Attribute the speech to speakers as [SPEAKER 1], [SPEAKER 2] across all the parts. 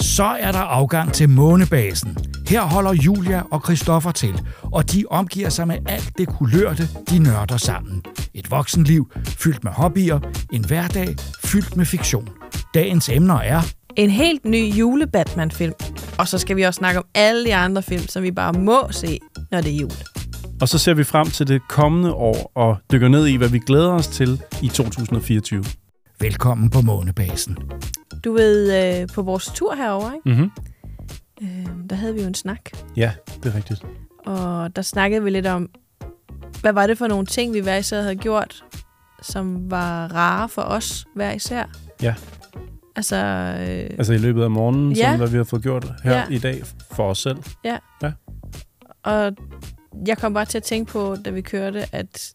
[SPEAKER 1] Så er der afgang til månebasen. Her holder Julia og Christoffer til, og de omgiver sig med alt det kulørte, de nørder sammen. Et voksenliv fyldt med hobbyer, en hverdag fyldt med fiktion. Dagens emner er
[SPEAKER 2] En helt ny jule-Batman-film. Og så skal vi også snakke om alle de andre film, som vi bare må se, når det er jul.
[SPEAKER 3] Og så ser vi frem til det kommende år og dykker ned i, hvad vi glæder os til i 2024.
[SPEAKER 1] Velkommen på månebasen.
[SPEAKER 2] Du ved, øh, på vores tur herover, ikke?
[SPEAKER 3] Mhm.
[SPEAKER 2] Øh, der havde vi jo en snak,
[SPEAKER 3] Ja, det er rigtigt.
[SPEAKER 2] og der snakkede vi lidt om, hvad var det for nogle ting, vi hver især havde gjort, som var rare for os hver især.
[SPEAKER 3] Ja.
[SPEAKER 2] Altså, øh,
[SPEAKER 3] Altså i løbet af morgenen, ja.
[SPEAKER 2] Ja.
[SPEAKER 3] som hvad vi har fået gjort her
[SPEAKER 2] Ja.
[SPEAKER 3] ja. i dag for os selv.
[SPEAKER 2] og jeg kom bare til at tænke på, da vi kørte, at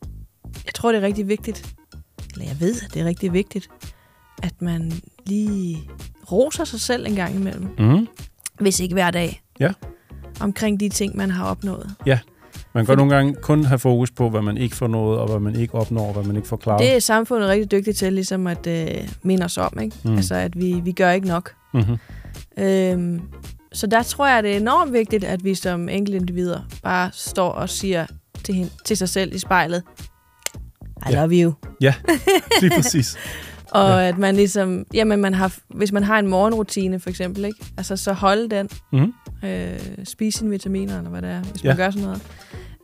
[SPEAKER 2] jeg tror, det er rigtig vigtigt, eller jeg ved, at det er rigtig vigtigt, at man lige roser sig selv en gang imellem.
[SPEAKER 3] Mm.
[SPEAKER 2] hvis ikke hver dag.
[SPEAKER 3] Ja.
[SPEAKER 2] Omkring de ting, man har opnået.
[SPEAKER 3] Man kan godt nogle gange kun have fokus på, hvad man ikke får nået, og hvad man ikke opnår, og hvad man ikke får klaret.
[SPEAKER 2] Det er samfundet rigtig dygtigt til ligesom at øh, minde os om, ikke?
[SPEAKER 3] Mm.
[SPEAKER 2] Mm. Altså, at vi, vi gør ikke nok.
[SPEAKER 3] Mm-hmm.
[SPEAKER 2] Øhm, så der tror jeg, det er enormt vigtigt, at vi som enkelte individer bare står og siger til, hende, til sig selv i spejlet, I
[SPEAKER 3] Ja.
[SPEAKER 2] love you.
[SPEAKER 3] Lige præcis.
[SPEAKER 2] Og ja. at man ligesom, jamen man har, hvis man har en morgenrutine for eksempel, ikke? Altså så holde den,
[SPEAKER 3] Mm-hmm.
[SPEAKER 2] øh, spise sine vitaminer, eller hvad det er, hvis
[SPEAKER 3] Ja.
[SPEAKER 2] man gør sådan noget.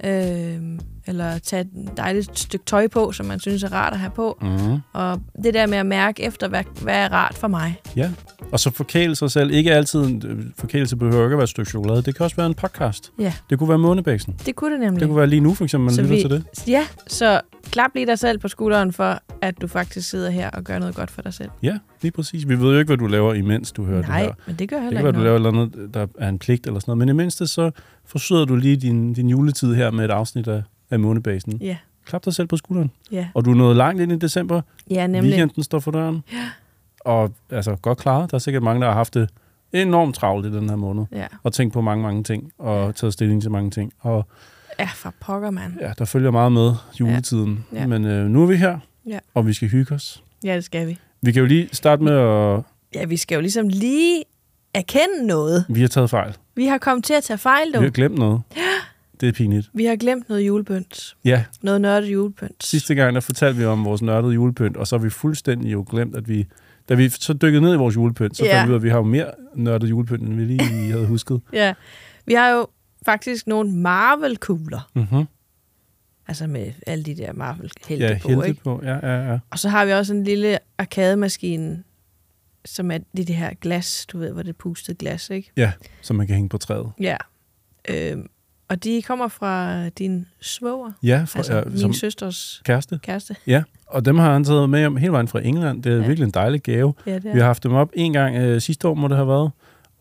[SPEAKER 2] Øh, eller tage et dejligt stykke tøj på, som man synes er rart at have på.
[SPEAKER 3] Mm-hmm.
[SPEAKER 2] Og det der med at mærke efter, hvad, hvad er rart for mig.
[SPEAKER 3] Ja, og så forkæle sig selv. Ikke altid, øh, forkælelse behøver ikke at være et stykke chokolade. Det kan også være en podcast.
[SPEAKER 2] Ja.
[SPEAKER 3] Det kunne være månebæksen.
[SPEAKER 2] Det kunne det nemlig.
[SPEAKER 3] Det kunne være lige nu, for eksempel, man
[SPEAKER 2] Så
[SPEAKER 3] lytter
[SPEAKER 2] vi-
[SPEAKER 3] til det.
[SPEAKER 2] Ja, så klap lige dig selv på skulderen for, at du faktisk sidder her og gør noget godt for dig selv.
[SPEAKER 3] Ja, lige præcis. Vi ved jo ikke, hvad du laver, imens du hører
[SPEAKER 2] Nej,
[SPEAKER 3] det her.
[SPEAKER 2] men det gør
[SPEAKER 3] Det
[SPEAKER 2] heller
[SPEAKER 3] kan være,
[SPEAKER 2] ikke
[SPEAKER 3] du
[SPEAKER 2] noget.
[SPEAKER 3] laver et eller andet, der er en pligt eller sådan noget. Men i mindste, så forsøger du lige din, din juletid her med et afsnit af, af månebasen.
[SPEAKER 2] Ja,
[SPEAKER 3] Klap dig selv på skulderen.
[SPEAKER 2] ja.
[SPEAKER 3] Og du er nået langt ind i december.
[SPEAKER 2] ja nemlig.
[SPEAKER 3] Weekenden står for døren.
[SPEAKER 2] Ja.
[SPEAKER 3] Og altså, godt klaret. Der er sikkert mange, der har haft det enormt travlt i den her måned.
[SPEAKER 2] Ja.
[SPEAKER 3] Og tænkt på mange, mange ting. Og taget stilling til mange ting. Og
[SPEAKER 2] ja, for pokker, mand.
[SPEAKER 3] ja, der følger meget med juletiden.
[SPEAKER 2] Ja. Ja.
[SPEAKER 3] Men øh, nu er vi her,
[SPEAKER 2] Ja.
[SPEAKER 3] og vi skal hygge os.
[SPEAKER 2] Ja, det skal vi.
[SPEAKER 3] Vi kan jo lige starte med at...
[SPEAKER 2] Ja, vi skal jo ligesom lige erkende noget.
[SPEAKER 3] Vi har taget fejl.
[SPEAKER 2] Vi har kommet til at tage fejl,
[SPEAKER 3] Vi
[SPEAKER 2] dog.
[SPEAKER 3] har glemt noget. Det er pinligt.
[SPEAKER 2] Vi har glemt noget julebønt.
[SPEAKER 3] Ja,
[SPEAKER 2] Noget nørdet julepynt.
[SPEAKER 3] sidste gang, der fortalte vi om vores nørdede julepynt, og så har vi fuldstændig jo glemt, at vi... Da vi så dykkede ned i vores julepynt, så
[SPEAKER 2] Ja.
[SPEAKER 3] fandt vi ud af, at vi har jo mere nørdet julepynt, end vi lige havde husket.
[SPEAKER 2] Ja. Vi har jo faktisk nogle Marvel-kugler.
[SPEAKER 3] Mm-hmm.
[SPEAKER 2] Altså med alle de der Marvel-helte
[SPEAKER 3] Ja,
[SPEAKER 2] på,
[SPEAKER 3] helte
[SPEAKER 2] ikke?
[SPEAKER 3] på. Ja, ja, ja.
[SPEAKER 2] Og så har vi også en lille arkademaskine, som er det, det her glas, du ved, hvor det er pustet glas, ikke?
[SPEAKER 3] ja, som man kan hænge på træet.
[SPEAKER 2] Ja. Øhm, og de kommer fra din svoger,
[SPEAKER 3] Ja, fra,
[SPEAKER 2] altså
[SPEAKER 3] altså, ja
[SPEAKER 2] min
[SPEAKER 3] som
[SPEAKER 2] søsters
[SPEAKER 3] kæreste.
[SPEAKER 2] kæreste.
[SPEAKER 3] Ja, og dem har han taget med hjem hele vejen fra England. Det er ja.
[SPEAKER 2] Ja.
[SPEAKER 3] virkelig en dejlig gave.
[SPEAKER 2] Ja, det er.
[SPEAKER 3] Vi har haft dem op en gang øh, sidste år, må det have været.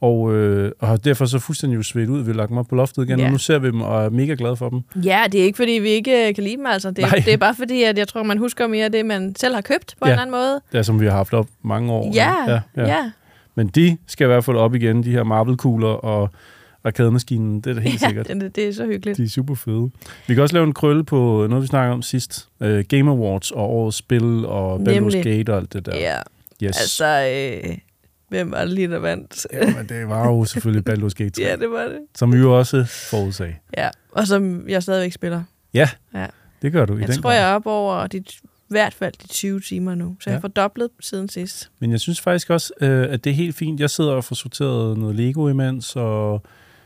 [SPEAKER 3] Og, øh, og har derfor så fuldstændig jo svedt ud. Vi har lagt dem op på loftet igen, ja.
[SPEAKER 2] Ja.
[SPEAKER 3] og nu ser vi dem og er mega glade for dem.
[SPEAKER 2] ja, det er ikke, fordi vi ikke øh, kan lide dem, altså. Det,
[SPEAKER 3] Nej.
[SPEAKER 2] det er bare fordi, at jeg tror, man husker mere det, man selv har købt på
[SPEAKER 3] Ja.
[SPEAKER 2] en eller anden måde.
[SPEAKER 3] Det er, som vi har haft op mange år.
[SPEAKER 2] Ja, ja. ja.
[SPEAKER 3] Men de skal i hvert fald op igen, de her marvelkugler og arkademaskinen. Det er da helt
[SPEAKER 2] ja
[SPEAKER 3] sikkert.
[SPEAKER 2] det, det er så hyggeligt.
[SPEAKER 3] De er super fede. Vi kan også lave en krølle på noget, vi snakkede om sidst. Uh, Game Awards og årets spil og Baldur's
[SPEAKER 2] Nemlig.
[SPEAKER 3] Gate og alt det der.
[SPEAKER 2] Ja,
[SPEAKER 3] Yes.
[SPEAKER 2] altså, øh, hvem var det lige, der vandt?
[SPEAKER 3] Jamen, det var jo selvfølgelig Baldur's Gate 3,
[SPEAKER 2] ja, det var det.
[SPEAKER 3] som vi jo også forudsagde.
[SPEAKER 2] Ja, og som jeg stadigvæk spiller.
[SPEAKER 3] Det gør du i
[SPEAKER 2] jeg
[SPEAKER 3] den
[SPEAKER 2] tror,
[SPEAKER 3] grad.
[SPEAKER 2] jeg er oppe over de, i hvert fald de 20 timer nu, så
[SPEAKER 3] Ja.
[SPEAKER 2] jeg har fordoblet siden sidst.
[SPEAKER 3] Men jeg synes faktisk også, øh, at det er helt fint. Jeg sidder og får sorteret noget Lego imens, og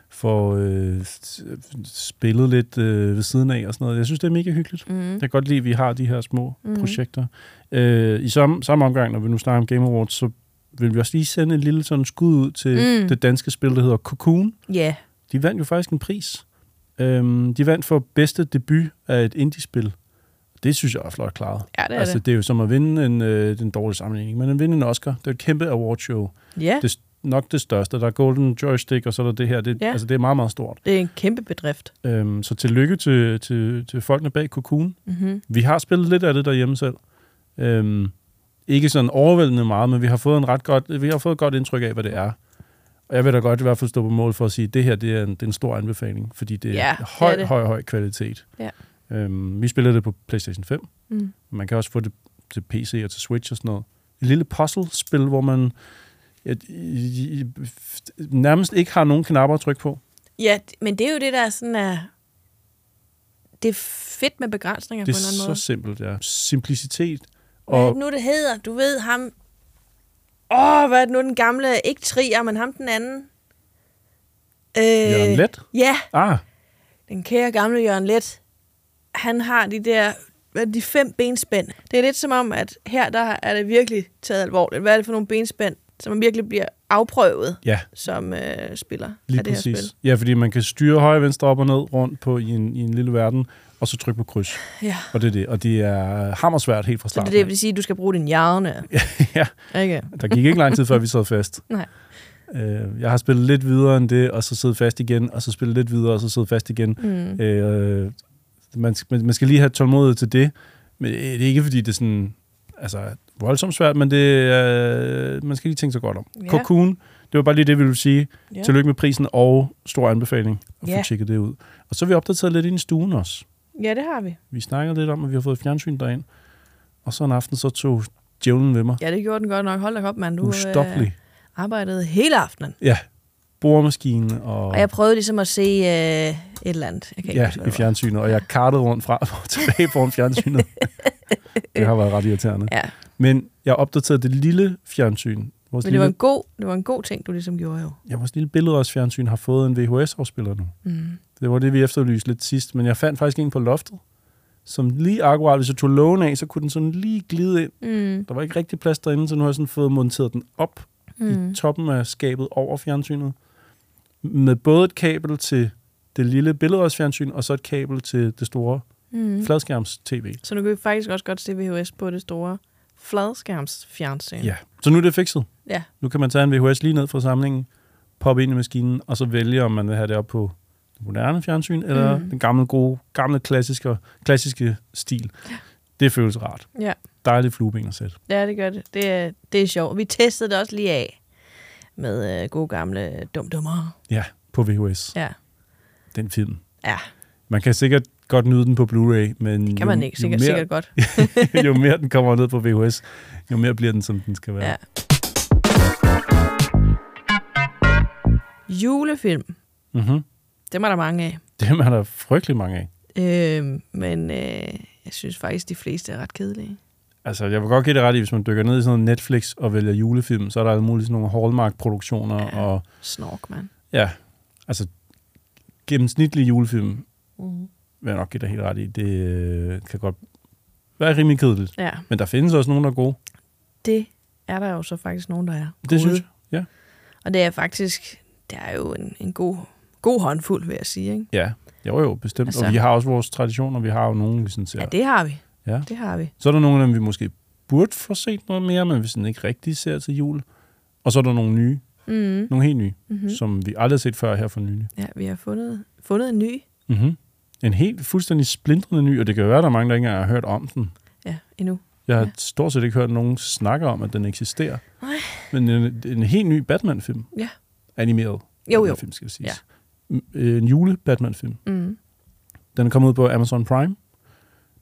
[SPEAKER 3] får øh, s- spillet lidt øh, ved siden af og sådan noget. Jeg synes, det er mega hyggeligt.
[SPEAKER 2] Mm.
[SPEAKER 3] Jeg kan godt lide, at vi har de her små
[SPEAKER 2] Mhm.
[SPEAKER 3] mm-hmm. projekter. Øh, I samme, samme omgang, når vi nu snakker om Game Awards, så vil vi også lige sende en lille sådan skud ud til mm.
[SPEAKER 2] Mm.
[SPEAKER 3] det danske spil, der hedder Cocoon.
[SPEAKER 2] Ja,
[SPEAKER 3] De vandt jo faktisk en pris. Øhm, de vandt for bedste debut af et indie-spil. Det synes jeg er flot klaret.
[SPEAKER 2] ja det er
[SPEAKER 3] altså,
[SPEAKER 2] altså, det.
[SPEAKER 3] det er jo som at vinde en, øh, den dårlige sammenligning, men at vinde en Oscar, det er et kæmpe awardshow.
[SPEAKER 2] Ja,
[SPEAKER 3] Det er nok det største. Der er Golden Joystick, og så er der det her. Det, ja.
[SPEAKER 2] Ja.
[SPEAKER 3] altså, det er meget, meget stort.
[SPEAKER 2] det er en kæmpe bedrift.
[SPEAKER 3] Øhm, så tillykke til, til, til folkene bag Cocoon.
[SPEAKER 2] Mm-hmm.
[SPEAKER 3] Vi har spillet lidt af det derhjemme selv. Øhm, ikke sådan overvældende meget, men vi har fået en ret godt, vi har fået et godt indtryk af, hvad det er. Og jeg vil da godt i hvert fald stå på mål for at sige, at det her det er, en, det er en stor anbefaling, fordi det er
[SPEAKER 2] Ja, det er
[SPEAKER 3] høj,
[SPEAKER 2] det.
[SPEAKER 3] høj, høj kvalitet.
[SPEAKER 2] Ja.
[SPEAKER 3] Øhm, vi spiller det på PlayStation 5,
[SPEAKER 2] Mm.
[SPEAKER 3] og man kan også få det til PC og til Switch og sådan noget. et lille puzzle-spil, hvor man et, i, i, nærmest ikke har nogen knapper at trykke på.
[SPEAKER 2] Ja, men det er jo det, der sådan er... Det er fedt med begrænsninger
[SPEAKER 3] Det
[SPEAKER 2] på en eller
[SPEAKER 3] er
[SPEAKER 2] anden
[SPEAKER 3] så
[SPEAKER 2] måde.
[SPEAKER 3] simpelt, ja. Simplicitet.
[SPEAKER 2] Hvad er det
[SPEAKER 3] Og
[SPEAKER 2] nu, det hedder? Du ved ham... Åh, oh, hvad er det nu, den gamle? Ikke trier, men ham den anden. Øh,
[SPEAKER 3] Jørgen Let?
[SPEAKER 2] Ja,
[SPEAKER 3] Ah,
[SPEAKER 2] den kære gamle Jørgen Let. Han har de der hvad er det, de fem benspænd. Det er lidt som om, at her der er det virkelig taget alvorligt. Hvad er det for nogle benspænd, som virkelig bliver afprøvet
[SPEAKER 3] ja,
[SPEAKER 2] som øh, spiller
[SPEAKER 3] lige
[SPEAKER 2] af det her
[SPEAKER 3] præcis.
[SPEAKER 2] spil?
[SPEAKER 3] Ja, fordi man kan styre højre, venstre, op og ned rundt på i en, i en lille verden, og så trykke på kryds.
[SPEAKER 2] Ja.
[SPEAKER 3] Og det er det. Og det er hammersvært helt fra
[SPEAKER 2] Så
[SPEAKER 3] starten.
[SPEAKER 2] det, det vil sige, at du skal bruge din hjerne.
[SPEAKER 3] ja,
[SPEAKER 2] Ikke?
[SPEAKER 3] der gik ikke lang tid, før vi sad fast.
[SPEAKER 2] Nej.
[SPEAKER 3] Øh, jeg har spillet lidt videre end det, og så siddet fast igen, og så spillet lidt videre, og så siddet fast igen.
[SPEAKER 2] Mm.
[SPEAKER 3] Øh, man, sk- man man skal lige have tålmodighed til det, men øh, det er ikke fordi, det er sådan, altså, voldsomt svært, men det, øh, man skal lige tænke sig godt om.
[SPEAKER 2] Ja.
[SPEAKER 3] Ja. Cocoon, det var bare lige det, vi ville sige.
[SPEAKER 2] Ja.
[SPEAKER 3] Ja. Tillykke med prisen og stor anbefaling at
[SPEAKER 2] Ja.
[SPEAKER 3] få tjekket det ud. Og så har vi opdateret lidt ind i stuen også.
[SPEAKER 2] ja, det har vi.
[SPEAKER 3] Vi snakkede lidt om, at vi har fået fjernsyn derind, og så en aften, så tog djævlen ved mig.
[SPEAKER 2] Ja, det gjorde den godt nok. Hold da op, mand. Du øh,
[SPEAKER 3] Ustoppelig.
[SPEAKER 2] arbejdede hele aftenen.
[SPEAKER 3] Ja, boremaskinen og...
[SPEAKER 2] Og jeg prøvede ligesom at se øh, et eller andet. Jeg kan ikke
[SPEAKER 3] Ja,
[SPEAKER 2] huske, hvad
[SPEAKER 3] i
[SPEAKER 2] det var.
[SPEAKER 3] fjernsynet, og jeg kartede rundt fra og tilbage foran fjernsynet. det har været ret irriterende.
[SPEAKER 2] Ja,
[SPEAKER 3] Men jeg opdaterede det lille fjernsyn. Vores
[SPEAKER 2] men det var,
[SPEAKER 3] lille,
[SPEAKER 2] en god, det var en god ting, du ligesom gjorde jo.
[SPEAKER 3] ja, vores lille billedradsfjernsyn har fået en VHS-afspiller nu. Mm. Det var det, vi efterlyste lidt sidst, men jeg fandt faktisk en på loftet, som lige akkurat, hvis jeg tog lågen af, så kunne den sådan lige glide ind.
[SPEAKER 2] Mm.
[SPEAKER 3] Der var ikke rigtig plads derinde, så nu har jeg sådan fået monteret den op mm. i toppen af skabet over fjernsynet. Med både et kabel til det lille billedradsfjernsyn, og så et kabel til det store
[SPEAKER 2] Mm.
[SPEAKER 3] fladskærms-tv.
[SPEAKER 2] Så nu kan vi faktisk også godt se VHS på det store fladskærmsfjernsyn.
[SPEAKER 3] Ja. Så nu er det fikset.
[SPEAKER 2] ja.
[SPEAKER 3] Nu kan man tage en VHS lige ned fra samlingen, poppe ind i maskinen, og så vælge, om man vil have det op på det moderne fjernsyn, eller
[SPEAKER 2] Mm.
[SPEAKER 3] mm. den gamle, gode, gamle klassiske, klassiske stil. Ja. Det føles rart.
[SPEAKER 2] Ja.
[SPEAKER 3] Dejligt flueben at sætte.
[SPEAKER 2] ja, det gør det. Det er, det er sjovt. Vi testede det også lige af med øh, gode gamle dumdummer.
[SPEAKER 3] Ja, på VHS.
[SPEAKER 2] Ja.
[SPEAKER 3] Den film.
[SPEAKER 2] Ja,
[SPEAKER 3] Man kan sikkert godt nyde den på Blu-ray, men
[SPEAKER 2] kan man ikke. Sikkert,
[SPEAKER 3] jo, mere,
[SPEAKER 2] sikkert godt.
[SPEAKER 3] jo mere den kommer ned på VHS, jo mere bliver den, som den skal være.
[SPEAKER 2] Ja. Julefilm.
[SPEAKER 3] Mm-hmm.
[SPEAKER 2] Dem er der mange af.
[SPEAKER 3] Dem er der frygtelig mange af.
[SPEAKER 2] Øh, men øh, jeg synes faktisk, de fleste er ret kedelige.
[SPEAKER 3] Altså, jeg vil godt give det ret i, hvis man dykker ned i sådan noget Netflix og vælger julefilm, så er der alle mulige sådan nogle Hallmark-produktioner,
[SPEAKER 2] Ja.
[SPEAKER 3] ja. og
[SPEAKER 2] Snork, mand.
[SPEAKER 3] Ja, altså gennemsnitlig julefilm,
[SPEAKER 2] Mm.
[SPEAKER 3] vil jeg nok give dig helt ret i, det øh, kan godt være rimelig kedeligt.
[SPEAKER 2] Ja,
[SPEAKER 3] Men der findes også nogle, der er gode.
[SPEAKER 2] det er der jo så faktisk nogen, der er.
[SPEAKER 3] Det synes jeg. Ja.
[SPEAKER 2] Og det er faktisk, det er jo en, en god, god håndfuld, vil jeg sige. Ikke?
[SPEAKER 3] Ja, jo jo, bestemt. Altså,
[SPEAKER 2] Altså-
[SPEAKER 3] og vi har også vores traditioner, vi har jo nogle, vi sådan ser.
[SPEAKER 2] Ja. ja,
[SPEAKER 3] Ja, det...
[SPEAKER 2] det har vi.
[SPEAKER 3] ja.
[SPEAKER 2] Det har vi.
[SPEAKER 3] Så er der nogle af dem, vi måske burde få set noget mere, men vi sådan ikke rigtig ser til jul. Og så er der nogle nye,
[SPEAKER 2] Mm.
[SPEAKER 3] nogle helt nye,
[SPEAKER 2] Mm-hmm.
[SPEAKER 3] mm. som vi aldrig har set før her for nylig.
[SPEAKER 2] Ja, vi har fundet, fundet en ny.
[SPEAKER 3] Mm-hmm. En helt fuldstændig splindrende ny, og det kan være, at der er mange, der ikke engang har hørt om den.
[SPEAKER 2] Ja, endnu.
[SPEAKER 3] Jeg har
[SPEAKER 2] Ja.
[SPEAKER 3] ja. stort set ikke hørt nogen snakke om, at den eksisterer.
[SPEAKER 2] Nej.
[SPEAKER 3] Men en, en helt ny Batman-film.
[SPEAKER 2] Ja.
[SPEAKER 3] Animeret.
[SPEAKER 2] Jo, jo.
[SPEAKER 3] Film, skal det siges. Ja. En jule-Batman-film.
[SPEAKER 2] Mm.
[SPEAKER 3] Den er kommet ud på Amazon Prime,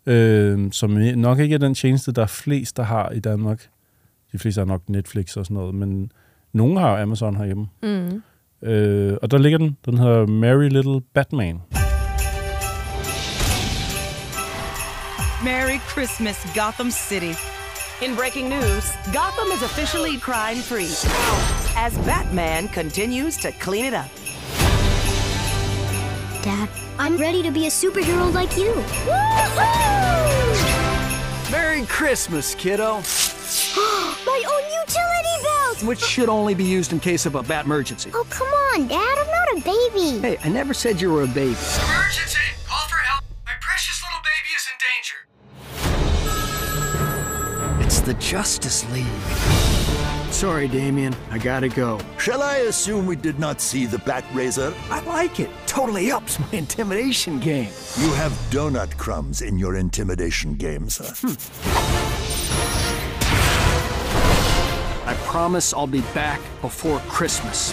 [SPEAKER 3] øh, som nok ikke er den tjeneste, der er flest, der har i Danmark. De fleste har nok Netflix og sådan noget, men nogen har jo Amazon herhjemme.
[SPEAKER 2] Mm.
[SPEAKER 3] Øh, og der ligger den. Den hedder Mary Little Batman.
[SPEAKER 4] Merry Christmas, Gotham City.
[SPEAKER 5] In breaking news, Gotham is officially crime free as Batman continues to clean it up.
[SPEAKER 6] Dad, I'm ready to be a superhero like you.
[SPEAKER 7] Merry Christmas, kiddo.
[SPEAKER 6] My own utility belt!
[SPEAKER 7] Which should only be used in case of a bat emergency.
[SPEAKER 6] Oh, come on, Dad, I'm not a baby.
[SPEAKER 7] Hey, I never said you were a baby.
[SPEAKER 8] Emergency! Call for help! My precious little baby is in danger!
[SPEAKER 7] It's the Justice League. Sorry, Damien. I gotta go.
[SPEAKER 9] Shall I assume we did not see the Bat Razor?
[SPEAKER 7] I like it. Totally ups my intimidation game.
[SPEAKER 9] You have donut crumbs in your intimidation game, sir.
[SPEAKER 7] I promise I'll be back before Christmas.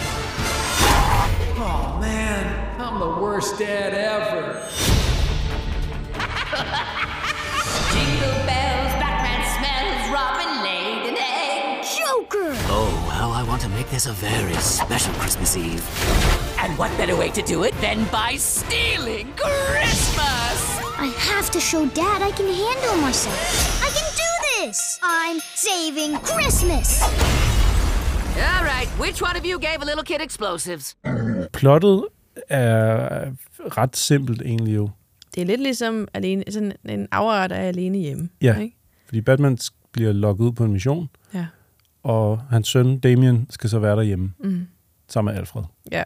[SPEAKER 7] Oh, man. I'm the worst dad ever.
[SPEAKER 10] Jingle bells, Batman smells, Robin laid an egg. Oh, like there's a very special Christmas Eve. And what better way to do it than by stealing Christmas?
[SPEAKER 6] I have to show Dad I can handle myself. I can do this! I'm saving Christmas!
[SPEAKER 10] All right, which one of you gave a little kid explosives?
[SPEAKER 3] Plottet er ret simpelt egentlig jo.
[SPEAKER 2] Det er lidt ligesom alene, sådan en afret af alene hjemme.
[SPEAKER 3] Ja,
[SPEAKER 2] Ikke?
[SPEAKER 3] fordi Batman bliver lukket ud på en mission,
[SPEAKER 2] Ja.
[SPEAKER 3] og hans søn Damien skal så være derhjemme
[SPEAKER 2] Mm.
[SPEAKER 3] sammen med Alfred.
[SPEAKER 2] ja.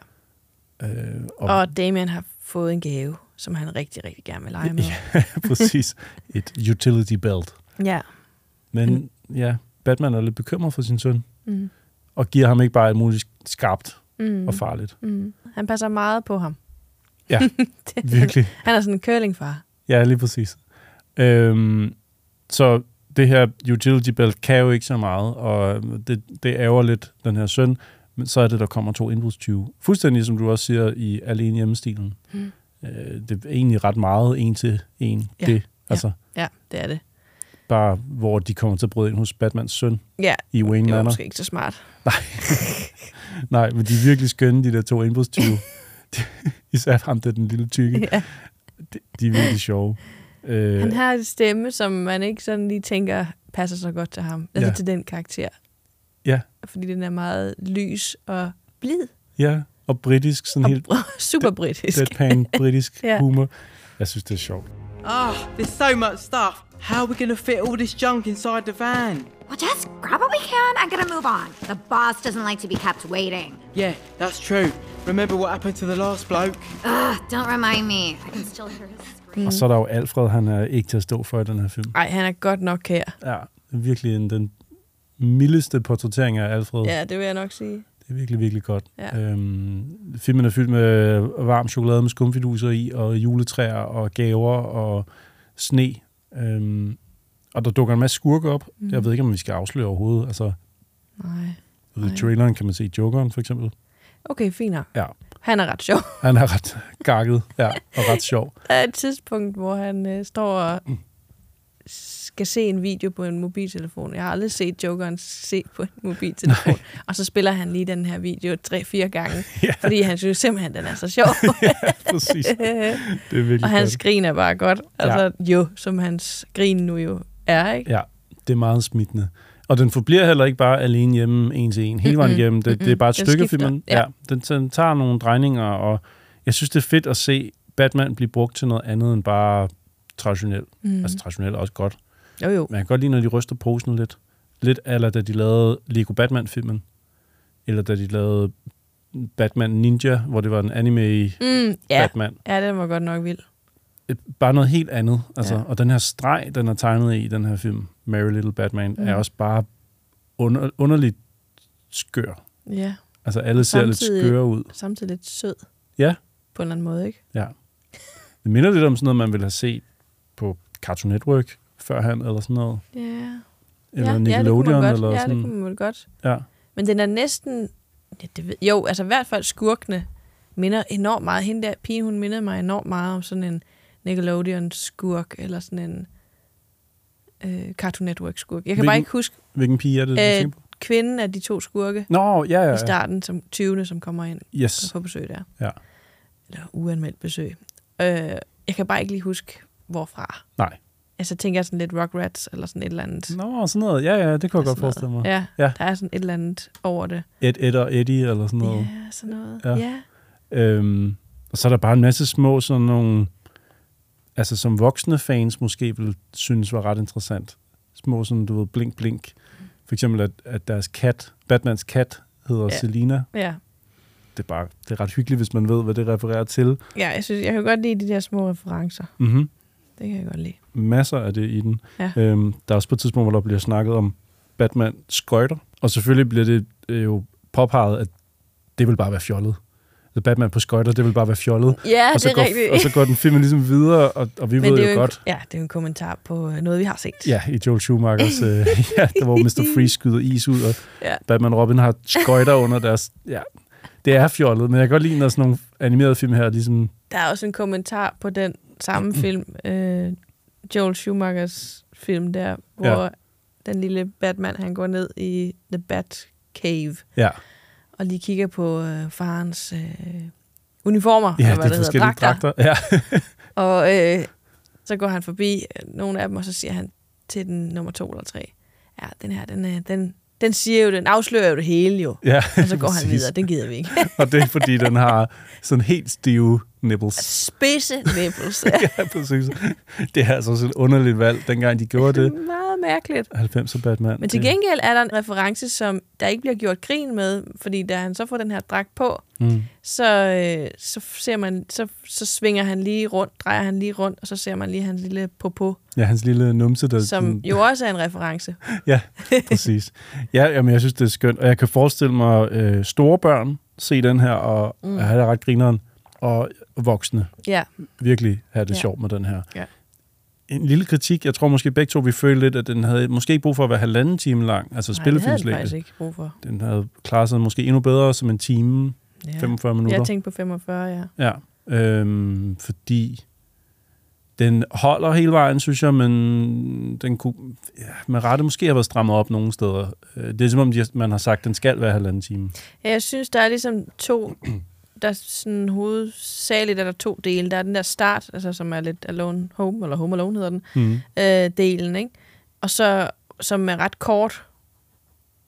[SPEAKER 3] Øh,
[SPEAKER 2] Og, og Damien har fået en gave, som han rigtig, rigtig gerne vil lege med.
[SPEAKER 3] ja, præcis. Et utility belt.
[SPEAKER 2] ja.
[SPEAKER 3] Men ja, Batman er lidt bekymret for sin søn,
[SPEAKER 2] Mm.
[SPEAKER 3] og giver ham ikke bare alt muligt skarpt
[SPEAKER 2] Mm.
[SPEAKER 3] mm. og farligt.
[SPEAKER 2] Mm. Han passer meget på ham.
[SPEAKER 3] Ja,
[SPEAKER 2] Det-
[SPEAKER 3] virkelig.
[SPEAKER 2] Han er sådan en curlingfar.
[SPEAKER 3] Ja, lige præcis. Øhm, så det her utility belt kan jo ikke så meget, og det, det ærger lidt den her søn, men så er det, der kommer to indbrudstyve. Fuldstændig som du også siger i Alene Hjemmestilen.
[SPEAKER 2] Mm.
[SPEAKER 3] Øh, det er egentlig ret meget en til en.
[SPEAKER 2] Ja,
[SPEAKER 3] Det, altså,
[SPEAKER 2] Ja, det er det.
[SPEAKER 3] bare hvor de kommer til at bryde ind hos Batmans søn
[SPEAKER 2] Ja,
[SPEAKER 3] i Wayne
[SPEAKER 2] det var
[SPEAKER 3] Manor.
[SPEAKER 2] måske ikke så smart.
[SPEAKER 3] Nej, men de er virkelig skønne, de der to indbrudstyve. De- Især ham, der er den lille tykke.
[SPEAKER 2] Ja.
[SPEAKER 3] De, de er virkelig sjove. Øh,
[SPEAKER 2] Han har en stemme, som man ikke sådan lige tænker passer så godt til ham. Altså ja.
[SPEAKER 3] Ja.
[SPEAKER 2] til den karakter.
[SPEAKER 3] Ja,
[SPEAKER 2] Fordi den er meget lys og blid.
[SPEAKER 3] ja. Og britisk, sådan helt
[SPEAKER 2] Super britisk.
[SPEAKER 3] deadpan britisk
[SPEAKER 2] Ja.
[SPEAKER 3] ja. humor. Jeg synes, det er sjovt.
[SPEAKER 11] Ah, there's so much stuff. How are we gonna fit all this junk inside the van?
[SPEAKER 12] Well, just grab what we can and get a move on. The boss doesn't like to be kept waiting.
[SPEAKER 11] Yeah, that's true. Remember what happened to the last bloke?
[SPEAKER 12] Ugh, don't remind me. I can still hear his scream.
[SPEAKER 3] Mm. Og så er der jo Alfred, han er ikke til at stå for i den her film.
[SPEAKER 2] Nej, han er godt nok her.
[SPEAKER 3] Ja, virkelig en, den mildeste portrættering af Alfred.
[SPEAKER 2] Ja, det vil jeg nok sige.
[SPEAKER 3] Det er virkelig, virkelig godt.
[SPEAKER 2] Ja.
[SPEAKER 3] Øhm, filmen er fyldt med varm chokolade med skumfiduser i, og juletræer, og gaver, og sne. Øhm, og der dukker en masse skurke op.
[SPEAKER 2] Mm.
[SPEAKER 3] Mm. Jeg ved ikke, om vi skal afsløre overhovedet. Altså,
[SPEAKER 2] Nej.
[SPEAKER 3] i
[SPEAKER 2] Nej.
[SPEAKER 3] traileren kan man se Jokeren, for eksempel.
[SPEAKER 2] Okay, fint nok.
[SPEAKER 3] Ja,
[SPEAKER 2] Han er ret sjov.
[SPEAKER 3] han er ret gakket ja, og ret sjov.
[SPEAKER 2] Der er et tidspunkt, hvor han øh, står og skal se en video på en mobiltelefon. Jeg har aldrig set Jokeren se på en mobiltelefon. Nej. Og så spiller han lige den her video 3-4 gange, ja.
[SPEAKER 3] Ja.
[SPEAKER 2] fordi han synes simpelthen, den er så sjov.
[SPEAKER 3] ja, præcis. Det er virkelig
[SPEAKER 2] og hans
[SPEAKER 3] godt.
[SPEAKER 2] grin er bare godt. Altså ja. jo, som hans grin nu jo er, ikke?
[SPEAKER 3] Ja, det er meget smittende. Og den forbliver heller ikke bare alene hjemme, en til en, hele vejen
[SPEAKER 2] Mm-mm,
[SPEAKER 3] igennem. Det, det er bare et
[SPEAKER 2] mm-mm. Den
[SPEAKER 3] stykke af
[SPEAKER 2] skifter,
[SPEAKER 3] filmen.
[SPEAKER 2] ja.
[SPEAKER 3] Ja. ja den, den tager nogle drejninger, og jeg synes, det er fedt at se Batman blive brugt til noget andet end bare traditionelt.
[SPEAKER 2] Mm.
[SPEAKER 3] Mm. Altså traditionelt er også godt.
[SPEAKER 2] Jo jo.
[SPEAKER 3] Men jeg kan godt lide, når de ryster posen lidt. Lidt eller da de lavede Lego Batman-filmen. Eller da de lavede Batman Ninja, hvor det var en anime
[SPEAKER 2] Mm, ja.
[SPEAKER 3] Batman.
[SPEAKER 2] ja, den var godt nok vild.
[SPEAKER 3] Øh, Bare noget helt andet. Altså,
[SPEAKER 2] Ja.
[SPEAKER 3] ja. Og den her streg, den er tegnet i den her film, Mary Little Batman, mm. er
[SPEAKER 2] Mm.
[SPEAKER 3] også bare under, underligt skør.
[SPEAKER 2] Ja,
[SPEAKER 3] Altså alle ser lidt
[SPEAKER 2] Samtidig-
[SPEAKER 3] skøre ud.
[SPEAKER 2] samtidig lidt sød
[SPEAKER 3] Ja,
[SPEAKER 2] på en eller anden måde, ikke?
[SPEAKER 3] ja. Det minder lidt om sådan noget, man ville have set på Cartoon Network førhen, eller sådan noget.
[SPEAKER 2] Ja.
[SPEAKER 3] Eller
[SPEAKER 2] ja, ja, det kunne
[SPEAKER 3] Nickelodeon,
[SPEAKER 2] man godt.
[SPEAKER 3] eller
[SPEAKER 2] ja,
[SPEAKER 3] sådan.
[SPEAKER 2] det kunne man godt.
[SPEAKER 3] Ja,
[SPEAKER 2] Men den er næsten... Ja, det ved, jo, altså i hvert fald skurkene minder enormt meget. Hende der pige, hun mindede mig enormt meget om sådan en Nickelodeon-skurk, eller sådan en øh, Cartoon Network-skurk. Jeg kan bare
[SPEAKER 3] Hvilken-
[SPEAKER 2] ikke huske
[SPEAKER 3] Hvilken pige er det, du
[SPEAKER 2] øh,
[SPEAKER 3] tænker på?
[SPEAKER 2] kvinden af de to skurke
[SPEAKER 3] Nå, ja, ja,
[SPEAKER 2] i
[SPEAKER 3] ja.
[SPEAKER 2] starten, som 20. som kommer ind
[SPEAKER 3] Yes.
[SPEAKER 2] på besøg der.
[SPEAKER 3] Ja.
[SPEAKER 2] Eller uanmeldt besøg. Øh, jeg kan bare ikke lige huske, hvorfra.
[SPEAKER 3] Nej.
[SPEAKER 2] Altså tænker jeg sådan lidt Rugrats, eller sådan et eller andet.
[SPEAKER 3] Nå, sådan noget. Ja, ja, det kunne jeg godt
[SPEAKER 2] Sådan noget.
[SPEAKER 3] forestille mig.
[SPEAKER 2] Ja, ja,
[SPEAKER 3] Ja.
[SPEAKER 2] der er sådan et eller andet over det.
[SPEAKER 3] Ed, Ed og Eddie, eller sådan noget.
[SPEAKER 2] Ja, sådan noget. Ja.
[SPEAKER 3] Ja.
[SPEAKER 2] ja.
[SPEAKER 3] Øhm, og så er der bare en masse små sådan nogle, altså som voksne fans måske ville synes var ret interessant. Små sådan, du ved, blink, blink. For eksempel, at, at deres kat, Batmans kat, hedder
[SPEAKER 2] Ja.
[SPEAKER 3] ja. Selina.
[SPEAKER 2] ja.
[SPEAKER 3] Det er, bare, det er ret hyggeligt, hvis man ved, hvad det refererer til.
[SPEAKER 2] Ja, jeg synes, jeg kan godt lide de der små referencer.
[SPEAKER 3] Mm-hmm.
[SPEAKER 2] Det kan jeg godt lide.
[SPEAKER 3] Masser af det i den.
[SPEAKER 2] Ja.
[SPEAKER 3] Øhm, der er også på et tidspunkt, hvor der bliver snakket om Batman skøjter. Og selvfølgelig bliver det øh, jo påpeget, at det vil bare være fjollet. Altså Batman på skøjter, det vil bare være fjollet.
[SPEAKER 2] Ja,
[SPEAKER 3] og så
[SPEAKER 2] det er
[SPEAKER 3] går,
[SPEAKER 2] rigtigt.
[SPEAKER 3] Og så går den filmen ligesom videre, og, og vi ved
[SPEAKER 2] det er
[SPEAKER 3] jo
[SPEAKER 2] en,
[SPEAKER 3] godt,
[SPEAKER 2] Ja, det er jo en kommentar på øh, noget, vi har set.
[SPEAKER 3] Ja, i Joel Schumachers, øh, ja, der hvor Mr. Freeze skyder is ud, og
[SPEAKER 2] Ja.
[SPEAKER 3] ja. Batman og Robin har skøjter under deres... Ja, det er fjollet, men jeg kan godt lide, når sådan nogle animerede film her, ligesom...
[SPEAKER 2] Der er også en kommentar på den samme film, øh, Joel Schumachers film der, hvor ja.
[SPEAKER 3] Ja.
[SPEAKER 2] den lille Batman, han går ned i The Bat Cave,
[SPEAKER 3] Ja,
[SPEAKER 2] og lige kigger på øh, farens øh, uniformer,
[SPEAKER 3] Ja,
[SPEAKER 2] eller hvad
[SPEAKER 3] de
[SPEAKER 2] det hedder,
[SPEAKER 3] forskellige
[SPEAKER 2] dragter.
[SPEAKER 3] dragter. Ja.
[SPEAKER 2] og øh, så går han forbi øh, nogle af dem, og så siger han til den nummer to eller tre, ja, den her, den, øh, den, den siger jo, den afslører jo det hele jo.
[SPEAKER 3] Ja,
[SPEAKER 2] og så går han
[SPEAKER 3] præcis.
[SPEAKER 2] videre, den gider vi ikke.
[SPEAKER 3] og det er, fordi den har sådan helt stive nipples.
[SPEAKER 2] Spidse nipples.
[SPEAKER 3] ja, præcis. Det er altså sådan et underligt valg, dengang de gjorde det.
[SPEAKER 2] Meget mærkeligt.
[SPEAKER 3] 90'er Batman.
[SPEAKER 2] Men til
[SPEAKER 3] det-
[SPEAKER 2] gengæld er der en reference, som der ikke bliver gjort grin med, fordi da han så får den her dragt på,
[SPEAKER 3] Mm.
[SPEAKER 2] så, øh, så, ser man, så, så svinger han lige rundt, drejer han lige rundt, og så ser man lige hans lille popo,
[SPEAKER 3] Ja, hans lille numse, der...
[SPEAKER 2] som jo også er en reference.
[SPEAKER 3] Ja, præcis. Ja, jamen, jeg synes, det er skønt. Og jeg kan forestille mig øh, store børn se den her, og
[SPEAKER 2] Mm.
[SPEAKER 3] mm. have det ret grineren, og voksne
[SPEAKER 2] Ja.
[SPEAKER 3] virkelig have det
[SPEAKER 2] Ja.
[SPEAKER 3] ja. sjovt med den her.
[SPEAKER 2] Ja.
[SPEAKER 3] En lille kritik. Jeg tror måske begge to, vi følte lidt, at den havde måske ikke brug for at være halvanden time lang. Altså
[SPEAKER 2] Nej, det havde han
[SPEAKER 3] spillefilmslængde.
[SPEAKER 2] faktisk ikke brug for.
[SPEAKER 3] Den havde klaret sig måske endnu bedre som en time,
[SPEAKER 2] Ja.
[SPEAKER 3] ja. 45 minutter.
[SPEAKER 2] Jeg tænkte på 45, ja.
[SPEAKER 3] Ja, øhm, fordi den holder hele vejen, synes jeg, men den kunne ja, med rette måske have været strammet op nogle steder. Øh, Det er som om, de har- man har sagt, at den skal være halvanden time.
[SPEAKER 2] Ja, Jeg synes, der er ligesom to, der er sådan hovedsageligt er der to dele. Der er den der start, altså, som er lidt Alone Home, eller Home Alone hedder den,
[SPEAKER 3] Mhm.
[SPEAKER 2] øh, delen, ikke? Og så, som er ret kort,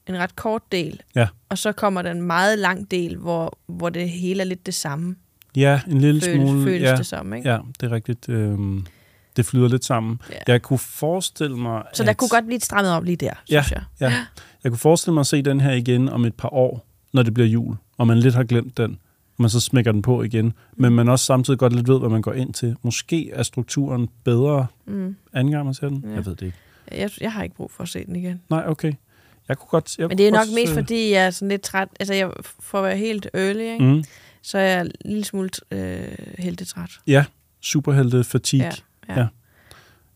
[SPEAKER 2] en ret kort del.
[SPEAKER 3] Ja.
[SPEAKER 2] Og så kommer der en meget lang del, hvor, hvor det hele er lidt det samme.
[SPEAKER 3] Ja, en lille
[SPEAKER 2] Føles-
[SPEAKER 3] smule.
[SPEAKER 2] føles
[SPEAKER 3] ja,
[SPEAKER 2] det som, ikke?
[SPEAKER 3] Ja, det er rigtigt. Øhm, det flyder lidt sammen.
[SPEAKER 2] Ja.
[SPEAKER 3] Jeg kunne forestille mig...
[SPEAKER 2] Så der
[SPEAKER 3] at-
[SPEAKER 2] kunne godt blive strammet op lige der,
[SPEAKER 3] ja,
[SPEAKER 2] synes jeg.
[SPEAKER 3] Ja. Jeg kunne forestille mig at se den her igen om et par år, når det bliver jul, og man lidt har glemt den, og man så smækker den på
[SPEAKER 2] Mm.
[SPEAKER 3] igen, men man også samtidig godt lidt ved, hvad man går ind til. Måske er strukturen bedre
[SPEAKER 2] Mm.
[SPEAKER 3] mm. anden gang, man ser den.
[SPEAKER 2] Ja.
[SPEAKER 3] Ja. Jeg ved det ikke.
[SPEAKER 2] Jeg, jeg har ikke brug for at se den igen.
[SPEAKER 3] Nej, okay. Jeg kunne godt... Jeg
[SPEAKER 2] Men det er
[SPEAKER 3] kunne
[SPEAKER 2] nok
[SPEAKER 3] godt,
[SPEAKER 2] mest,
[SPEAKER 3] øh,
[SPEAKER 2] fordi jeg er sådan lidt træt. Altså, jeg, for at være helt early, ikke?
[SPEAKER 3] Mm.
[SPEAKER 2] så er jeg en lille smule øh, heltetræt.
[SPEAKER 3] Ja, superhelte fatigue.
[SPEAKER 2] Ja,
[SPEAKER 3] Ja,
[SPEAKER 2] ja.
[SPEAKER 3] ja.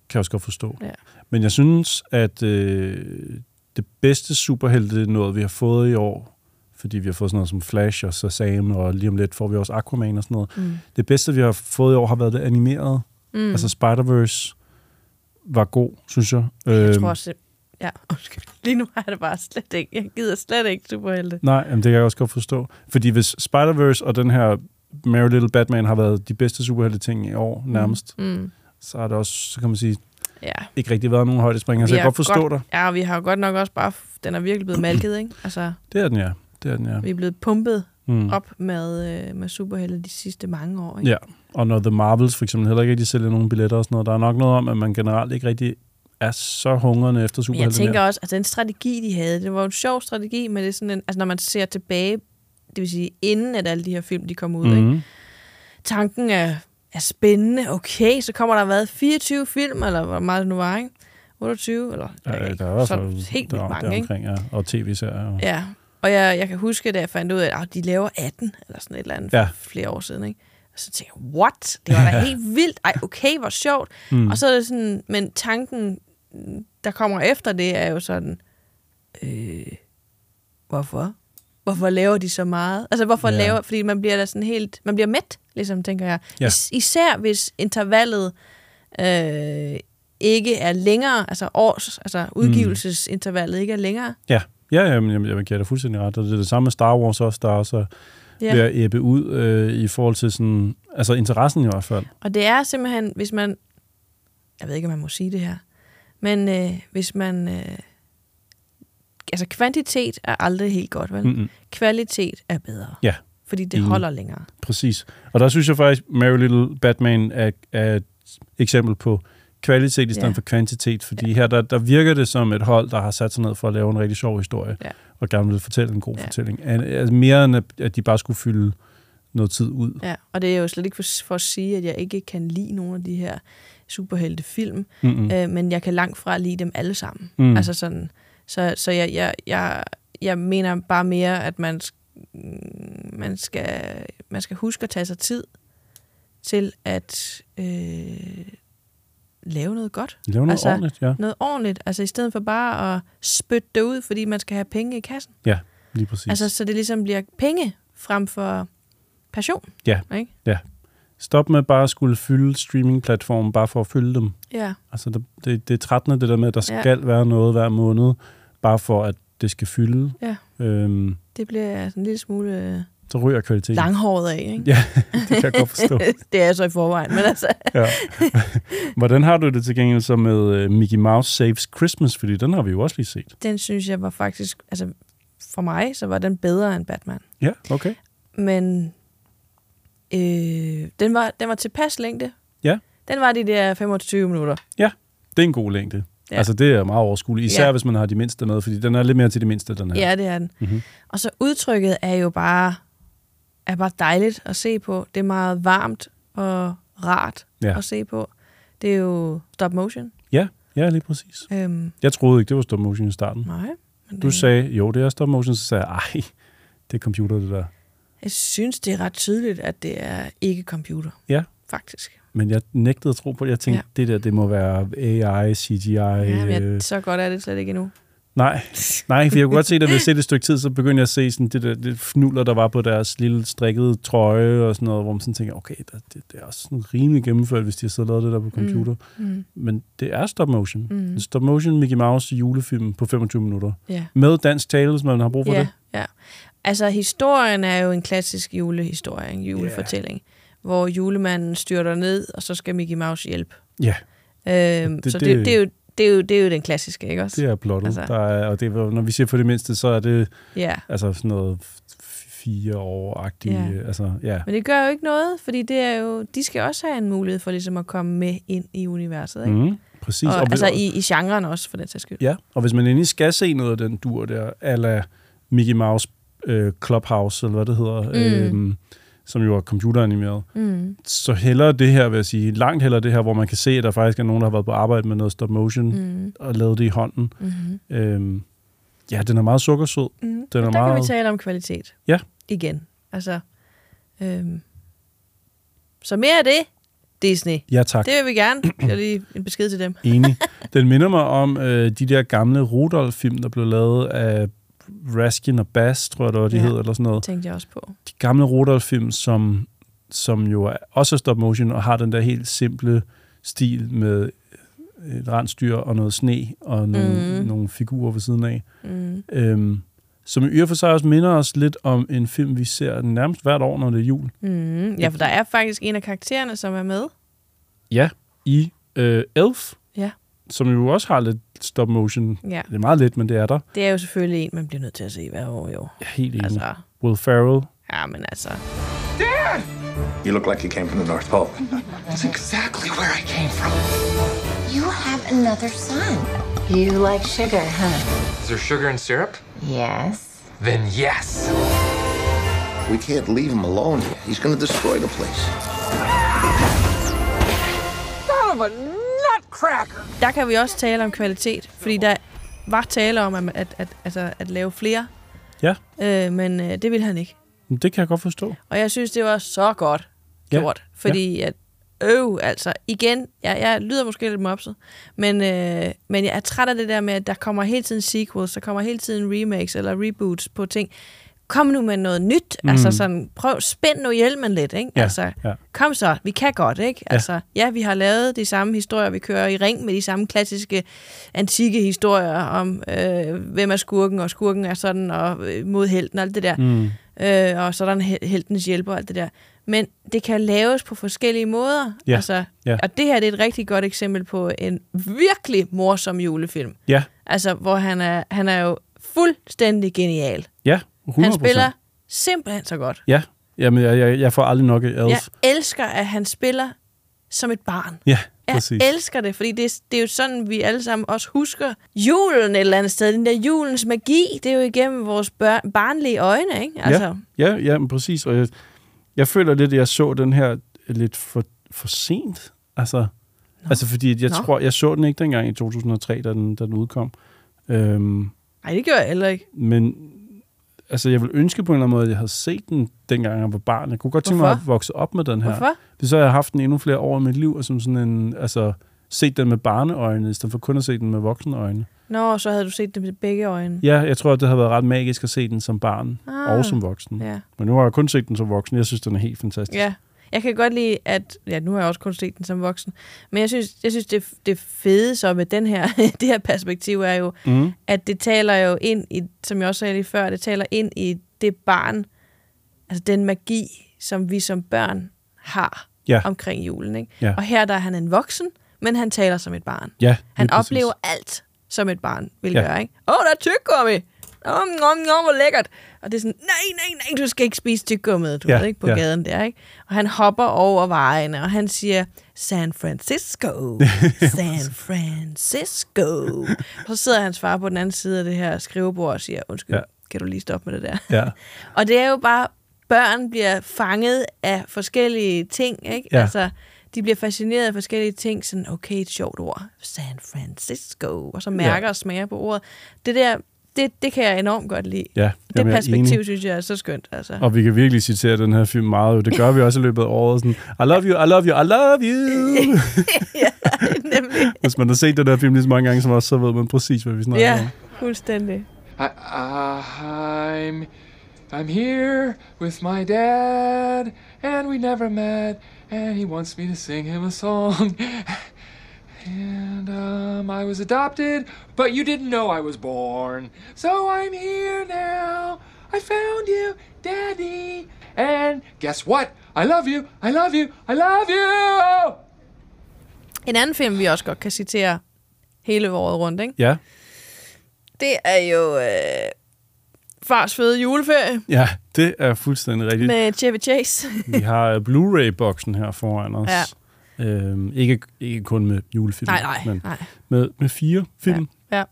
[SPEAKER 3] Kan jeg også godt forstå.
[SPEAKER 2] Ja.
[SPEAKER 3] Men jeg synes, at øh, det bedste superhelte noget, vi har fået i år, fordi vi har fået sådan noget som Flash og Shazam, og lige om lidt får vi også Aquaman og sådan noget.
[SPEAKER 2] Mm.
[SPEAKER 3] Det bedste, vi har fået i år, har været det animerede.
[SPEAKER 2] Mm.
[SPEAKER 3] Mm. Altså Spider-Verse var god, synes jeg.
[SPEAKER 2] Jeg
[SPEAKER 3] Øhm,
[SPEAKER 2] tror også, ja, undskyld. Lige nu har jeg det bare slet ikke. Jeg gider slet ikke superhelte.
[SPEAKER 3] Nej, jamen, det kan jeg også godt forstå. Fordi hvis Spider-Verse og den her Mary Little Batman har været de bedste superhelte ting i år nærmest,
[SPEAKER 2] Mm. Mm.
[SPEAKER 3] så er det også, så kan man sige,
[SPEAKER 2] Ja.
[SPEAKER 3] ikke rigtig været nogen højdespringer, så
[SPEAKER 2] Vi
[SPEAKER 3] jeg
[SPEAKER 2] har
[SPEAKER 3] kan godt forstå dig.
[SPEAKER 2] Ja, vi har jo godt nok også bare, den er virkelig blevet malket, ikke? Altså,
[SPEAKER 3] Det er den, ja. Det er den, ja.
[SPEAKER 2] vi er blevet pumpet mm.
[SPEAKER 3] Mm.
[SPEAKER 2] op med, øh, med superhelte de sidste mange år, ikke?
[SPEAKER 3] Ja, og når The Marvels for eksempel heller ikke rigtig sælger nogen billetter og sådan noget, der er nok noget om, at man generelt ikke rigtig er så hungrende
[SPEAKER 2] Men
[SPEAKER 3] efter
[SPEAKER 2] jeg
[SPEAKER 3] superhelte
[SPEAKER 2] tænker
[SPEAKER 3] mere.
[SPEAKER 2] også, at den strategi, de havde, det var jo en sjov strategi, men det er sådan en, altså når man ser tilbage, det vil sige inden, at alle de her film, de kom ud, mm. ikke?
[SPEAKER 3] Mhm.
[SPEAKER 2] Tanken er, er spændende, okay, så kommer der været 24 film, eller hvor meget det nu var, ikke? 28, eller
[SPEAKER 3] Ja, der er i hvert
[SPEAKER 2] så
[SPEAKER 3] fald
[SPEAKER 2] helt
[SPEAKER 3] der,
[SPEAKER 2] vildt mange, ikke?
[SPEAKER 3] omkring, ja. Og tv-serier. og-
[SPEAKER 2] Ja, og jeg, jeg kan huske, da jeg fandt ud af, at "Åh, de laver 18, eller sådan et eller andet, ja.
[SPEAKER 3] Ja.
[SPEAKER 2] for flere år siden, ikke? Og så tænkte jeg, what? Det var da
[SPEAKER 3] Ja.
[SPEAKER 2] helt vildt. Ej, okay, hvor sjovt. Mm.
[SPEAKER 3] Mm.
[SPEAKER 2] Og så er det sådan, men tanken, der kommer efter det, er jo sådan, øh, hvorfor? Hvorfor laver de så meget? Altså, hvorfor ja.
[SPEAKER 3] Ja.
[SPEAKER 2] laver... Fordi man bliver da sådan helt... Man bliver mæt, ligesom, tænker jeg.
[SPEAKER 3] Ja.
[SPEAKER 2] Is- især hvis intervallet øh, ikke er længere, altså års, altså udgivelsesintervallet ikke er længere.
[SPEAKER 3] Ja, ja, ja men jeg, jeg, jeg giver dig fuldstændig ret. Og det er det samme med Star Wars også, der er også
[SPEAKER 2] Ja.
[SPEAKER 3] ja. ved at æbbe ud øh, i forhold til sådan, altså interessen i hvert fald.
[SPEAKER 2] Og det er simpelthen, hvis man... Jeg ved ikke, om man må sige det her. Men øh, hvis man... Øh, altså, kvantitet er aldrig helt godt, vel?
[SPEAKER 3] Mm-mm.
[SPEAKER 2] Kvalitet er bedre.
[SPEAKER 3] Mm. Ja.
[SPEAKER 2] Fordi det
[SPEAKER 3] Enig.
[SPEAKER 2] holder længere.
[SPEAKER 3] Præcis. Og der synes jeg faktisk, Mary Little Batman er, er et eksempel på kvalitet i stedet
[SPEAKER 2] Ja.
[SPEAKER 3] ja. for kvantitet, fordi ja. her der, der virker det som et hold, der har sat sig ned for at lave en rigtig sjov historie,
[SPEAKER 2] Ja.
[SPEAKER 3] og gerne vil fortælle en god
[SPEAKER 2] Ja.
[SPEAKER 3] ja. fortælling. An- Altså mere end, at- at de bare skulle fylde noget tid ud.
[SPEAKER 2] Ja, og det er jo slet ikke for, for at sige, at jeg ikke kan lide nogle af de her superheltefilm,
[SPEAKER 3] Mm-mm.
[SPEAKER 2] øh, men jeg kan langt fra lide dem alle sammen.
[SPEAKER 3] Mm.
[SPEAKER 2] Altså sådan, så, så jeg, jeg, jeg, jeg mener bare mere, at man, sk- mm, man, skal, man skal huske at tage sig tid til at øh, lave noget godt.
[SPEAKER 3] Lave noget
[SPEAKER 2] altså,
[SPEAKER 3] ordentligt, ja.
[SPEAKER 2] Noget ordentligt, altså i stedet for bare at spytte det ud, fordi man skal have penge i kassen.
[SPEAKER 3] Ja, lige præcis.
[SPEAKER 2] Altså, så det ligesom bliver penge frem for passion.
[SPEAKER 3] Ja.
[SPEAKER 2] Ikke?
[SPEAKER 3] ja. Stop med bare at skulle fylde streamingplatformen bare for at fylde dem.
[SPEAKER 2] Ja.
[SPEAKER 3] Altså, der, det, det er trættende, det der med, at der
[SPEAKER 2] Ja.
[SPEAKER 3] skal være noget hver måned, bare for at det skal fylde.
[SPEAKER 2] Ja.
[SPEAKER 3] Øhm,
[SPEAKER 2] Det bliver jeg sådan en lille smule øh,
[SPEAKER 3] Så ryger kvaliteten.
[SPEAKER 2] langhåret af, ikke?
[SPEAKER 3] Ja, det kan jeg godt forstå.
[SPEAKER 2] det er jeg så i forvejen, men altså...
[SPEAKER 3] ja. Hvordan har du det til gengæld så med øh, Mickey Mouse Saves Christmas? Fordi den har vi jo også lige set.
[SPEAKER 2] Den synes jeg var faktisk... Altså, for mig, så var den bedre end Batman.
[SPEAKER 3] Ja, okay.
[SPEAKER 2] Men øh, den, var, den var tilpas længde.
[SPEAKER 3] Ja.
[SPEAKER 2] Den var de der 25 minutter.
[SPEAKER 3] Ja, det er en god længde.
[SPEAKER 2] Ja.
[SPEAKER 3] Ja. Altså, det er meget overskueligt. Især
[SPEAKER 2] Ja.
[SPEAKER 3] ja. hvis man har de mindste med, fordi den er lidt mere til de mindste, den her.
[SPEAKER 2] Ja, det er den.
[SPEAKER 3] Mhm.
[SPEAKER 2] Og så udtrykket er jo bare, er bare dejligt at se på. Det er meget varmt og rart
[SPEAKER 3] Ja.
[SPEAKER 2] at se på. Det er jo stop motion.
[SPEAKER 3] Ja, ja, lige præcis.
[SPEAKER 2] Øhm,
[SPEAKER 3] Jeg troede ikke, det var stop motion i starten.
[SPEAKER 2] nej, men
[SPEAKER 3] Du sagde, jo, det er stop motion, så sagde jeg, ej, det er computer, det der.
[SPEAKER 2] jeg synes, det er ret tydeligt, at det er ikke computer,
[SPEAKER 3] Ja,
[SPEAKER 2] faktisk.
[SPEAKER 3] men jeg nægtede at tro på det. Jeg tænkte, ja. det der, det må være AI, CGI.
[SPEAKER 2] Ja, men
[SPEAKER 3] øh,
[SPEAKER 2] jeg, så godt er det slet ikke endnu.
[SPEAKER 3] Nej, nej, for jeg kunne godt se, at da vi havde set et stykke tid, så begyndte jeg at se sådan det der det fnuller, der var på deres lille strikkede trøje og sådan noget, hvor man sådan tænker, okay, der, det, det er også sådan rimelig gennemført, hvis de har siddet og lavet det der på computer.
[SPEAKER 2] mm.
[SPEAKER 3] Men det er stop motion.
[SPEAKER 2] Mm.
[SPEAKER 3] En Stop motion Mickey Mouse julefilm på 25 minutter.
[SPEAKER 2] Ja.
[SPEAKER 3] Med dansk tale, hvis man har brug for
[SPEAKER 2] ja,
[SPEAKER 3] det.
[SPEAKER 2] Ja. Altså, historien er jo en klassisk julehistorie, en julefortælling, yeah. hvor julemanden styrter ned, og så skal Mickey Mouse hjælpe.
[SPEAKER 3] Ja,
[SPEAKER 2] Øhm, det,
[SPEAKER 3] det-
[SPEAKER 2] så det, det,
[SPEAKER 3] det-
[SPEAKER 2] det, er jo, det, er jo, det er jo den klassiske, ikke også?
[SPEAKER 3] det er plottet. Altså.
[SPEAKER 2] Altså.
[SPEAKER 3] Der er, og det, er- når vi siger for det mindste, så er det
[SPEAKER 2] Ja.
[SPEAKER 3] altså sådan noget f- fire år-agtigt.
[SPEAKER 2] Ja.
[SPEAKER 3] Yeah. Altså, ja.
[SPEAKER 2] Men det gør jo ikke noget, fordi det er jo, de skal også have en mulighed for ligesom at komme med ind i universet, ikke?
[SPEAKER 3] Mm, præcis.
[SPEAKER 2] Og,
[SPEAKER 3] Og vi-
[SPEAKER 2] altså i, i genren også, for den sags skyld.
[SPEAKER 3] Ja, og hvis man endelig skal se noget af den dur der, ala Mickey Mouse øh, Clubhouse, eller hvad det hedder,
[SPEAKER 2] Mm.
[SPEAKER 3] mm. øh, som jo er computeranimeret,
[SPEAKER 2] Mm.
[SPEAKER 3] så hellere det her, vil jeg sige, langt hellere det her, hvor man kan se, at der faktisk er nogen, der har været på arbejde med noget stop motion,
[SPEAKER 2] Mm.
[SPEAKER 3] og lavet det i hånden.
[SPEAKER 2] Mhm.
[SPEAKER 3] Øhm, ja, den er meget sukkersød.
[SPEAKER 2] Mm.
[SPEAKER 3] Den er
[SPEAKER 2] Og der kan
[SPEAKER 3] meget...
[SPEAKER 2] vi tale om kvalitet.
[SPEAKER 3] Ja.
[SPEAKER 2] Igen. Altså, øhm. Så mere af det, Disney.
[SPEAKER 3] Ja, tak.
[SPEAKER 2] Det vil vi gerne. Det er lige en besked til dem.
[SPEAKER 3] Enig. Den minder mig om øh, de der gamle Rudolf-film, der blev lavet af Raskin og Bass, tror jeg, det var, de
[SPEAKER 2] Ja,
[SPEAKER 3] ja. hed, eller sådan noget.
[SPEAKER 2] tænkte jeg også på.
[SPEAKER 3] De gamle Rudolf-film, som, som jo er, også er stop motion, og har den der helt simple stil med øh, et rensdyr og noget sne og nogle,
[SPEAKER 2] Mhm.
[SPEAKER 3] mm. nogle figurer ved siden af.
[SPEAKER 2] Mm.
[SPEAKER 3] Øhm, som i og for sig også minder os lidt om en film, vi ser nærmest hvert år, når det er jul.
[SPEAKER 2] Mm. Ja, for der er faktisk en af karaktererne, som er med.
[SPEAKER 3] Ja, i øh, Elf,
[SPEAKER 2] Ja.
[SPEAKER 3] som jo også har lidt stop motion.
[SPEAKER 2] Ja.
[SPEAKER 3] Det er meget lidt, men det er der.
[SPEAKER 2] Det er jo selvfølgelig en, man bliver nødt til at se hver år i år.
[SPEAKER 3] Jeg er helt enig.
[SPEAKER 2] Altså.
[SPEAKER 3] Altså. Will Ferrell.
[SPEAKER 2] Ja, men altså...
[SPEAKER 8] Dad!
[SPEAKER 13] You look like you came from the North Pole.
[SPEAKER 8] That's exactly where I came from.
[SPEAKER 14] You have another son. You like sugar, huh?
[SPEAKER 8] Is there sugar and syrup?
[SPEAKER 14] Yes.
[SPEAKER 8] Then yes.
[SPEAKER 13] We can't leave him alone. He's going to destroy the place.
[SPEAKER 8] Son of a nutcracker!
[SPEAKER 2] Der kan vi også tale om kvalitet, fordi der var tale om at, at, at, altså, at lave flere,
[SPEAKER 3] Ja,
[SPEAKER 2] øh, men øh, det ville han ikke.
[SPEAKER 3] men det kan jeg godt forstå.
[SPEAKER 2] Og jeg synes, det var så godt
[SPEAKER 3] Ja,
[SPEAKER 2] gjort, fordi at øv, altså igen, jeg, jeg lyder måske lidt mopset, men, øh, men jeg er træt af det der med, at der kommer hele tiden sequels, der kommer hele tiden remakes eller reboots på ting. Kom nu med noget nyt, mm. altså
[SPEAKER 15] Mm.
[SPEAKER 2] sådan, prøv, spænd nu hjelmen lidt, ikke?
[SPEAKER 15] Ja,
[SPEAKER 2] altså,
[SPEAKER 15] ja.
[SPEAKER 2] kom så, vi kan godt, ikke?
[SPEAKER 15] Ja.
[SPEAKER 2] Altså, ja, vi har lavet de samme historier, vi kører i ring med de samme klassiske, antikke historier om, øh, hvem er skurken, og skurken er sådan, og øh, mod helten, og alt det der.
[SPEAKER 15] Mm.
[SPEAKER 2] Øh, og så er der en hel- heltens hjælper, og alt det der. Men det kan laves på forskellige måder.
[SPEAKER 3] Ja,
[SPEAKER 2] Altså,
[SPEAKER 3] ja.
[SPEAKER 2] Og det her det er et rigtig godt eksempel på en virkelig morsom julefilm.
[SPEAKER 3] Ja,
[SPEAKER 2] Altså, hvor han er, han er jo fuldstændig genial.
[SPEAKER 3] ja, 100%.
[SPEAKER 2] Han spiller simpelthen så godt.
[SPEAKER 3] Ja, Jamen, jeg, jeg, jeg får aldrig nok af Elf. Ja,
[SPEAKER 2] Jeg elsker, at han spiller som et barn.
[SPEAKER 3] ja
[SPEAKER 2] Jeg
[SPEAKER 3] præcis.
[SPEAKER 2] elsker det, fordi det, det er jo sådan, vi alle sammen også husker julen et eller andet sted. Den der julens magi, det er jo igennem vores børn, barnlige øjne, ikke? Altså,
[SPEAKER 3] Ja, ja, ja men præcis. Og jeg, jeg føler lidt, at jeg så den her lidt for, for sent. Altså, altså fordi at jeg
[SPEAKER 2] Nå.
[SPEAKER 3] tror, jeg så den ikke dengang i 2003, da den, da den udkom. Øhm,
[SPEAKER 2] nej, det gør jeg heller ikke.
[SPEAKER 3] men altså, jeg vil ønske på en eller anden måde, at jeg havde set den, dengang jeg var barn. Jeg kunne godt tænke mig
[SPEAKER 2] Hvorfor?
[SPEAKER 3] at vokse op med den her.
[SPEAKER 2] Hvorfor?
[SPEAKER 3] Fordi så har jeg haft den endnu flere år i mit liv, og som sådan en, altså, set den med barneøjne, i stedet for kun at se den med voksenøjne.
[SPEAKER 2] Nå, så havde du set det med begge øjne.
[SPEAKER 3] Ja, jeg tror, at det har været ret magisk at se den som barn
[SPEAKER 2] Ah,
[SPEAKER 3] ah, og som voksen.
[SPEAKER 2] ja.
[SPEAKER 3] Men nu har jeg kun set den som voksen. Jeg synes, den er helt fantastisk.
[SPEAKER 2] Ja. Jeg kan godt lide, at... Ja, nu har jeg også kun set den som voksen. Men jeg synes, jeg synes det, det fede så med den her, det her perspektiv er jo,
[SPEAKER 3] Mm.
[SPEAKER 2] at det taler jo ind i, som jeg også sagde lige før, det taler ind i det barn, altså den magi, som vi som børn har
[SPEAKER 3] Ja.
[SPEAKER 2] omkring julen. Ikke?
[SPEAKER 3] Ja.
[SPEAKER 2] Og her der er han en voksen, men han taler som et barn.
[SPEAKER 3] Ja, lige
[SPEAKER 2] han
[SPEAKER 3] præcis.
[SPEAKER 2] oplever alt, som et barn vil
[SPEAKER 3] Ja.
[SPEAKER 2] ja. gøre. Ikke? Åh, oh, der er tyggegummi! Åh, oh, nom, nom, hvor lækkert! Og det er sådan, nej, nej, nej, du skal ikke spise tyggegummiet, du
[SPEAKER 3] Ja,
[SPEAKER 2] ja. ved ikke, på
[SPEAKER 3] ja.
[SPEAKER 2] ja. gaden der. Ikke? Og han hopper over vejene, og han siger, San Francisco, San Francisco. Og så sidder hans far på den anden side af det her skrivebord og siger, undskyld,
[SPEAKER 3] Ja.
[SPEAKER 2] ja. kan du lige stoppe med det der?
[SPEAKER 3] Ja.
[SPEAKER 2] Og det er jo bare, børn bliver fanget af forskellige ting, ikke?
[SPEAKER 3] Ja.
[SPEAKER 2] Altså, de bliver fascineret af forskellige ting, sådan, okay, et sjovt ord, San Francisco, og så mærker
[SPEAKER 3] Ja.
[SPEAKER 2] ja. og smager på ordet. Det der, det, det kan jeg enormt godt lide.
[SPEAKER 3] Ja,
[SPEAKER 2] det
[SPEAKER 3] jamen, jeg er
[SPEAKER 2] perspektiv,
[SPEAKER 3] enig.
[SPEAKER 2] synes jeg er så skønt, altså.
[SPEAKER 3] Og vi kan virkelig citere den her film meget. Det gør vi også i løbet af året. Sådan, I love you, I love you, I love you. Hvis man har set den her film lige så mange gange som os, så ved man præcis, hvad vi snakker om.
[SPEAKER 2] ja, fuldstændig.
[SPEAKER 15] I, uh, I'm, I'm here with my dad, and we never met, and he wants me to sing him a song. and um, I was adopted, but you didn't know I was born. So I'm here now. I found you, Daddy. And guess what? I love you. I love you. I love you.
[SPEAKER 2] En anden film, vi også godt kan citere hele året rundt, ikke?
[SPEAKER 3] Ja,
[SPEAKER 2] det er jo øh, Fars Fede Juleferie
[SPEAKER 3] ja det er fuldstændig rigtigt.
[SPEAKER 2] med Chevy Chase.
[SPEAKER 3] Vi har øh, Blu-ray-boksen her foran os. Ja. Øhm, ikke, ikke kun med julefilm,
[SPEAKER 2] Nej, nej,
[SPEAKER 3] men
[SPEAKER 2] nej.
[SPEAKER 3] Med, med fire film. Ja.
[SPEAKER 2] ja.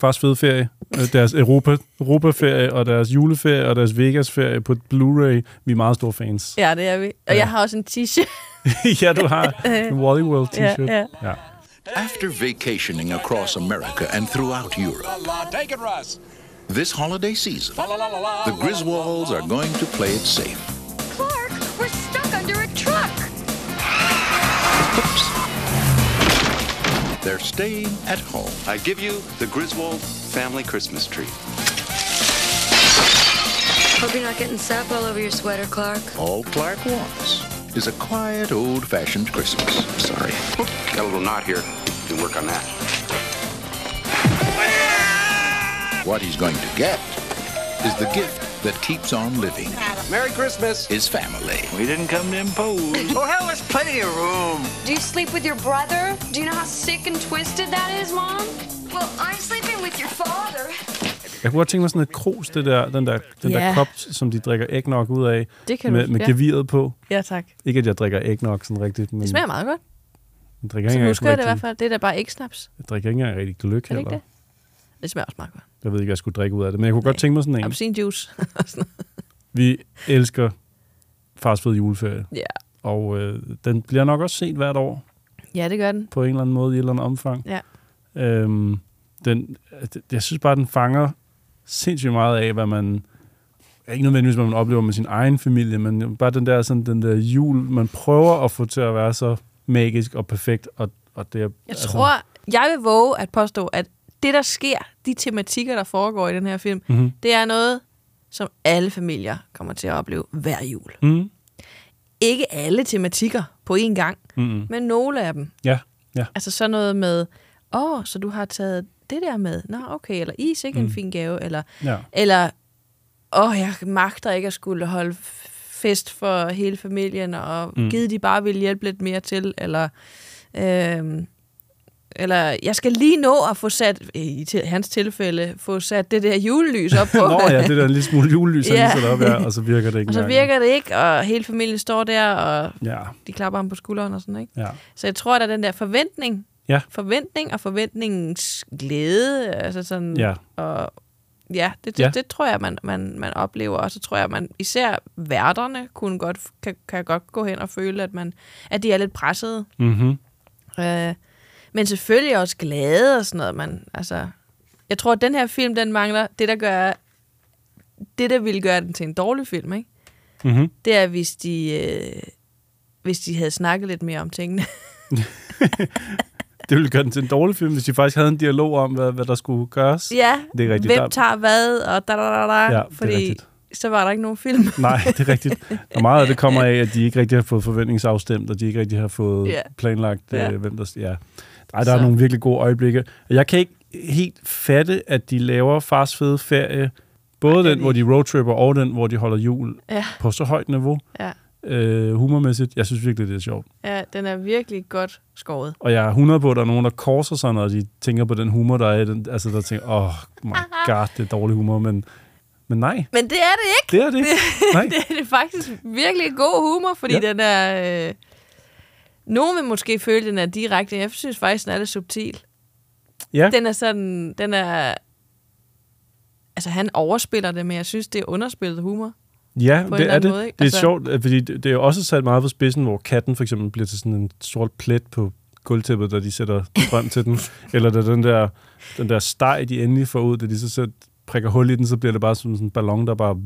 [SPEAKER 3] Fars fede ferie, øh, deres Europa, Europa-ferie, og deres juleferie, og deres Vegas-ferie på Blu-ray. Vi er meget store fans.
[SPEAKER 2] ja, det er vi. Og jeg har også en t-shirt.
[SPEAKER 3] ja, du har en Wally World
[SPEAKER 2] Øh, Ja,
[SPEAKER 3] t-shirt.
[SPEAKER 2] ja.
[SPEAKER 3] ja.
[SPEAKER 9] After vacationing across America and throughout Europe,
[SPEAKER 16] Take it, Russ.
[SPEAKER 9] this holiday season, the Griswolds are going to play it safe.
[SPEAKER 14] Clark, we're stuck under a truck.
[SPEAKER 9] They're staying at home.
[SPEAKER 17] I give you the Griswold family Christmas tree.
[SPEAKER 18] Hope you're not getting sap all over your sweater, Clark.
[SPEAKER 9] All Clark wants is a quiet, old-fashioned Christmas. Sorry.
[SPEAKER 17] Got a little knot here. You can work on that.
[SPEAKER 9] What he's going to get is the gift that keeps on living.
[SPEAKER 17] Merry Christmas.
[SPEAKER 9] His family. We didn't come to impose.
[SPEAKER 17] Oh, hell, there's plenty of room.
[SPEAKER 18] Do you sleep with your brother? Do you know how sick and twisted that is, Mom? Well, I'm sleeping with your father.
[SPEAKER 3] Jeg kunne godt tænke mig sådan et krus, det der, den der, den yeah.
[SPEAKER 18] Ja.
[SPEAKER 3] der kop, som de drikker ægnok ud af,
[SPEAKER 2] Det kan
[SPEAKER 3] med,
[SPEAKER 2] du-
[SPEAKER 3] med
[SPEAKER 2] ja.
[SPEAKER 3] geviret på.
[SPEAKER 2] Ja, tak.
[SPEAKER 3] Ikke, at jeg drikker ægnok sådan rigtigt, men
[SPEAKER 2] Det smager meget godt.
[SPEAKER 3] jeg drikker
[SPEAKER 2] Så
[SPEAKER 3] ikke
[SPEAKER 2] nu
[SPEAKER 3] engang
[SPEAKER 2] husker jeg det i hvert
[SPEAKER 3] rigtig-
[SPEAKER 2] fald. Det er da bare ikke snaps.
[SPEAKER 3] Jeg drikker ikke engang rigtig gløk
[SPEAKER 2] Er det ikke
[SPEAKER 3] heller.
[SPEAKER 2] det? Det smager også meget godt.
[SPEAKER 3] Jeg ved ikke, hvad jeg skulle drikke ud af det, men jeg kunne Nej. godt tænke mig sådan en.
[SPEAKER 2] Appelsinjuice.
[SPEAKER 3] Vi elsker fars fede juleferie.
[SPEAKER 2] Ja.
[SPEAKER 3] Og øh, den bliver nok også set hvert år,
[SPEAKER 2] ja, det gør den.
[SPEAKER 3] på en eller anden måde, i et eller andet omfang.
[SPEAKER 2] Ja.
[SPEAKER 3] Øhm, den, altså, jeg synes bare, den fanger sindssygt meget af, hvad man... Ikke nødvendigvis, hvad man oplever med sin egen familie, men bare den der, sådan, den der jul, man prøver at få til at være så magisk og perfekt. Og, og det er, altså-
[SPEAKER 2] Jeg tror, jeg vil våge at påstå, at det, der sker, de tematikker, der foregår i den her film,
[SPEAKER 3] Mhm.
[SPEAKER 2] mm-hmm. det er noget, som alle familier kommer til at opleve hver jul.
[SPEAKER 3] Mm,
[SPEAKER 2] Ikke alle tematikker på én gang,
[SPEAKER 3] Mhm.
[SPEAKER 2] men nogle af dem.
[SPEAKER 3] ja, ja.
[SPEAKER 2] Altså sådan noget med, åh, oh, så du har taget det der med. Nå, okay. Eller is, ikke mm. en
[SPEAKER 3] Mm.
[SPEAKER 2] fin gave. Eller,
[SPEAKER 3] Ja.
[SPEAKER 2] eller åh, oh, jeg magter ikke at skulle holde f- fest for hele familien, og
[SPEAKER 3] Mm.
[SPEAKER 2] mm. givet de bare ville hjælpe lidt mere til. Eller, øhm, eller jeg skal lige nå at få sat, i til, hans tilfælde, få sat det der julelys op på.
[SPEAKER 3] Nå ja, det der en lille smule julelys,
[SPEAKER 2] Ja.
[SPEAKER 3] yeah. lige op, ja, og så virker det ikke
[SPEAKER 2] og så
[SPEAKER 3] engang.
[SPEAKER 2] virker det ikke, og hele familien står der, og
[SPEAKER 3] Ja.
[SPEAKER 2] de klapper ham på skulderen og sådan, ikke?
[SPEAKER 3] Ja.
[SPEAKER 2] Så jeg tror, at der er den der forventning,
[SPEAKER 3] Ja.
[SPEAKER 2] forventning og forventningens glæde, altså sådan,
[SPEAKER 3] Ja.
[SPEAKER 2] og ja, det, det,
[SPEAKER 3] Ja.
[SPEAKER 2] ja. det tror jeg, man, man, man oplever, og så tror jeg, at man især værterne kunne godt, kan, kan godt gå hen og føle, at, man, at de er lidt pressede,
[SPEAKER 3] Mm-hmm.
[SPEAKER 2] øh, men selvfølgelig også glade og sådan noget, man, altså, jeg tror, at den her film, den mangler det, der gør, det, der ville gøre den til en dårlig film, ikke?
[SPEAKER 3] Mm-hmm.
[SPEAKER 2] det er, hvis de, øh, hvis de havde snakket lidt mere om tingene.
[SPEAKER 3] Det ville gøre den til en dårlig film, hvis de faktisk havde en dialog om, hvad, hvad der skulle gøres.
[SPEAKER 2] ja,
[SPEAKER 3] det er rigtigt.
[SPEAKER 2] hvem
[SPEAKER 3] Der-
[SPEAKER 2] tager hvad, og da, da, da, da,
[SPEAKER 3] Ja, det er
[SPEAKER 2] fordi
[SPEAKER 3] rigtigt.
[SPEAKER 2] så var der ikke nogen film.
[SPEAKER 3] Nej, det er rigtigt. Og meget af det kommer af, at de ikke rigtig har fået forventningsafstemt, og de ikke rigtig har fået
[SPEAKER 2] Ja.
[SPEAKER 3] planlagt,
[SPEAKER 2] Ja.
[SPEAKER 3] øh, hvem der... Ja. Ej, der er
[SPEAKER 2] Så.
[SPEAKER 3] nogle virkelig gode øjeblikke. Og Jeg kan ikke helt fatte, at de laver fars fede ferie Både den, hvor de roadtripper, og den, hvor de holder jul
[SPEAKER 2] Ja.
[SPEAKER 3] på så højt niveau,
[SPEAKER 2] Ja.
[SPEAKER 3] øh, humormæssigt. Jeg synes virkelig, det er sjovt.
[SPEAKER 2] ja, den er virkelig godt skåret.
[SPEAKER 3] Og jeg er 100 på, at der er nogen, der korser sig, når de tænker på den humor, der er i den. Altså, der tænker, åh, oh my god, det er dårlig humor, men, men nej.
[SPEAKER 2] Men det er det ikke.
[SPEAKER 3] Det er det ikke. Nej.
[SPEAKER 2] det er det faktisk virkelig god humor, fordi ja.
[SPEAKER 3] Ja.
[SPEAKER 2] den er... Øh, nogen vil måske føle, den er direkte. Jeg synes faktisk, den er lidt subtil.
[SPEAKER 3] Ja.
[SPEAKER 2] Den er sådan... Den er... Altså, han overspiller det, men jeg synes, det er underspillet humor.
[SPEAKER 3] Ja,
[SPEAKER 2] På en
[SPEAKER 3] det
[SPEAKER 2] eller
[SPEAKER 3] er
[SPEAKER 2] anden
[SPEAKER 3] det.
[SPEAKER 2] måde, ikke?
[SPEAKER 3] det er
[SPEAKER 2] Altså-
[SPEAKER 3] altså... sjovt, øh, fordi det det er jo også sat meget på spidsen, hvor katten for eksempel bliver til sådan en sort plet på gulvtæppet, da de sætter drøm til den. Eller da den der, den der steg, de endelig får ud, da de så sæt, prikker hul i den, så bliver det bare som sådan en ballon, der bare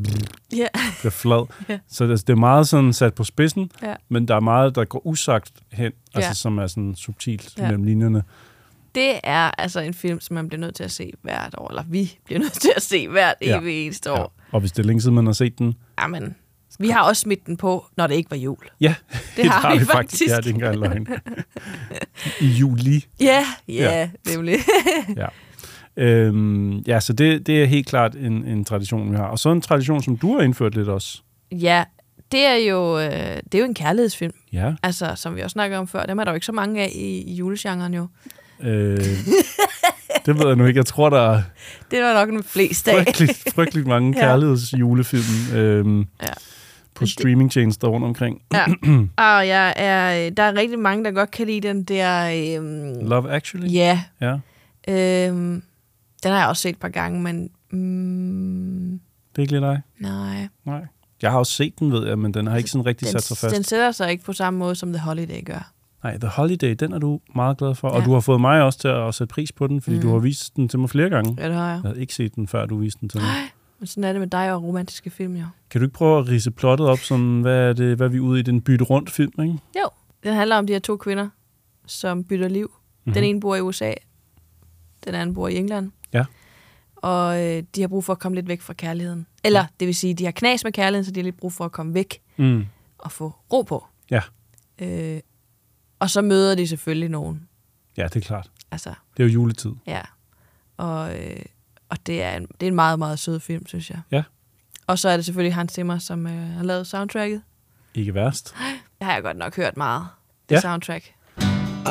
[SPEAKER 2] Ja.
[SPEAKER 3] bliver flad.
[SPEAKER 2] Ja.
[SPEAKER 3] Så altså, det, det er meget sådan sat på spidsen,
[SPEAKER 2] Ja.
[SPEAKER 3] men der er meget, der går usagt hen,
[SPEAKER 2] Ja.
[SPEAKER 3] altså som er sådan subtilt
[SPEAKER 2] Ja.
[SPEAKER 3] ja. mellem linjerne.
[SPEAKER 2] Det er altså en film, som man bliver nødt til at se hvert år, eller vi bliver nødt til at se hvert ja.
[SPEAKER 3] Ja.
[SPEAKER 2] evig eneste år.
[SPEAKER 3] Og hvis det er længe siden, man har set den,
[SPEAKER 2] Jamen, vi har også smidt den på, når det ikke var jul.
[SPEAKER 3] ja,
[SPEAKER 2] Det har vi faktisk.
[SPEAKER 3] Ja, det er ikke engang løgn. I juli.
[SPEAKER 2] Ja, ja, nemlig.
[SPEAKER 3] ja. Øhm, ja, så det, det er helt klart en, en tradition, vi har. Og så en tradition, som du har indført lidt også.
[SPEAKER 2] Ja, det er jo, øh, det er jo en kærlighedsfilm.
[SPEAKER 3] Ja.
[SPEAKER 2] Altså, som vi også snakkede om før, dem er der jo ikke så mange af i, i julegenren jo.
[SPEAKER 3] Øh, det ved jeg nu ikke. Jeg tror, der er
[SPEAKER 2] Det er der nok den fleste af.
[SPEAKER 3] frygteligt, frygteligt mange
[SPEAKER 2] Ja.
[SPEAKER 3] kærlighedsjulefilm øhm, ja. på streamingtjenester rundt omkring.
[SPEAKER 2] Ja. Og jeg er, der er rigtig mange, der godt kan lide den der... Øhm,
[SPEAKER 3] Love Actually?
[SPEAKER 2] Ja.
[SPEAKER 3] ja.
[SPEAKER 2] Øhm, den har jeg også set et par gange, men... Mm,
[SPEAKER 3] Det er ikke lige dig?
[SPEAKER 2] nej.
[SPEAKER 3] Nej. Jeg har også set den, ved jeg, men den har ikke sådan rigtig
[SPEAKER 2] Den,
[SPEAKER 3] sat sig fast.
[SPEAKER 2] den sætter sig ikke på samme måde, som The Holiday gør.
[SPEAKER 3] Nej, The Holiday, den er du meget glad for. Ja.
[SPEAKER 2] Ja.
[SPEAKER 3] Og du har fået mig også til at sætte pris på den, fordi
[SPEAKER 2] Mm.
[SPEAKER 3] mm. du har vist den til mig flere gange.
[SPEAKER 2] Ja, det har jeg.
[SPEAKER 3] Jeg havde ikke set den, før du viste den til mig.
[SPEAKER 2] Men sådan er det med dig og romantiske film, jo.
[SPEAKER 3] Kan du ikke prøve at rise plottet op, sådan, hvad er, det, hvad er vi ude i den bytte rundt film, ikke?
[SPEAKER 2] Jo. Den handler om de her to kvinder, som bytter liv. Mm-hmm. Den
[SPEAKER 3] Mhm.
[SPEAKER 2] ene bor i USA, den anden bor i England.
[SPEAKER 3] Ja.
[SPEAKER 2] Og øh, de har brug for at komme lidt væk fra kærligheden. Eller, det vil sige, de har knas med kærligheden, så de har lidt brug for at komme væk
[SPEAKER 3] Mm.
[SPEAKER 2] og få ro på.
[SPEAKER 3] Ja.
[SPEAKER 2] Øh, og så møder de selvfølgelig nogen.
[SPEAKER 3] Ja, det er klart.
[SPEAKER 2] Altså,
[SPEAKER 3] Det er jo juletid.
[SPEAKER 2] ja. Og, øh, og det, er en, det er en meget, meget sød film, synes jeg.
[SPEAKER 3] Ja.
[SPEAKER 2] Og så er det selvfølgelig Hans Zimmer, som øh, har lavet soundtracket.
[SPEAKER 3] Ikke værst.
[SPEAKER 2] Det har jeg godt nok hørt meget, det ja.
[SPEAKER 16] Ja.
[SPEAKER 2] soundtrack.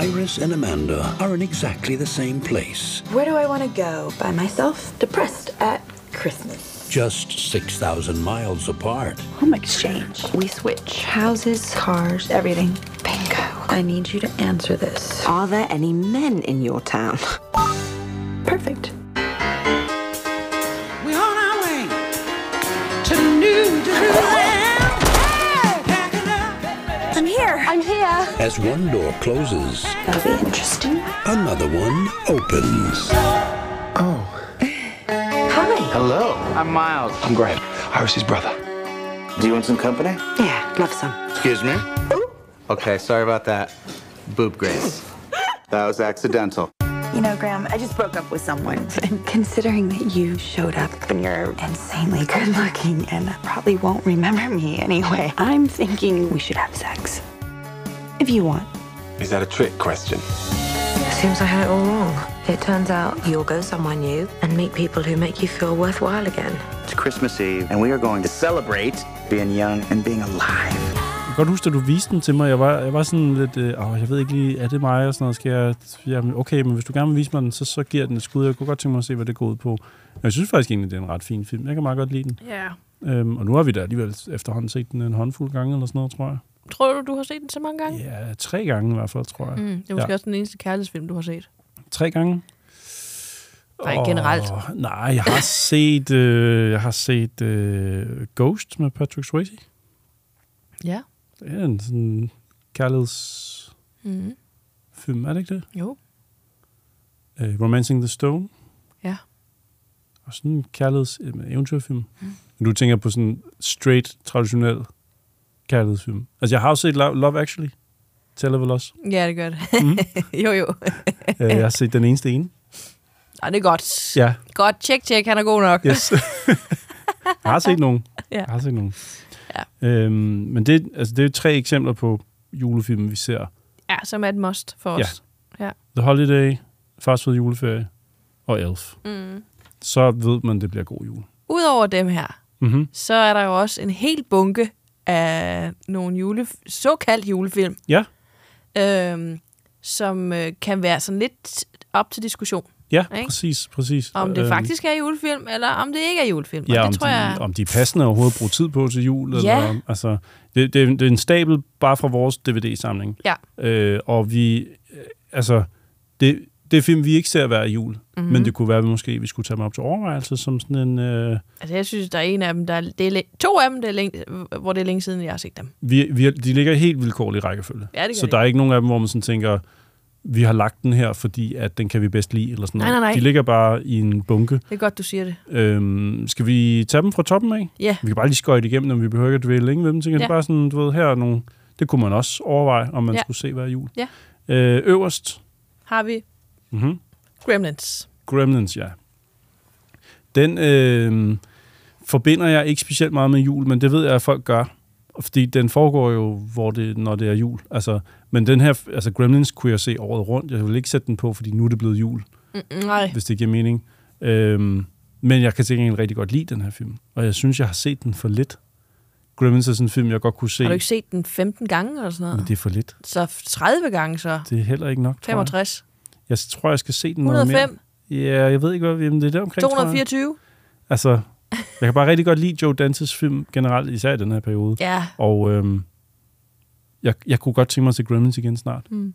[SPEAKER 16] Iris and Amanda are in exactly the same place,
[SPEAKER 19] Where do I want to go by myself, depressed at Christmas?
[SPEAKER 16] just 6,000 miles apart.
[SPEAKER 19] Home exchange. We switch houses, cars, everything. Bingo. I need you to answer this. Are there any men in your town? Perfect.
[SPEAKER 20] We're on our way to New Jerusalem.
[SPEAKER 19] I'm here. I'm here.
[SPEAKER 16] As one door closes,
[SPEAKER 19] That'll be interesting.
[SPEAKER 16] another one opens.
[SPEAKER 13] Oh.
[SPEAKER 19] Hi.
[SPEAKER 13] Hello. I'm Miles. I'm Graham. Iris's brother. Do you want some company?
[SPEAKER 19] Yeah, love some.
[SPEAKER 13] Excuse me? Okay, sorry about that. Boob grace. that was accidental.
[SPEAKER 19] You know, Graham, I just broke up with someone. And considering that you showed up and you're insanely good looking and probably won't remember me anyway, I'm thinking we should have sex. If you want.
[SPEAKER 21] Is that a trick question?
[SPEAKER 22] Seems I had it all wrong. It turns out you'll go somewhere new and meet people who make you feel worthwhile again.
[SPEAKER 23] It's Christmas Eve, and we are going to celebrate being young and being alive.
[SPEAKER 3] Jeg kan godt huske, at du viste den til mig. Jeg var, jeg var sådan lidt, øh, åh, jeg ved ikke lige, er det mig og sådan noget? Skal jeg, jamen, okay, men hvis du gerne vil vise mig den, så, så giver jeg den et skud. Jeg kunne godt tænke mig at se, hvad det går ud på. Men jeg synes faktisk egentlig, det er en ret fin film. Jeg kan meget godt lide den.
[SPEAKER 2] Ja.
[SPEAKER 3] Øhm, og nu har vi da alligevel efterhånden set den en håndfuld gange eller sådan noget, tror jeg.
[SPEAKER 2] Tror du, du har set den så mange gange?
[SPEAKER 3] Ja, tre gange i hvert fald, tror jeg.
[SPEAKER 2] Mm, det er måske ja. også den eneste kærlighedsfilm, du har set.
[SPEAKER 3] Tre gange?
[SPEAKER 2] Nej, generelt.
[SPEAKER 3] Åh, nej, jeg har set, øh, jeg har set øh, Ghost med Patrick Swayze.
[SPEAKER 2] Ja.
[SPEAKER 3] Det er en sådan kærlighedsfilm,
[SPEAKER 2] Mm.
[SPEAKER 3] er det ikke det?
[SPEAKER 2] Jo.
[SPEAKER 3] Øh, Romancing the Stone.
[SPEAKER 2] Ja.
[SPEAKER 3] Og sådan en kærligheds øh, eventyrfilm. Mm. Du tænker på sådan straight, traditionel kærlighedsfilm. Altså, jeg har også set Lo- Love Actually. Tæller vel også.
[SPEAKER 2] Ja, det gør det.
[SPEAKER 3] Mm.
[SPEAKER 2] jo, jo.
[SPEAKER 3] Øh, jeg har set den eneste ene.
[SPEAKER 2] Ej, det er godt.
[SPEAKER 3] Ja.
[SPEAKER 2] Godt, tjek, tjek, han er god nok.
[SPEAKER 3] Yes. Jeg har set nogen.
[SPEAKER 2] Ja.
[SPEAKER 3] Jeg har set nogen. Ja. Øhm, men det, altså, det er jo tre eksempler på julefilm, vi ser.
[SPEAKER 2] ja, som er et must for
[SPEAKER 3] Ja.
[SPEAKER 2] os. Ja.
[SPEAKER 3] The Holiday, Fast Food Juleferie og Elf.
[SPEAKER 2] Mm.
[SPEAKER 3] Så ved man, det bliver god jul.
[SPEAKER 2] Udover dem her,
[SPEAKER 3] Mhm.
[SPEAKER 2] så er der jo også en hel bunke af nogle jule, såkaldt julefilm,
[SPEAKER 3] Ja,
[SPEAKER 2] øhm, som øh, kan være sådan lidt op til diskussion.
[SPEAKER 3] ja
[SPEAKER 2] Ikke?
[SPEAKER 3] præcis, præcis.
[SPEAKER 2] Om det
[SPEAKER 3] Øhm,
[SPEAKER 2] faktisk er julefilm, eller om det ikke er julefilm.
[SPEAKER 3] Ja,
[SPEAKER 2] og
[SPEAKER 3] om,
[SPEAKER 2] det tror
[SPEAKER 3] de,
[SPEAKER 2] jeg...
[SPEAKER 3] om de er passende overhovedet at bruge tid på til jul. Eller,
[SPEAKER 2] Ja.
[SPEAKER 3] om- altså, det, det, er- det er en stabel bare fra vores DVD-samling.
[SPEAKER 2] Ja.
[SPEAKER 3] Øh, og vi, øh, altså, det, det er film, vi ikke ser hver jul,
[SPEAKER 2] Mhm.
[SPEAKER 3] mm-hmm. men det kunne være, at vi måske vi skulle tage dem op til overvejelse som sådan en... Øh,
[SPEAKER 2] Altså, jeg synes, der er en af dem, der er, det er læ- to af dem, der er længe, hvor det er længe siden, jeg har set dem.
[SPEAKER 3] vi, vi, de ligger i helt vilkårlig rækkefølge.
[SPEAKER 2] Ja, det gør
[SPEAKER 3] så
[SPEAKER 2] de.
[SPEAKER 3] der er ikke nogen af dem, hvor man sådan tænker, vi har lagt den her, fordi at den kan vi bedst lide, eller sådan
[SPEAKER 2] Nej,
[SPEAKER 3] noget.
[SPEAKER 2] nej, nej.
[SPEAKER 3] De ligger bare i en bunke.
[SPEAKER 2] Det er godt, du siger det.
[SPEAKER 3] Øhm, skal vi tage dem fra toppen af?
[SPEAKER 2] Ja.
[SPEAKER 3] Vi kan bare lige skøjte igennem dem, vi behøver ikke at dvæle længe ved dem. Så kan
[SPEAKER 2] Ja.
[SPEAKER 3] ja. bare sådan, du ved, her er nogle... Det kunne man også overveje, om man
[SPEAKER 2] Ja.
[SPEAKER 3] ja. skulle se hver jul.
[SPEAKER 2] Ja.
[SPEAKER 3] Øh, øverst,
[SPEAKER 2] Har vi
[SPEAKER 3] mm-hmm.
[SPEAKER 2] Gremlins.
[SPEAKER 3] Gremlins, ja. Den øh, forbinder jeg ikke specielt meget med jul, men det ved jeg, at folk gør. Fordi den foregår jo, hvor det, når det er jul. Altså, men den her, altså Gremlins kunne jeg se året rundt. Jeg vil ikke sætte den på, fordi nu er det blevet jul
[SPEAKER 2] Mm, nej.
[SPEAKER 3] hvis det giver mening. Øhm, men jeg kan til gengæld rigtig godt lide den her film, og jeg synes, jeg har set den for lidt. Gremlins er sådan en film, jeg godt kunne se,
[SPEAKER 2] Har du ikke set den 15 gange eller sådan noget?
[SPEAKER 3] men det er for lidt.
[SPEAKER 2] Så 30 gange så.
[SPEAKER 3] Det er heller ikke nok, tror jeg.
[SPEAKER 2] 65.
[SPEAKER 3] Jeg tror, jeg skal se den noget mere.
[SPEAKER 2] 105?
[SPEAKER 3] Ja, jeg ved ikke, hvad jamen, det er der omkring,
[SPEAKER 2] 224?
[SPEAKER 3] Altså, jeg kan bare rigtig godt lide Joe Dantes film generelt, især i den her periode.
[SPEAKER 2] Ja.
[SPEAKER 3] Og øhm, jeg, jeg kunne godt tænke mig at se Gremlins igen snart.
[SPEAKER 2] Mm.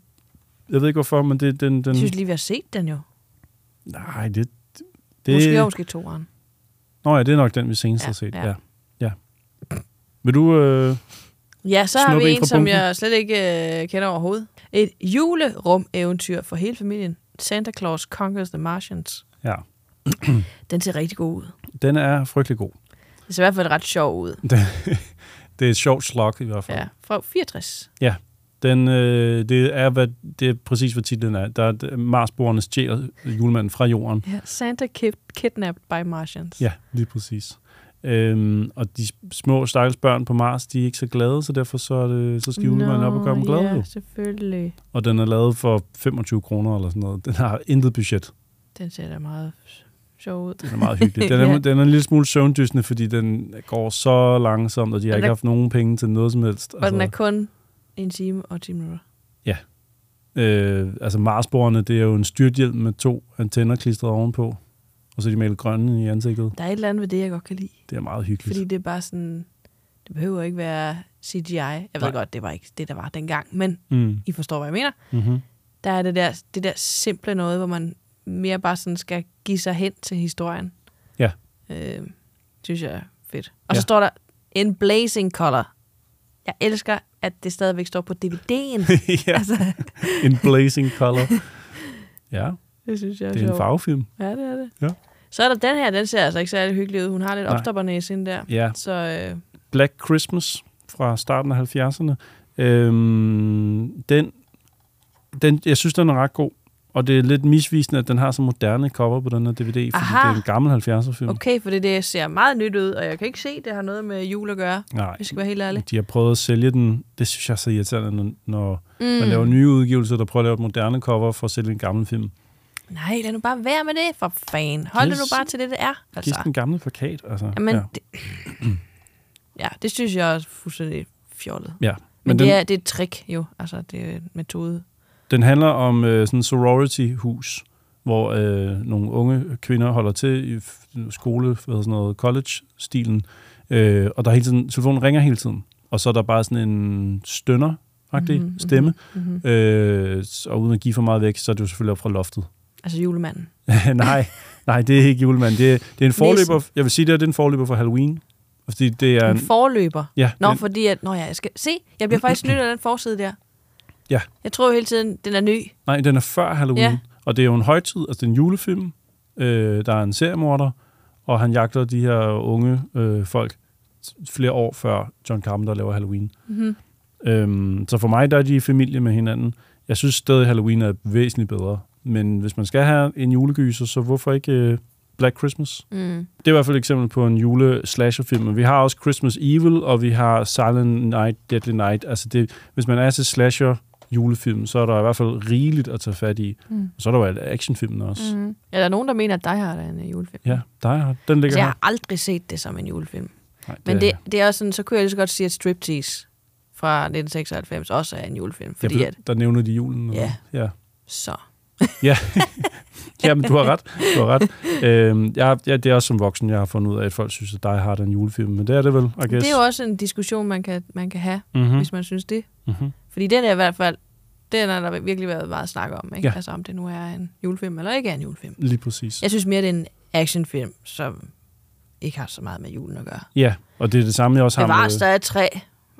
[SPEAKER 3] Jeg ved ikke, hvorfor, men det, den... den
[SPEAKER 2] Jeg synes lige, vi har set den jo.
[SPEAKER 3] nej, det...
[SPEAKER 2] Det...
[SPEAKER 3] det
[SPEAKER 2] Måske og måske toeren.
[SPEAKER 3] Nå ja, det er nok den, vi senest
[SPEAKER 2] Ja,
[SPEAKER 3] ja, har set.
[SPEAKER 2] ja.
[SPEAKER 3] Ja. ja. ja. Vil du... Øh,
[SPEAKER 2] Ja, så har
[SPEAKER 3] snuppe
[SPEAKER 2] vi
[SPEAKER 3] fra
[SPEAKER 2] en, som
[SPEAKER 3] bunken?
[SPEAKER 2] jeg slet ikke øh, kender overhovedet. Et julerum-eventyr for hele familien. Santa Claus Conquers the Martians.
[SPEAKER 3] Ja.
[SPEAKER 2] Den ser rigtig god ud.
[SPEAKER 3] Den er frygtelig god.
[SPEAKER 2] Det ser i hvert fald ret sjov ud.
[SPEAKER 3] Den- det er et sjovt slog i hvert fald.
[SPEAKER 2] Ja, fra 64.
[SPEAKER 3] ja. Den, øh, det, er, hvad, det er præcis, hvad titlen er. Der er Marsborerne stjæler julemanden fra jorden.
[SPEAKER 2] Ja, Santa kid- Kidnapped by Martians.
[SPEAKER 3] Ja, lige præcis. Øhm, og de små stakkels børn på Mars, de er ikke så glade, så derfor så, er det, så skal julemanden op og gøre dem glade.
[SPEAKER 2] Ja,
[SPEAKER 3] jo.
[SPEAKER 2] selvfølgelig.
[SPEAKER 3] Og den er lavet for 25 kroner eller sådan noget. Den har intet budget.
[SPEAKER 2] Den ser da meget sjov ud.
[SPEAKER 3] Den er meget hyggelig. Den er, ja. den er en lille smule søvndysende, fordi den går så langsomt, og de har
[SPEAKER 2] Og den
[SPEAKER 3] ikke
[SPEAKER 2] er-
[SPEAKER 3] haft nogen penge til noget som helst. Altså,
[SPEAKER 2] Og den er kun en time og 10 minutter.
[SPEAKER 3] Ja. Øh, altså Marsborerne, det er jo en styrthjelm med to antenner klistret ovenpå, og så er de malet grønne i ansigtet.
[SPEAKER 2] Der er et eller andet ved det, jeg godt kan lide.
[SPEAKER 3] Det er meget hyggeligt.
[SPEAKER 2] Fordi det er bare sådan... Det behøver ikke være CGI. Jeg ved
[SPEAKER 3] Nej.
[SPEAKER 2] godt, det var ikke det, der var dengang. Men
[SPEAKER 3] Mm.
[SPEAKER 2] I forstår, hvad jeg mener.
[SPEAKER 3] Mhm.
[SPEAKER 2] Der er det der, det der simple noget, hvor man mere bare sådan skal give sig hen til historien.
[SPEAKER 3] Ja.
[SPEAKER 2] Øh, synes jeg er fedt. Og ja. så
[SPEAKER 3] Ja.
[SPEAKER 2] står der In Blazing Color. Jeg elsker, at det stadigvæk står på DVD'en.
[SPEAKER 3] ja.
[SPEAKER 2] Altså.
[SPEAKER 3] en blazing color. Ja,
[SPEAKER 2] det synes jeg er
[SPEAKER 3] det er en
[SPEAKER 2] sjovt.
[SPEAKER 3] farvefilm.
[SPEAKER 2] Ja, det er det.
[SPEAKER 3] Ja.
[SPEAKER 2] Så er der den her, den ser altså ikke særlig hyggelig ud. Hun har lidt
[SPEAKER 3] Nej.
[SPEAKER 2] opstoppernæse ind der.
[SPEAKER 3] Ja.
[SPEAKER 2] Så øh,
[SPEAKER 3] Black Christmas fra starten af 70'erne. Øhm, den, den, jeg synes, den er ret god. Og det er lidt misvisende, at den har så moderne cover på den her DVD, fordi
[SPEAKER 2] Aha.
[SPEAKER 3] det er en gammel 70'er-film.
[SPEAKER 2] okay, for det, det ser meget nyt ud, og jeg kan ikke se, det har noget med jul at gøre.
[SPEAKER 3] Nej. Mm.
[SPEAKER 2] Jeg skal være helt ærlig.
[SPEAKER 3] De har prøvet at sælge den. Det synes jeg er så irriterende, når, når mm.
[SPEAKER 2] Mm.
[SPEAKER 3] man laver nye udgivelser, der prøver at lave et moderne cover for at sælge en gammel film.
[SPEAKER 2] Nej, lad nu bare være med det, for fan. Hold det
[SPEAKER 3] Giv
[SPEAKER 2] nu
[SPEAKER 3] s-
[SPEAKER 2] bare til det, det er.
[SPEAKER 3] Altså. Giv den
[SPEAKER 2] Altså.
[SPEAKER 3] gamle plakat. Altså.
[SPEAKER 2] Jamen,
[SPEAKER 3] ja.
[SPEAKER 2] ja. Det, ja, det synes jeg er fuldstændig fjollet.
[SPEAKER 3] Ja,
[SPEAKER 2] Men, men
[SPEAKER 3] men
[SPEAKER 2] det,
[SPEAKER 3] den-
[SPEAKER 2] er, det er et trick jo, altså det er en metode.
[SPEAKER 3] Den handler om øh, sådan en sorority-hus, hvor øh, nogle unge kvinder holder til i f- skole, hvad hedder sådan noget, college-stilen, øh, og der er hele tiden, telefonen ringer hele tiden, og så er der bare sådan en stønner mm-hmm,
[SPEAKER 2] Mhm,
[SPEAKER 3] stemme,
[SPEAKER 2] mhm,
[SPEAKER 3] mm-hmm. Øh, s- og uden at give for meget væk, så er det jo selvfølgelig op fra loftet.
[SPEAKER 2] Altså julemanden.
[SPEAKER 3] nej, nej, det er ikke julemanden. Det er, det er en forløber,
[SPEAKER 2] Nissen.
[SPEAKER 3] jeg vil sige, det er, det er en forløber for Halloween. Fordi det er
[SPEAKER 2] En forløber.
[SPEAKER 3] Ja,
[SPEAKER 2] Nå,
[SPEAKER 3] den-
[SPEAKER 2] fordi at, nå ja, jeg skal, se, jeg bliver faktisk snydt af den forside der.
[SPEAKER 3] Ja.
[SPEAKER 2] Jeg tror jo hele tiden, den er ny.
[SPEAKER 3] Nej, den er før Halloween.
[SPEAKER 2] Ja.
[SPEAKER 3] Ja. Og det er jo en højtid, altså det er en julefilm. Øh, der er en seriemorder, og han jagter de her unge øh, folk s- flere år før John Carpenter laver Halloween.
[SPEAKER 2] Mhm.
[SPEAKER 3] Øhm, så for mig, der er de i familie med hinanden. Jeg synes stadig, Halloween er væsentligt bedre. Men hvis man skal have en julegyser, så hvorfor ikke øh, Black Christmas?
[SPEAKER 2] Mm.
[SPEAKER 3] Det er i hvert fald et eksempel på en jule-slasher-film. Men vi har også Christmas Evil, og vi har Silent Night, Deadly Night. Altså det, hvis man er til slasher julefilm, så er der i hvert fald rigeligt at tage fat i.
[SPEAKER 2] Mm.
[SPEAKER 3] Mm. Så er der jo alle actionfilmene også. Mm.
[SPEAKER 2] Mm. Ja, der er nogen, der mener, at Die Hard er en øh, julefilm.
[SPEAKER 3] Ja, der er, den ligger
[SPEAKER 2] Altså, jeg
[SPEAKER 3] her.
[SPEAKER 2] har aldrig set det som en julefilm.
[SPEAKER 3] Nej,
[SPEAKER 2] Men
[SPEAKER 3] det
[SPEAKER 2] det,
[SPEAKER 3] er-
[SPEAKER 2] det er også sådan, så kunne jeg lige så godt sige, at Striptease fra 1996 også er en julefilm. Fordi
[SPEAKER 3] ja,
[SPEAKER 2] at,
[SPEAKER 3] Der nævner de julen. og-
[SPEAKER 2] Ja.
[SPEAKER 3] ja.
[SPEAKER 2] så.
[SPEAKER 3] Ja. ja, men du har ret. Du har ret. Øhm, jeg, jeg, det er også som voksen, jeg har fundet ud af, at folk synes, at Die Hard er en julefilm. Men det er det vel, I guess.
[SPEAKER 2] Det er jo også en diskussion, man kan, man kan have,
[SPEAKER 3] Mhm.
[SPEAKER 2] mm-hmm. hvis man synes det.
[SPEAKER 3] Mhm.
[SPEAKER 2] Fordi den er i hvert fald, den har der virkelig været meget snak om, ikke?
[SPEAKER 3] Ja.
[SPEAKER 2] Ja. Altså om det nu er en julefilm eller ikke er en julefilm.
[SPEAKER 3] Lige præcis.
[SPEAKER 2] Jeg synes mere, det er en actionfilm, som ikke har så meget med julen at gøre.
[SPEAKER 3] Ja, og det er det samme, jeg også har
[SPEAKER 2] Bevares, der er træ,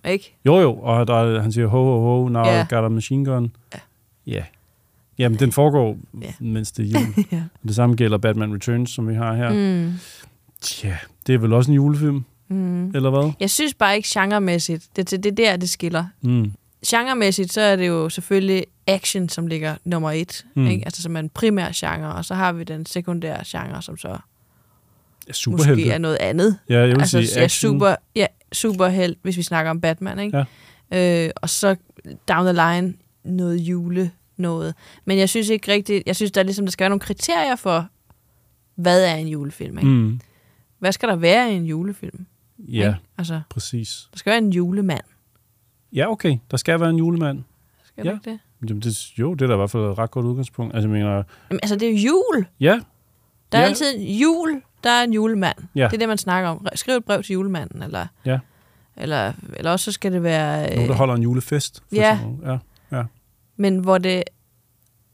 [SPEAKER 2] ikke?
[SPEAKER 3] Jo, jo, og der, er- han siger, ho, ho, ho, now
[SPEAKER 2] Ja.
[SPEAKER 3] yeah. got a machine gun. Ja. ja. Jamen, den foregår, yeah. mens det er jul.
[SPEAKER 2] ja.
[SPEAKER 3] Det samme gælder Batman Returns, som vi har her.
[SPEAKER 2] Mm.
[SPEAKER 3] Tja, det er vel også en julefilm,
[SPEAKER 2] Mm.
[SPEAKER 3] eller hvad?
[SPEAKER 2] Jeg synes bare ikke genremæssigt. Det, det, det er der, det skiller.
[SPEAKER 3] Mm.
[SPEAKER 2] Genremæssigt, så er det jo selvfølgelig action, som ligger nummer et.
[SPEAKER 3] Mm.
[SPEAKER 2] Mm. Ikke? Altså som er en primær genre, og så har vi den sekundære genre, som så
[SPEAKER 3] Ja,
[SPEAKER 2] måske er noget andet.
[SPEAKER 3] Ja, jeg vil
[SPEAKER 2] altså,
[SPEAKER 3] sige
[SPEAKER 2] Ja,
[SPEAKER 3] action.
[SPEAKER 2] super, ja, superheld, hvis vi snakker om Batman, ikke? Ja. Øh, og så down the line noget jule noget. Men jeg synes ikke rigtigt, jeg synes, der, er ligesom, der skal være nogle kriterier for, hvad er en julefilm, ikke?
[SPEAKER 3] Mm.
[SPEAKER 2] Hvad skal der være i en julefilm?
[SPEAKER 3] Ja,
[SPEAKER 2] Ikke? Altså,
[SPEAKER 3] præcis.
[SPEAKER 2] der skal være en julemand.
[SPEAKER 3] Ja, okay, der skal være en julemand.
[SPEAKER 2] Skal der
[SPEAKER 3] ja.
[SPEAKER 2] ikke det?
[SPEAKER 3] Jamen, det? Jo, det er da i hvert fald et ret godt udgangspunkt. Altså, jeg mener,
[SPEAKER 2] Jamen, altså, det er jo jul.
[SPEAKER 3] ja,
[SPEAKER 2] Der er
[SPEAKER 3] Ja.
[SPEAKER 2] altid en jul, der er en julemand.
[SPEAKER 3] Ja.
[SPEAKER 2] Det er det, man snakker om. Skriv et brev til julemanden, eller,
[SPEAKER 3] ja.
[SPEAKER 2] eller, eller også så skal det være...
[SPEAKER 3] Nogen, der holder en julefest.
[SPEAKER 2] Øh.
[SPEAKER 3] For
[SPEAKER 2] ja.
[SPEAKER 3] eksempel. ja. Ja.
[SPEAKER 2] Men hvor det...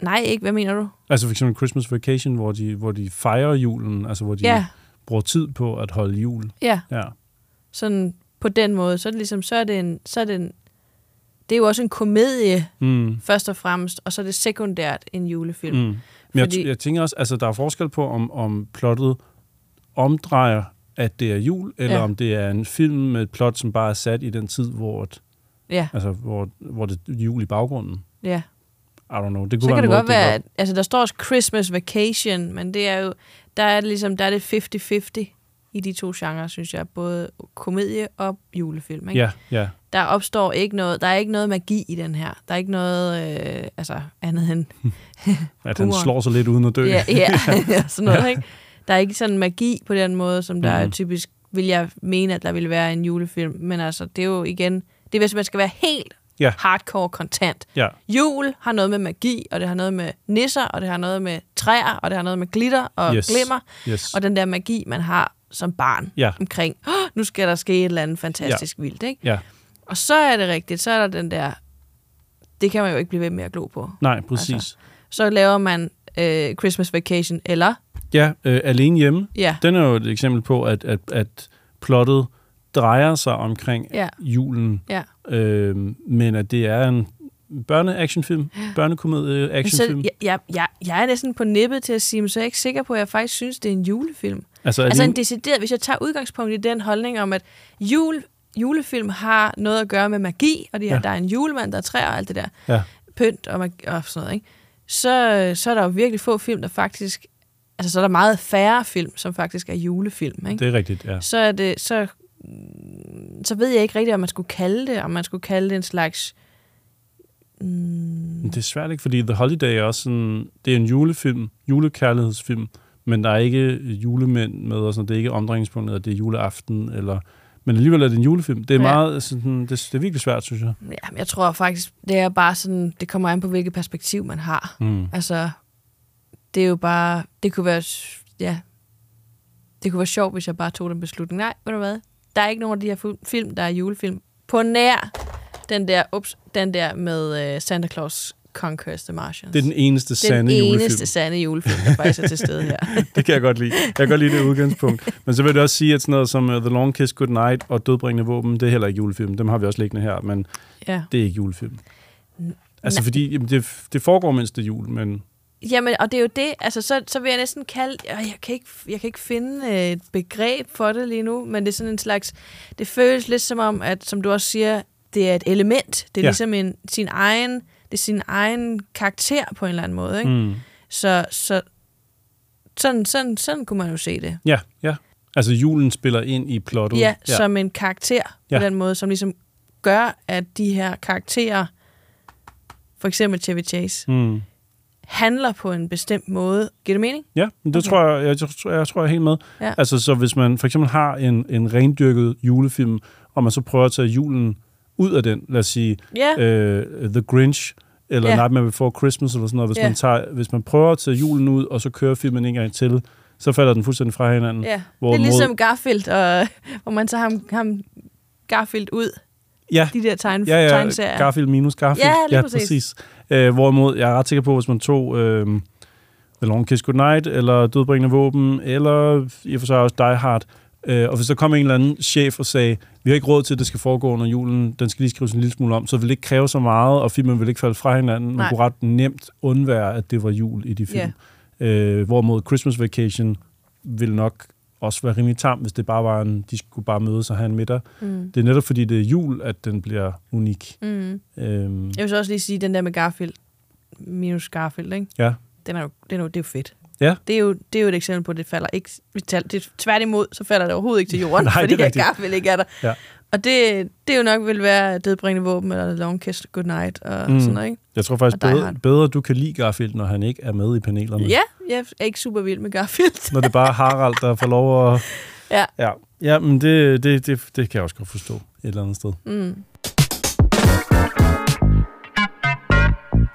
[SPEAKER 2] Nej, ikke. Hvad mener du?
[SPEAKER 3] Altså for eksempel Christmas Vacation, hvor de, hvor de fejrer julen, altså hvor de
[SPEAKER 2] Ja.
[SPEAKER 3] bruger tid på at holde jul.
[SPEAKER 2] Ja.
[SPEAKER 3] ja.
[SPEAKER 2] Sådan på den måde. Så er det ligesom... Så er det en... Så er det en det er jo også en komedie,
[SPEAKER 3] Mm.
[SPEAKER 2] først og fremmest, og så er det sekundært en julefilm.
[SPEAKER 3] Mm. Men Fordi...
[SPEAKER 2] Fordi-
[SPEAKER 3] jeg, jeg tænker også, altså der er forskel på, om, om plottet omdrejer, at det er jul, eller
[SPEAKER 2] Ja.
[SPEAKER 3] om det er en film med et plot, som bare er sat i den tid, hvor, et,
[SPEAKER 2] Ja.
[SPEAKER 3] altså, hvor, hvor det er jul i baggrunden.
[SPEAKER 2] Ja.
[SPEAKER 3] I don't know. Det kunne
[SPEAKER 2] så
[SPEAKER 3] være
[SPEAKER 2] kan
[SPEAKER 3] en
[SPEAKER 2] det
[SPEAKER 3] måde,
[SPEAKER 2] godt være,
[SPEAKER 3] at
[SPEAKER 2] at, altså der står også Christmas Vacation, men det er jo, der er det ligesom, der er det 50-50 i de to genrer, synes jeg, både komedie og julefilm, ikke?
[SPEAKER 3] Ja, ja.
[SPEAKER 2] Der opstår ikke noget, der er ikke noget magi i den her. Der er ikke noget, øh, altså andet end...
[SPEAKER 3] At han
[SPEAKER 2] humoren.
[SPEAKER 3] slår sig lidt uden at dø.
[SPEAKER 2] Ja, ja, ja sådan noget,
[SPEAKER 3] Ja.
[SPEAKER 2] ja. ikke? Der er ikke sådan magi på den måde, som der mm. er
[SPEAKER 3] Mhm.
[SPEAKER 2] typisk, vil jeg mene, at der ville være i en julefilm. Men altså, det er jo igen, det er hvis man skal være helt
[SPEAKER 3] Ja.
[SPEAKER 2] hardcore kontant.
[SPEAKER 3] Ja.
[SPEAKER 2] Jul har noget med magi, og det har noget med nisser, og det har noget med træer, og det har noget med glitter og
[SPEAKER 3] Yes.
[SPEAKER 2] glimmer.
[SPEAKER 3] Yes.
[SPEAKER 2] Og den der magi, man har som barn
[SPEAKER 3] Ja.
[SPEAKER 2] omkring, oh, nu skal der ske et eller andet fantastisk
[SPEAKER 3] Ja.
[SPEAKER 2] vildt. Ikke?
[SPEAKER 3] Ja.
[SPEAKER 2] Og så er det rigtigt, så er der den der, det kan man jo ikke blive ved med at glo på.
[SPEAKER 3] Nej, præcis. Altså.
[SPEAKER 2] Så laver man øh, Christmas Vacation, eller
[SPEAKER 3] Ja, øh, Alene Hjemme.
[SPEAKER 2] Ja.
[SPEAKER 3] Den er jo et eksempel på, at, at, at plottet drejer sig omkring
[SPEAKER 2] Ja.
[SPEAKER 3] julen,
[SPEAKER 2] Ja.
[SPEAKER 3] øh, men at det er en børne-actionfilm,
[SPEAKER 2] Så,
[SPEAKER 3] børnekomedie-actionfilm.
[SPEAKER 2] jeg, jeg, jeg, jeg er næsten på nippet til at sige, men så er jeg ikke sikker på, at jeg faktisk synes, det er en julefilm.
[SPEAKER 3] Altså,
[SPEAKER 2] altså en
[SPEAKER 3] alene-
[SPEAKER 2] decideret, hvis jeg tager udgangspunkt i den holdning om, at jul, julefilm har noget at gøre med magi, og de her,
[SPEAKER 3] Ja.
[SPEAKER 2] ja. der er en julemand, der er træer og alt det der,
[SPEAKER 3] Ja.
[SPEAKER 2] pynt og, magi, og sådan noget, ikke? Så, så er der jo virkelig få film, der faktisk... Altså, så er der meget færre film, som faktisk er julefilm, ikke?
[SPEAKER 3] Det er rigtigt, ja.
[SPEAKER 2] Så, er det, så, så ved jeg ikke rigtigt, om man skulle kalde det, om man skulle kalde det en slags... mm,
[SPEAKER 3] Men Det er svært ikke, fordi The Holiday er også sådan, det er en julefilm, julekærlighedsfilm, men der er ikke julemænd med, og sådan, det er ikke omdrejningspunktet, at det er juleaften, eller, men alligevel er det en julefilm. Det er,
[SPEAKER 2] Ja.
[SPEAKER 3] meget, altså, sådan, det, det er virkelig svært, synes jeg.
[SPEAKER 2] Ja, men jeg tror faktisk, det er bare sådan, det kommer an på, hvilket perspektiv man har.
[SPEAKER 3] Mm.
[SPEAKER 2] Altså, det er jo bare, det kunne være, s- ja, det kunne være sjovt, hvis jeg bare tog den beslutning. Nej, ved du hvad, der er ikke nogen af de her fu- film, der er julefilm. På nær den der, ups, den der med uh, Santa Claus Conquers the Martians.
[SPEAKER 3] Det er den eneste sande
[SPEAKER 2] Den
[SPEAKER 3] julefilm.
[SPEAKER 2] eneste sande julefilm, der faktisk er til stede her.
[SPEAKER 3] det kan jeg godt lide. Jeg kan godt lide det udgangspunkt. Men så vil jeg også sige, at sådan noget som uh, The Long Kiss Goodnight og Dødbringende Våben, det er heller ikke julefilm. Dem har vi også liggende her, men
[SPEAKER 2] Ja.
[SPEAKER 3] det er ikke julefilm. Altså
[SPEAKER 2] nej.
[SPEAKER 3] fordi jamen, det, det foregår, mens det er jul, men
[SPEAKER 2] Jamen, og det er jo det. Altså, så, så vil jeg næsten kalde... Øh, jeg, kan ikke, jeg kan ikke finde øh, et begreb for det lige nu, men det er sådan en slags... Det føles lidt som om, at som du også siger, det er et element. Det
[SPEAKER 1] Ja.
[SPEAKER 2] er ja. ligesom en, sin egen... Det er sin egen karakter på en eller anden måde, ikke?
[SPEAKER 3] Mm.
[SPEAKER 2] Så, så sådan, sådan, sådan kunne man jo se det.
[SPEAKER 3] ja, ja. Altså julen spiller ind i plottet.
[SPEAKER 2] Ja, ja, som en karakter ja.
[SPEAKER 3] Ja.
[SPEAKER 2] på den måde, som ligesom gør, at de her karakterer for eksempel Chevy Chase,
[SPEAKER 3] Mm.
[SPEAKER 2] handler på en bestemt måde. Giver det mening?
[SPEAKER 3] Ja, men det okay. tror jeg, jeg, tror- jeg tror jeg er helt med.
[SPEAKER 2] Ja.
[SPEAKER 3] Altså, så hvis man for eksempel har en, en rendyrket julefilm, og man så prøver at tage julen ud af den, lad os sige
[SPEAKER 2] Ja.
[SPEAKER 3] øh, The Grinch, eller
[SPEAKER 2] Ja.
[SPEAKER 3] yeah. Nightmare Before Christmas, eller sådan noget, hvis,
[SPEAKER 2] Ja.
[SPEAKER 3] man tager, hvis man prøver at tage julen ud, og så kører filmen en gang til, så falder den fuldstændig fra hinanden.
[SPEAKER 2] Ja. Det er
[SPEAKER 3] Hvorimod-
[SPEAKER 2] ligesom Garfield, og, hvor man tager ham, ham Garfield ud.
[SPEAKER 3] Ja.
[SPEAKER 2] De der tegne,
[SPEAKER 3] ja, ja,
[SPEAKER 2] tegneserier.
[SPEAKER 3] Garfield minus Garfield.
[SPEAKER 2] Ja, lige præcis.
[SPEAKER 3] Øh, hvorimod, jeg er ret sikker på, hvis man tog øh, The Long Kiss Goodnight, eller Dødbringende Våben, eller i og for sig også Die Hard, øh, og hvis der kom en eller anden chef og sagde, vi har ikke råd til, at det skal foregå under julen, den skal lige skrives en lille smule om, så vil det ikke kræve så meget, og filmen vil ikke falde fra hinanden. Man
[SPEAKER 2] Nej.
[SPEAKER 3] kunne ret nemt undvære, at det var jul i de film. Yeah. Øh, hvorimod Christmas Vacation ville nok også være rimelig tam, hvis det bare var en, de skulle bare mødes og have en middag.
[SPEAKER 2] Mm.
[SPEAKER 3] Det er netop fordi, det er jul, at den bliver unik.
[SPEAKER 2] Mm.
[SPEAKER 3] Øhm,
[SPEAKER 2] Jeg vil så også lige sige, den der med Garfield, minus Garfield, ikke?
[SPEAKER 3] Ja.
[SPEAKER 2] Den er jo, den er jo, det er jo fedt.
[SPEAKER 3] Ja.
[SPEAKER 2] Det er, jo, det er jo et eksempel på, at det falder ikke... hvis tal- Det, tværtimod, så falder det overhovedet ikke til jorden,
[SPEAKER 3] Nej, det er
[SPEAKER 2] fordi at
[SPEAKER 3] rigtigt.
[SPEAKER 2] Garfield ikke er der.
[SPEAKER 3] Ja.
[SPEAKER 2] Og det, det jo nok vil være dødbringende våben, eller long kiss goodnight, og mm. sådan noget, ikke?
[SPEAKER 3] Jeg tror faktisk
[SPEAKER 2] Og Die
[SPEAKER 3] bedre,
[SPEAKER 2] Hard.
[SPEAKER 3] bedre, du kan lide Garfield, når han ikke er med i panelerne.
[SPEAKER 2] Ja, jeg er ikke super vild med Garfield.
[SPEAKER 3] Når det bare er Harald, der får lov at...
[SPEAKER 2] Ja.
[SPEAKER 3] Ja, ja men det, det, det, det kan jeg også godt forstå et eller andet sted.
[SPEAKER 2] Mm.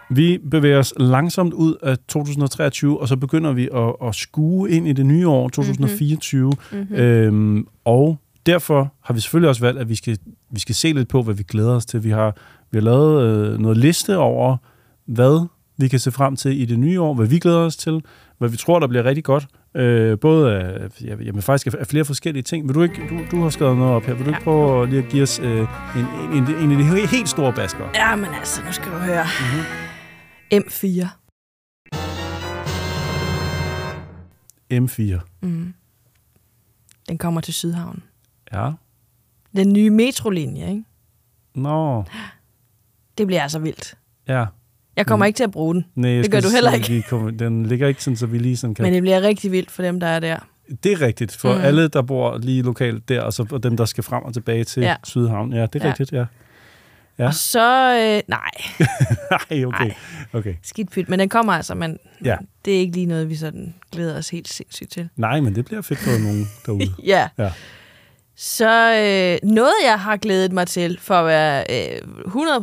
[SPEAKER 3] Vi bevæger os langsomt ud af 2023, og så begynder vi at, at skue ind i det nye år, 2024.
[SPEAKER 1] Mhm.
[SPEAKER 3] Mm-hmm. Øhm, og derfor har vi selvfølgelig også valgt, at vi skal, vi skal se lidt på, hvad vi glæder os til. Vi har, vi har lavet øh, noget liste over, hvad vi kan se frem til i det nye år, hvad vi glæder os til, hvad vi tror, der bliver rigtig godt. Øh, både af, ja, jamen faktisk af flere forskellige ting. Vil du ikke, du, du har skrevet noget op her. Vil du ikke prøve at lige at give os øh, en, en, en, en af de he- helt store basker?
[SPEAKER 2] Ja, men altså, nu skal du høre.
[SPEAKER 3] Mhm.
[SPEAKER 2] Mm-hmm. M4.
[SPEAKER 3] M4.
[SPEAKER 2] Mm. Den kommer til Sydhavn.
[SPEAKER 3] Ja.
[SPEAKER 2] Den nye metrolinje, ikke?
[SPEAKER 3] Nå.
[SPEAKER 2] Det bliver altså vildt.
[SPEAKER 3] Ja.
[SPEAKER 2] Jeg kommer
[SPEAKER 3] Mm.
[SPEAKER 2] ikke til at bruge den.
[SPEAKER 3] Nej, jeg
[SPEAKER 2] det gør
[SPEAKER 3] skulle
[SPEAKER 2] du heller
[SPEAKER 3] sige,
[SPEAKER 2] ikke.
[SPEAKER 3] Vi kommer, den ligger ikke sådan, så vi lige sådan kan...
[SPEAKER 2] Men det bliver rigtig vildt for dem, der er der.
[SPEAKER 3] Det er rigtigt, for
[SPEAKER 2] Mm.
[SPEAKER 3] mm. alle, der bor lige lokalt der, og, så, og dem, der skal frem og tilbage til
[SPEAKER 2] Ja.
[SPEAKER 3] ja. Sydhavn. Ja, det er
[SPEAKER 2] Ja.
[SPEAKER 3] ja. rigtigt, ja. Ja,
[SPEAKER 2] Og så... Øh, nej,
[SPEAKER 3] nej, okay. okay.
[SPEAKER 2] skidt pyt. Men den kommer altså, men
[SPEAKER 3] Ja.
[SPEAKER 2] det er ikke lige noget, vi sådan glæder os helt sindssygt til.
[SPEAKER 3] Nej, men det bliver fedt for nogen derude.
[SPEAKER 2] Ja.
[SPEAKER 3] ja.
[SPEAKER 2] Så øh, noget, jeg har glædet mig til, for at være øh,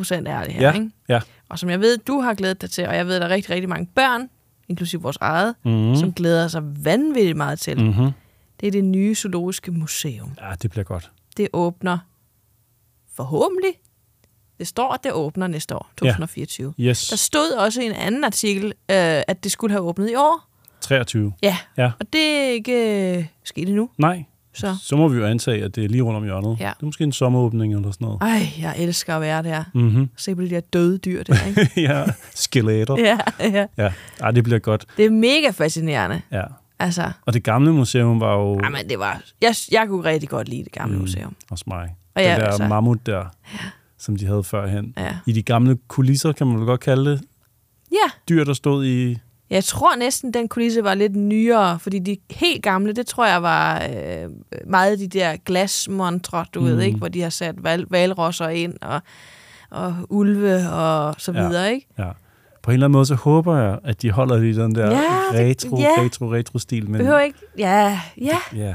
[SPEAKER 2] 100% ærlig her,
[SPEAKER 3] Ja,
[SPEAKER 2] ikke?
[SPEAKER 3] ja.
[SPEAKER 2] og som jeg ved, du har glædet dig til, og jeg ved, der er rigtig, rigtig mange børn, inklusive vores eget,
[SPEAKER 3] Mhm.
[SPEAKER 2] som glæder sig vanvittigt meget til.
[SPEAKER 3] Mm-hmm.
[SPEAKER 2] Det er det nye zoologiske museum.
[SPEAKER 3] ja, det bliver godt.
[SPEAKER 2] Det åbner forhåbentlig. Det står, at det åbner næste år, 2024.
[SPEAKER 3] Ja. Yes.
[SPEAKER 2] Der stod også i en anden artikel, øh, at det skulle have åbnet i år.
[SPEAKER 3] 23.
[SPEAKER 2] Ja,
[SPEAKER 3] Ja.
[SPEAKER 2] og det er ikke øh, sket endnu.
[SPEAKER 3] Nej.
[SPEAKER 2] Så.
[SPEAKER 3] Så må vi jo antage, at det er lige rundt om hjørnet.
[SPEAKER 2] Ja.
[SPEAKER 3] Det er måske en sommeråbning eller sådan noget.
[SPEAKER 2] Ej, jeg elsker at være der.
[SPEAKER 3] Mhm.
[SPEAKER 2] Se på de der døde dyr der, ikke?
[SPEAKER 3] ja, skeletter.
[SPEAKER 2] ja, ja.
[SPEAKER 3] ja. Ej, det bliver godt.
[SPEAKER 2] Det er mega fascinerende.
[SPEAKER 3] Ja.
[SPEAKER 2] Altså,
[SPEAKER 3] Og det gamle museum var jo...
[SPEAKER 2] jamen, det var, jeg, jeg kunne rigtig godt lide det gamle mm. museum.
[SPEAKER 3] Også mig.
[SPEAKER 2] Og
[SPEAKER 3] Og
[SPEAKER 2] ja,
[SPEAKER 3] ja, den der
[SPEAKER 2] altså.
[SPEAKER 3] altså. mammut der, ja. som de havde førhen.
[SPEAKER 2] Ja.
[SPEAKER 3] I de gamle kulisser, kan man vel godt kalde det.
[SPEAKER 2] Ja,
[SPEAKER 3] Dyr, der stod i...
[SPEAKER 2] jeg tror næsten, den kulisse var lidt nyere, fordi de helt gamle, det tror jeg var øh, meget de der glasmontre, du mm. ved
[SPEAKER 3] Mm.
[SPEAKER 2] ikke, hvor de har sat val- valrosser ind og, og ulve og så
[SPEAKER 3] Ja.
[SPEAKER 2] videre, ikke?
[SPEAKER 3] Ja. På en eller anden måde, så håber jeg, at de holder i den der
[SPEAKER 2] Ja, det-
[SPEAKER 3] retro,
[SPEAKER 2] ja.
[SPEAKER 3] retro, retro-stil. Men
[SPEAKER 2] Behøver ikke... Ja, ja.
[SPEAKER 3] Ja,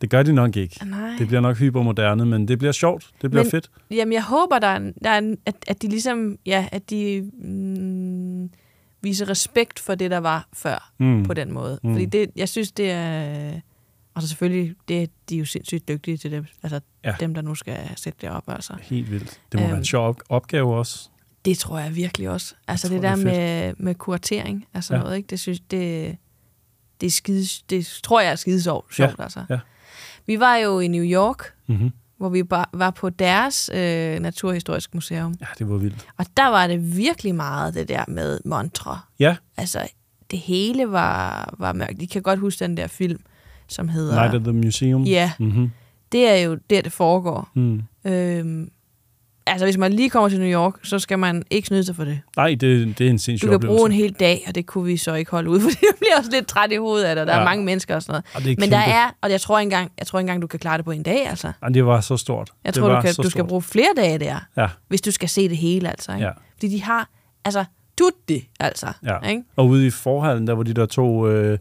[SPEAKER 3] det gør de nok ikke.
[SPEAKER 2] Nej.
[SPEAKER 3] Det bliver nok hypermoderne, men det bliver sjovt. Det bliver
[SPEAKER 2] Ah, Men-
[SPEAKER 3] men... fedt.
[SPEAKER 2] Jamen, jeg håber, der er, en- der er en, at, at de ligesom, ja, at de mm, viser respekt for det, der var før, mm.
[SPEAKER 3] Mm.
[SPEAKER 2] på den måde. Mm.
[SPEAKER 3] Mm.
[SPEAKER 2] Fordi det, jeg synes, det er... Og så selvfølgelig, det, de er jo sindssygt dygtige til dem, altså ja.
[SPEAKER 3] Ja.
[SPEAKER 2] dem, der nu skal sætte det op. Altså.
[SPEAKER 3] Helt vildt. Det må
[SPEAKER 2] Øhm.
[SPEAKER 3] øhm... være en sjov op- opgave også.
[SPEAKER 2] Det tror jeg virkelig også. Altså
[SPEAKER 3] tror,
[SPEAKER 2] det
[SPEAKER 3] det
[SPEAKER 2] der det
[SPEAKER 3] er fedt.
[SPEAKER 2] med, med kuratering, altså ja.
[SPEAKER 3] Ja.
[SPEAKER 2] noget, ikke? det synes det, det, er skide, det tror jeg er skide sjovt,
[SPEAKER 3] Ja,
[SPEAKER 2] sjovt altså.
[SPEAKER 3] ja.
[SPEAKER 2] Vi var jo i New York,
[SPEAKER 3] Mhm.
[SPEAKER 2] hvor vi ba- var på deres øh, naturhistoriske museum.
[SPEAKER 3] Ja, det var vildt.
[SPEAKER 2] Og der var det virkelig meget det der med montre.
[SPEAKER 3] Ja,
[SPEAKER 2] Altså, det hele var, var mørkt. I kan godt huske den der film, som hedder...
[SPEAKER 3] Night at the Museum.
[SPEAKER 2] Ja.
[SPEAKER 3] Mm-hmm.
[SPEAKER 2] Det er jo der, det foregår.
[SPEAKER 3] Mm.
[SPEAKER 2] Øhm, altså, hvis man lige kommer til New York, så skal man ikke snyde sig for det.
[SPEAKER 3] Nej, det, det er en sindssyg
[SPEAKER 2] Du kan
[SPEAKER 3] oplevelse.
[SPEAKER 2] bruge en hel dag, og det kunne vi så ikke holde ud, fordi jeg bliver også lidt træt i hovedet af det, og der ja. er
[SPEAKER 3] Ja.
[SPEAKER 2] mange mennesker og sådan noget.
[SPEAKER 3] Og det er
[SPEAKER 2] Men der
[SPEAKER 3] kæmpe.
[SPEAKER 2] er, og jeg tror ikke engang, jeg tror ikke engang, du kan klare det på en dag, altså.
[SPEAKER 3] Ej, det var så stort.
[SPEAKER 2] Jeg
[SPEAKER 3] det
[SPEAKER 2] tror,
[SPEAKER 3] var
[SPEAKER 2] du, kan,
[SPEAKER 3] så
[SPEAKER 2] du skal
[SPEAKER 3] stort.
[SPEAKER 2] bruge flere dage der,
[SPEAKER 3] Ja.
[SPEAKER 2] hvis du skal se det hele, altså. Ikke?
[SPEAKER 3] Ja.
[SPEAKER 2] Fordi de har Altså, tutti, altså.
[SPEAKER 3] Ja.
[SPEAKER 2] Ikke?
[SPEAKER 3] Og ude i forhallen, der var de der to øh,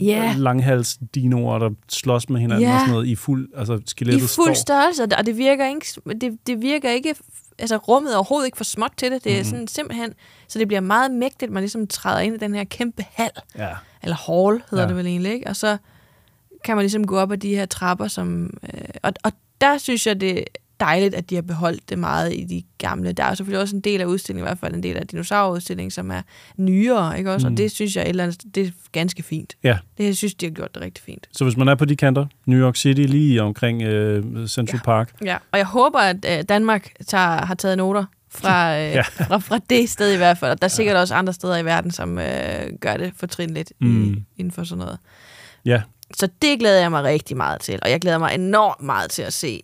[SPEAKER 2] Ja.
[SPEAKER 3] langhals-dinoer, der slås med hinanden
[SPEAKER 2] Ja.
[SPEAKER 3] og sådan noget, i fuld, altså
[SPEAKER 2] I
[SPEAKER 3] skelettet
[SPEAKER 2] fuld
[SPEAKER 3] står.
[SPEAKER 2] størrelse, og det- og det virker ikke, det, det virker ikke altså rummet er overhovedet ikke for småt til det. Det er
[SPEAKER 3] Mhm.
[SPEAKER 2] sådan simpelthen, så det bliver meget mægtigt, man ligesom træder ind i den her kæmpe hal,
[SPEAKER 3] Ja.
[SPEAKER 2] eller hall hedder
[SPEAKER 3] Ja.
[SPEAKER 2] ja. det vel egentlig, ikke? og så kan man ligesom gå op ad de her trapper, som, øh, og, og der synes jeg, det er dejligt, at de har beholdt det meget i de gamle. Der er jo selvfølgelig også en del af udstillingen, i hvert fald en del af dinosaurudstillingen, som er nyere, ikke også? Mm.
[SPEAKER 3] Mhm.
[SPEAKER 2] Og det synes jeg et eller andet, det er ganske fint.
[SPEAKER 3] Ja.
[SPEAKER 2] Det jeg synes, de har gjort det rigtig fint.
[SPEAKER 3] Så hvis man er på de kanter, New York City, lige omkring øh, Central ja. Park,
[SPEAKER 2] Ja, og jeg håber, at øh, Danmark tager, har taget noter fra, øh,
[SPEAKER 3] Ja.
[SPEAKER 2] ja. fra, fra det sted i hvert fald. Og der er sikkert også andre steder i verden, som øh, gør det fortrinligt mm.
[SPEAKER 3] Mm.
[SPEAKER 2] i, inden for sådan noget.
[SPEAKER 3] ja,
[SPEAKER 2] Så det glæder jeg mig rigtig meget til, og jeg glæder mig enormt meget til at se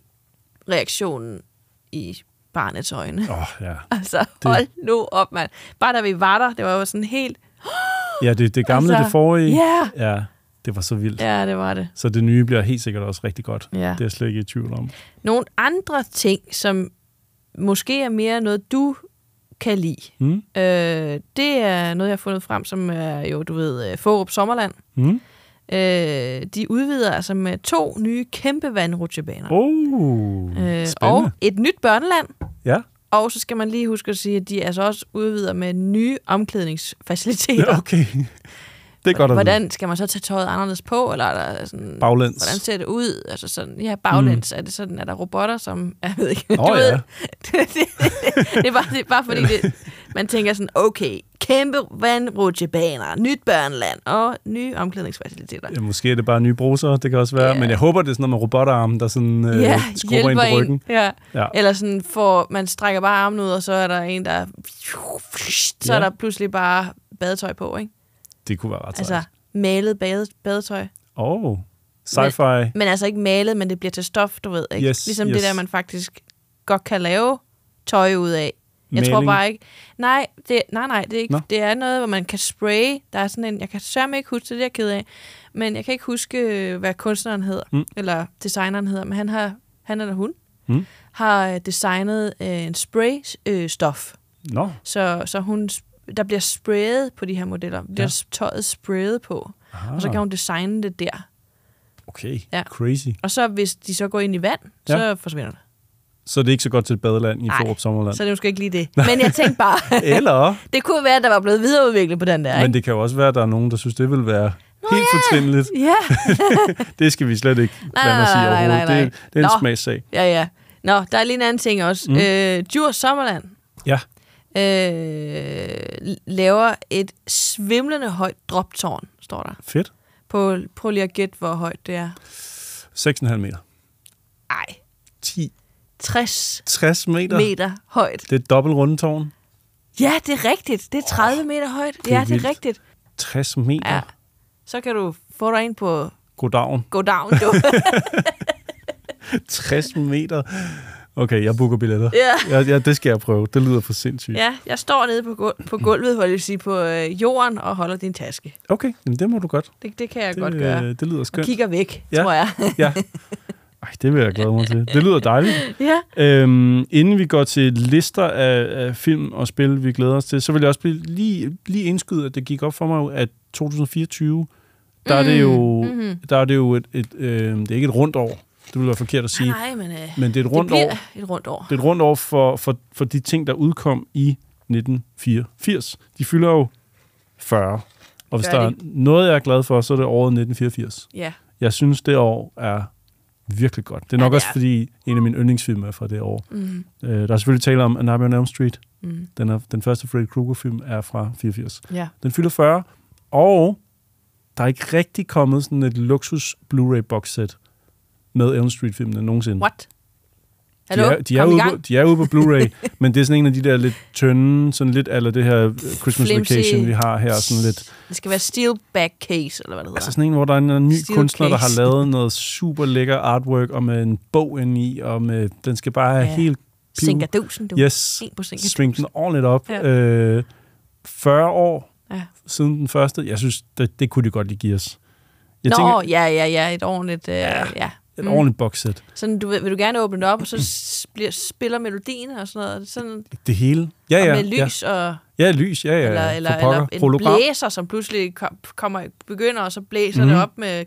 [SPEAKER 2] reaktionen i barnets øjne.
[SPEAKER 3] Åh, ja.
[SPEAKER 2] altså, hold nu op, mand. Bare da vi var der, det var jo sådan helt...
[SPEAKER 3] ja det, det gamle,
[SPEAKER 2] Altså,
[SPEAKER 3] det forrige,
[SPEAKER 2] ja.
[SPEAKER 3] ja, det var så vildt.
[SPEAKER 2] Ja, det var det.
[SPEAKER 3] Så det nye bliver helt sikkert også rigtig godt.
[SPEAKER 2] Ja.
[SPEAKER 3] Det er jeg slet ikke i tvivl om.
[SPEAKER 2] Nogle andre ting, som måske er mere noget, du kan lide.
[SPEAKER 3] Mm.
[SPEAKER 2] Øh, det er noget, jeg har fundet frem, som er jo, du ved, øh, Forup Sommerland.
[SPEAKER 3] Mm.
[SPEAKER 2] Øh, de udvider altså med to nye kæmpe vandrutsjebaner.
[SPEAKER 3] Oh,
[SPEAKER 2] øh,
[SPEAKER 3] spændende.
[SPEAKER 2] og et nyt børneland.
[SPEAKER 3] Ja.
[SPEAKER 2] Og så skal man lige huske at sige, at de altså også udvider med nye omklædningsfaciliteter.
[SPEAKER 3] Okay. Det er godt at
[SPEAKER 2] Hvordan skal man så tage tøjet anderledes på? Eller er der sådan,
[SPEAKER 3] Baglæns.
[SPEAKER 2] Hvordan ser det ud? Altså sådan, ja, baglæns. Mm. Er det sådan, er der robotter, som... Jeg ved ikke.
[SPEAKER 3] Nå ja.
[SPEAKER 2] det, det, det, er bare, det er bare fordi, det, man tænker sådan, okay, kæmpe vandrutsjebaner, nyt børneland og nye omklædningsfaciliteter.
[SPEAKER 3] vide. Ja, måske er det bare nye bruser, det kan også være. Men jeg håber, det er sådan noget med robotarmen, der sådan øh,
[SPEAKER 2] ja,
[SPEAKER 3] skruer ind
[SPEAKER 2] hjælper
[SPEAKER 3] på ryggen.
[SPEAKER 2] Ja.
[SPEAKER 3] Ja.
[SPEAKER 2] ja. Eller sådan, får, man strækker bare armen ud, og så er der en, der... Så er
[SPEAKER 3] Ja.
[SPEAKER 2] der pludselig bare badetøj på, ikke?
[SPEAKER 3] Det kunne være ret sejt.
[SPEAKER 2] Altså, malet bade, badetøj.
[SPEAKER 3] Åh, oh, sci-fi.
[SPEAKER 2] Men altså ikke malet, men det bliver til stof, du ved. Ikke?
[SPEAKER 3] Yes,
[SPEAKER 2] ligesom
[SPEAKER 3] yes.
[SPEAKER 2] det der, man faktisk godt kan lave tøj ud af. Jeg tror
[SPEAKER 3] Maling.
[SPEAKER 2] bare ikke... Nej, det, nej, nej, det er, ikke,
[SPEAKER 3] Nå.
[SPEAKER 2] det er noget, hvor man kan spraye. Der er sådan en... Jeg kan sørme ikke huske det, det er jeg ked af. Men jeg kan ikke huske, øh, hvad kunstneren hedder.
[SPEAKER 3] Mm.
[SPEAKER 2] Mm. Eller designeren hedder. Men han har... Han eller hun
[SPEAKER 3] Mm.
[SPEAKER 2] har øh, designet øh, en spraystof. Øh, stof.
[SPEAKER 3] Nå,
[SPEAKER 2] Så, så hun, sp- der bliver sprayet på de her modeller. Der bliver
[SPEAKER 3] Ja.
[SPEAKER 2] ja. tøjet sprayet på.
[SPEAKER 3] Ah.
[SPEAKER 2] Og så kan hun designe det der.
[SPEAKER 3] okay.
[SPEAKER 2] Ja.
[SPEAKER 3] Crazy.
[SPEAKER 2] Og så hvis de så går ind i vand,
[SPEAKER 3] Ja.
[SPEAKER 2] ja. så forsvinder det.
[SPEAKER 3] Så er det ikke så godt til et badeland i Forup Sommerland.
[SPEAKER 2] Så er det måske ikke lige det. Men jeg tænkte bare,
[SPEAKER 3] Eller,
[SPEAKER 2] det kunne være, at der var blevet videreudviklet på den der,
[SPEAKER 3] men
[SPEAKER 2] ikke?
[SPEAKER 3] det kan jo også være, at der er nogen, der synes, det vil være helt fortrindeligt.
[SPEAKER 2] Ja.
[SPEAKER 3] Det skal vi slet ikke
[SPEAKER 2] Nej,
[SPEAKER 3] blande os i
[SPEAKER 2] nej, nej, nej,
[SPEAKER 3] overhovedet.
[SPEAKER 2] nej.
[SPEAKER 3] Det er, det er en
[SPEAKER 2] Nå.
[SPEAKER 3] smagssag.
[SPEAKER 2] Ja, ja. Nå, der er lige en anden ting også.
[SPEAKER 3] Mm.
[SPEAKER 2] Mm. Øh, Djurs Sommerland
[SPEAKER 3] Ja.
[SPEAKER 2] øh, laver et svimlende højt droptårn, står der.
[SPEAKER 3] Fedt.
[SPEAKER 2] På, prøv lige at gætte, hvor højt det er.
[SPEAKER 3] 6,5 meter.
[SPEAKER 2] Ej.
[SPEAKER 3] 10.
[SPEAKER 2] 60
[SPEAKER 3] 60 meter.
[SPEAKER 2] meter højt.
[SPEAKER 3] Det er et dobbelt rundetårn.
[SPEAKER 2] Ja, det er rigtigt. Det er 30 oh, meter højt.
[SPEAKER 3] det er
[SPEAKER 2] ja, det er
[SPEAKER 3] vildt.
[SPEAKER 2] rigtigt.
[SPEAKER 3] 60 meter. Ja.
[SPEAKER 2] Ja. Så kan du få dig ind på
[SPEAKER 3] Goddagen.
[SPEAKER 2] Goddown, du.
[SPEAKER 3] 60 meter. Okay, jeg booker billetter.
[SPEAKER 2] Ja.
[SPEAKER 3] Ja, ja, det skal jeg prøve. Det lyder for sindssygt.
[SPEAKER 2] ja, jeg står nede på, gul- på gulvet, hvor det vil sige på øh, jorden, og holder din taske.
[SPEAKER 3] Okay, jamen det må du godt.
[SPEAKER 2] Det, det kan jeg
[SPEAKER 3] Det,
[SPEAKER 2] det, godt
[SPEAKER 3] øh,
[SPEAKER 2] gøre.
[SPEAKER 3] det lyder skønt.
[SPEAKER 2] Og kigger væk,
[SPEAKER 3] Ja.
[SPEAKER 2] ja. tror jeg.
[SPEAKER 3] Ja. Ej, det vil jeg glæde mig til. Det lyder dejligt.
[SPEAKER 2] Ja.
[SPEAKER 3] Øhm, inden vi går til lister af, af film og spil, vi glæder os til, så vil jeg også blive lige, lige indskyde, at det gik op for mig, jo, at 2024, der er det jo,
[SPEAKER 2] Mhm.
[SPEAKER 3] der er det, jo et, et øh, det er ikke et rundt år. Det ville være forkert at sige.
[SPEAKER 2] Nej, men, øh,
[SPEAKER 3] men det er et
[SPEAKER 2] det
[SPEAKER 3] rundt
[SPEAKER 2] bliver
[SPEAKER 3] år.
[SPEAKER 2] et rundt år.
[SPEAKER 3] Det er et rundt år for, for, for de ting, der udkom i 1984. De fylder jo 40. Og hvis
[SPEAKER 2] Gør
[SPEAKER 3] der er
[SPEAKER 2] de.
[SPEAKER 3] noget, jeg er glad for, så er det året 1984.
[SPEAKER 2] Ja.
[SPEAKER 3] Jeg synes, det år er virkelig godt. Det er nok ja, det er. også, fordi en af mine yndlingsfilm er fra det år.
[SPEAKER 2] Mhm.
[SPEAKER 3] Øh, der er selvfølgelig tale om A Nightmare on Elm Street.
[SPEAKER 2] Mhm.
[SPEAKER 3] Den, er, den første Freddy Krueger-film er fra 84.
[SPEAKER 2] Ja.
[SPEAKER 3] Den fylder 40, og der er ikke rigtig kommet sådan et luksus Blu-ray box-sæt med Elm Street-filmene nogensinde.
[SPEAKER 2] What?
[SPEAKER 3] De
[SPEAKER 2] Hallo?
[SPEAKER 3] er, de, er
[SPEAKER 2] Kom i
[SPEAKER 3] ude på,
[SPEAKER 2] gang.
[SPEAKER 3] de er ude på Blu-ray, men det er sådan en af de der lidt tynde, sådan lidt eller det her øh, Christmas
[SPEAKER 2] Flimsy.
[SPEAKER 3] Vacation, vi har her. Sådan lidt,
[SPEAKER 2] Det skal være steel back case, eller hvad det hedder.
[SPEAKER 3] altså sådan en, hvor der er en eller anden ny
[SPEAKER 2] Steel
[SPEAKER 3] kunstner, der har
[SPEAKER 2] case.
[SPEAKER 3] lavet noget super lækker artwork, og med en bog indeni, og med, den skal bare have
[SPEAKER 2] Ja.
[SPEAKER 3] helt... piv-
[SPEAKER 2] Sinkadusen, du.
[SPEAKER 3] Yes,
[SPEAKER 2] En på sinkadusen.
[SPEAKER 3] sving den ordentligt op. Ja.
[SPEAKER 2] Ja.
[SPEAKER 3] Øh, 40 år
[SPEAKER 2] Ja.
[SPEAKER 3] siden den første, jeg synes, det, det kunne de godt lige give os. Jeg
[SPEAKER 2] Nå,
[SPEAKER 3] tænker,
[SPEAKER 2] ja, ja, ja, et ordentligt... Øh, ja. ja.
[SPEAKER 3] Et
[SPEAKER 2] Mm.
[SPEAKER 3] mm. ordentligt boxsæt.
[SPEAKER 2] Sådan, du, vil, vil du gerne åbne det op, og så s- bliver, spiller melodien og sådan noget. Sådan,
[SPEAKER 3] Det hele. Ja, ja.
[SPEAKER 2] og med lys
[SPEAKER 3] ja.
[SPEAKER 2] og...
[SPEAKER 3] Ja, lys, ja, ja.
[SPEAKER 2] Eller,
[SPEAKER 3] Øh, for
[SPEAKER 2] eller,
[SPEAKER 3] pokker.
[SPEAKER 2] eller en
[SPEAKER 3] Hologram.
[SPEAKER 2] blæser, som pludselig kom, kommer, begynder, og så blæser
[SPEAKER 3] Mhm.
[SPEAKER 2] det op med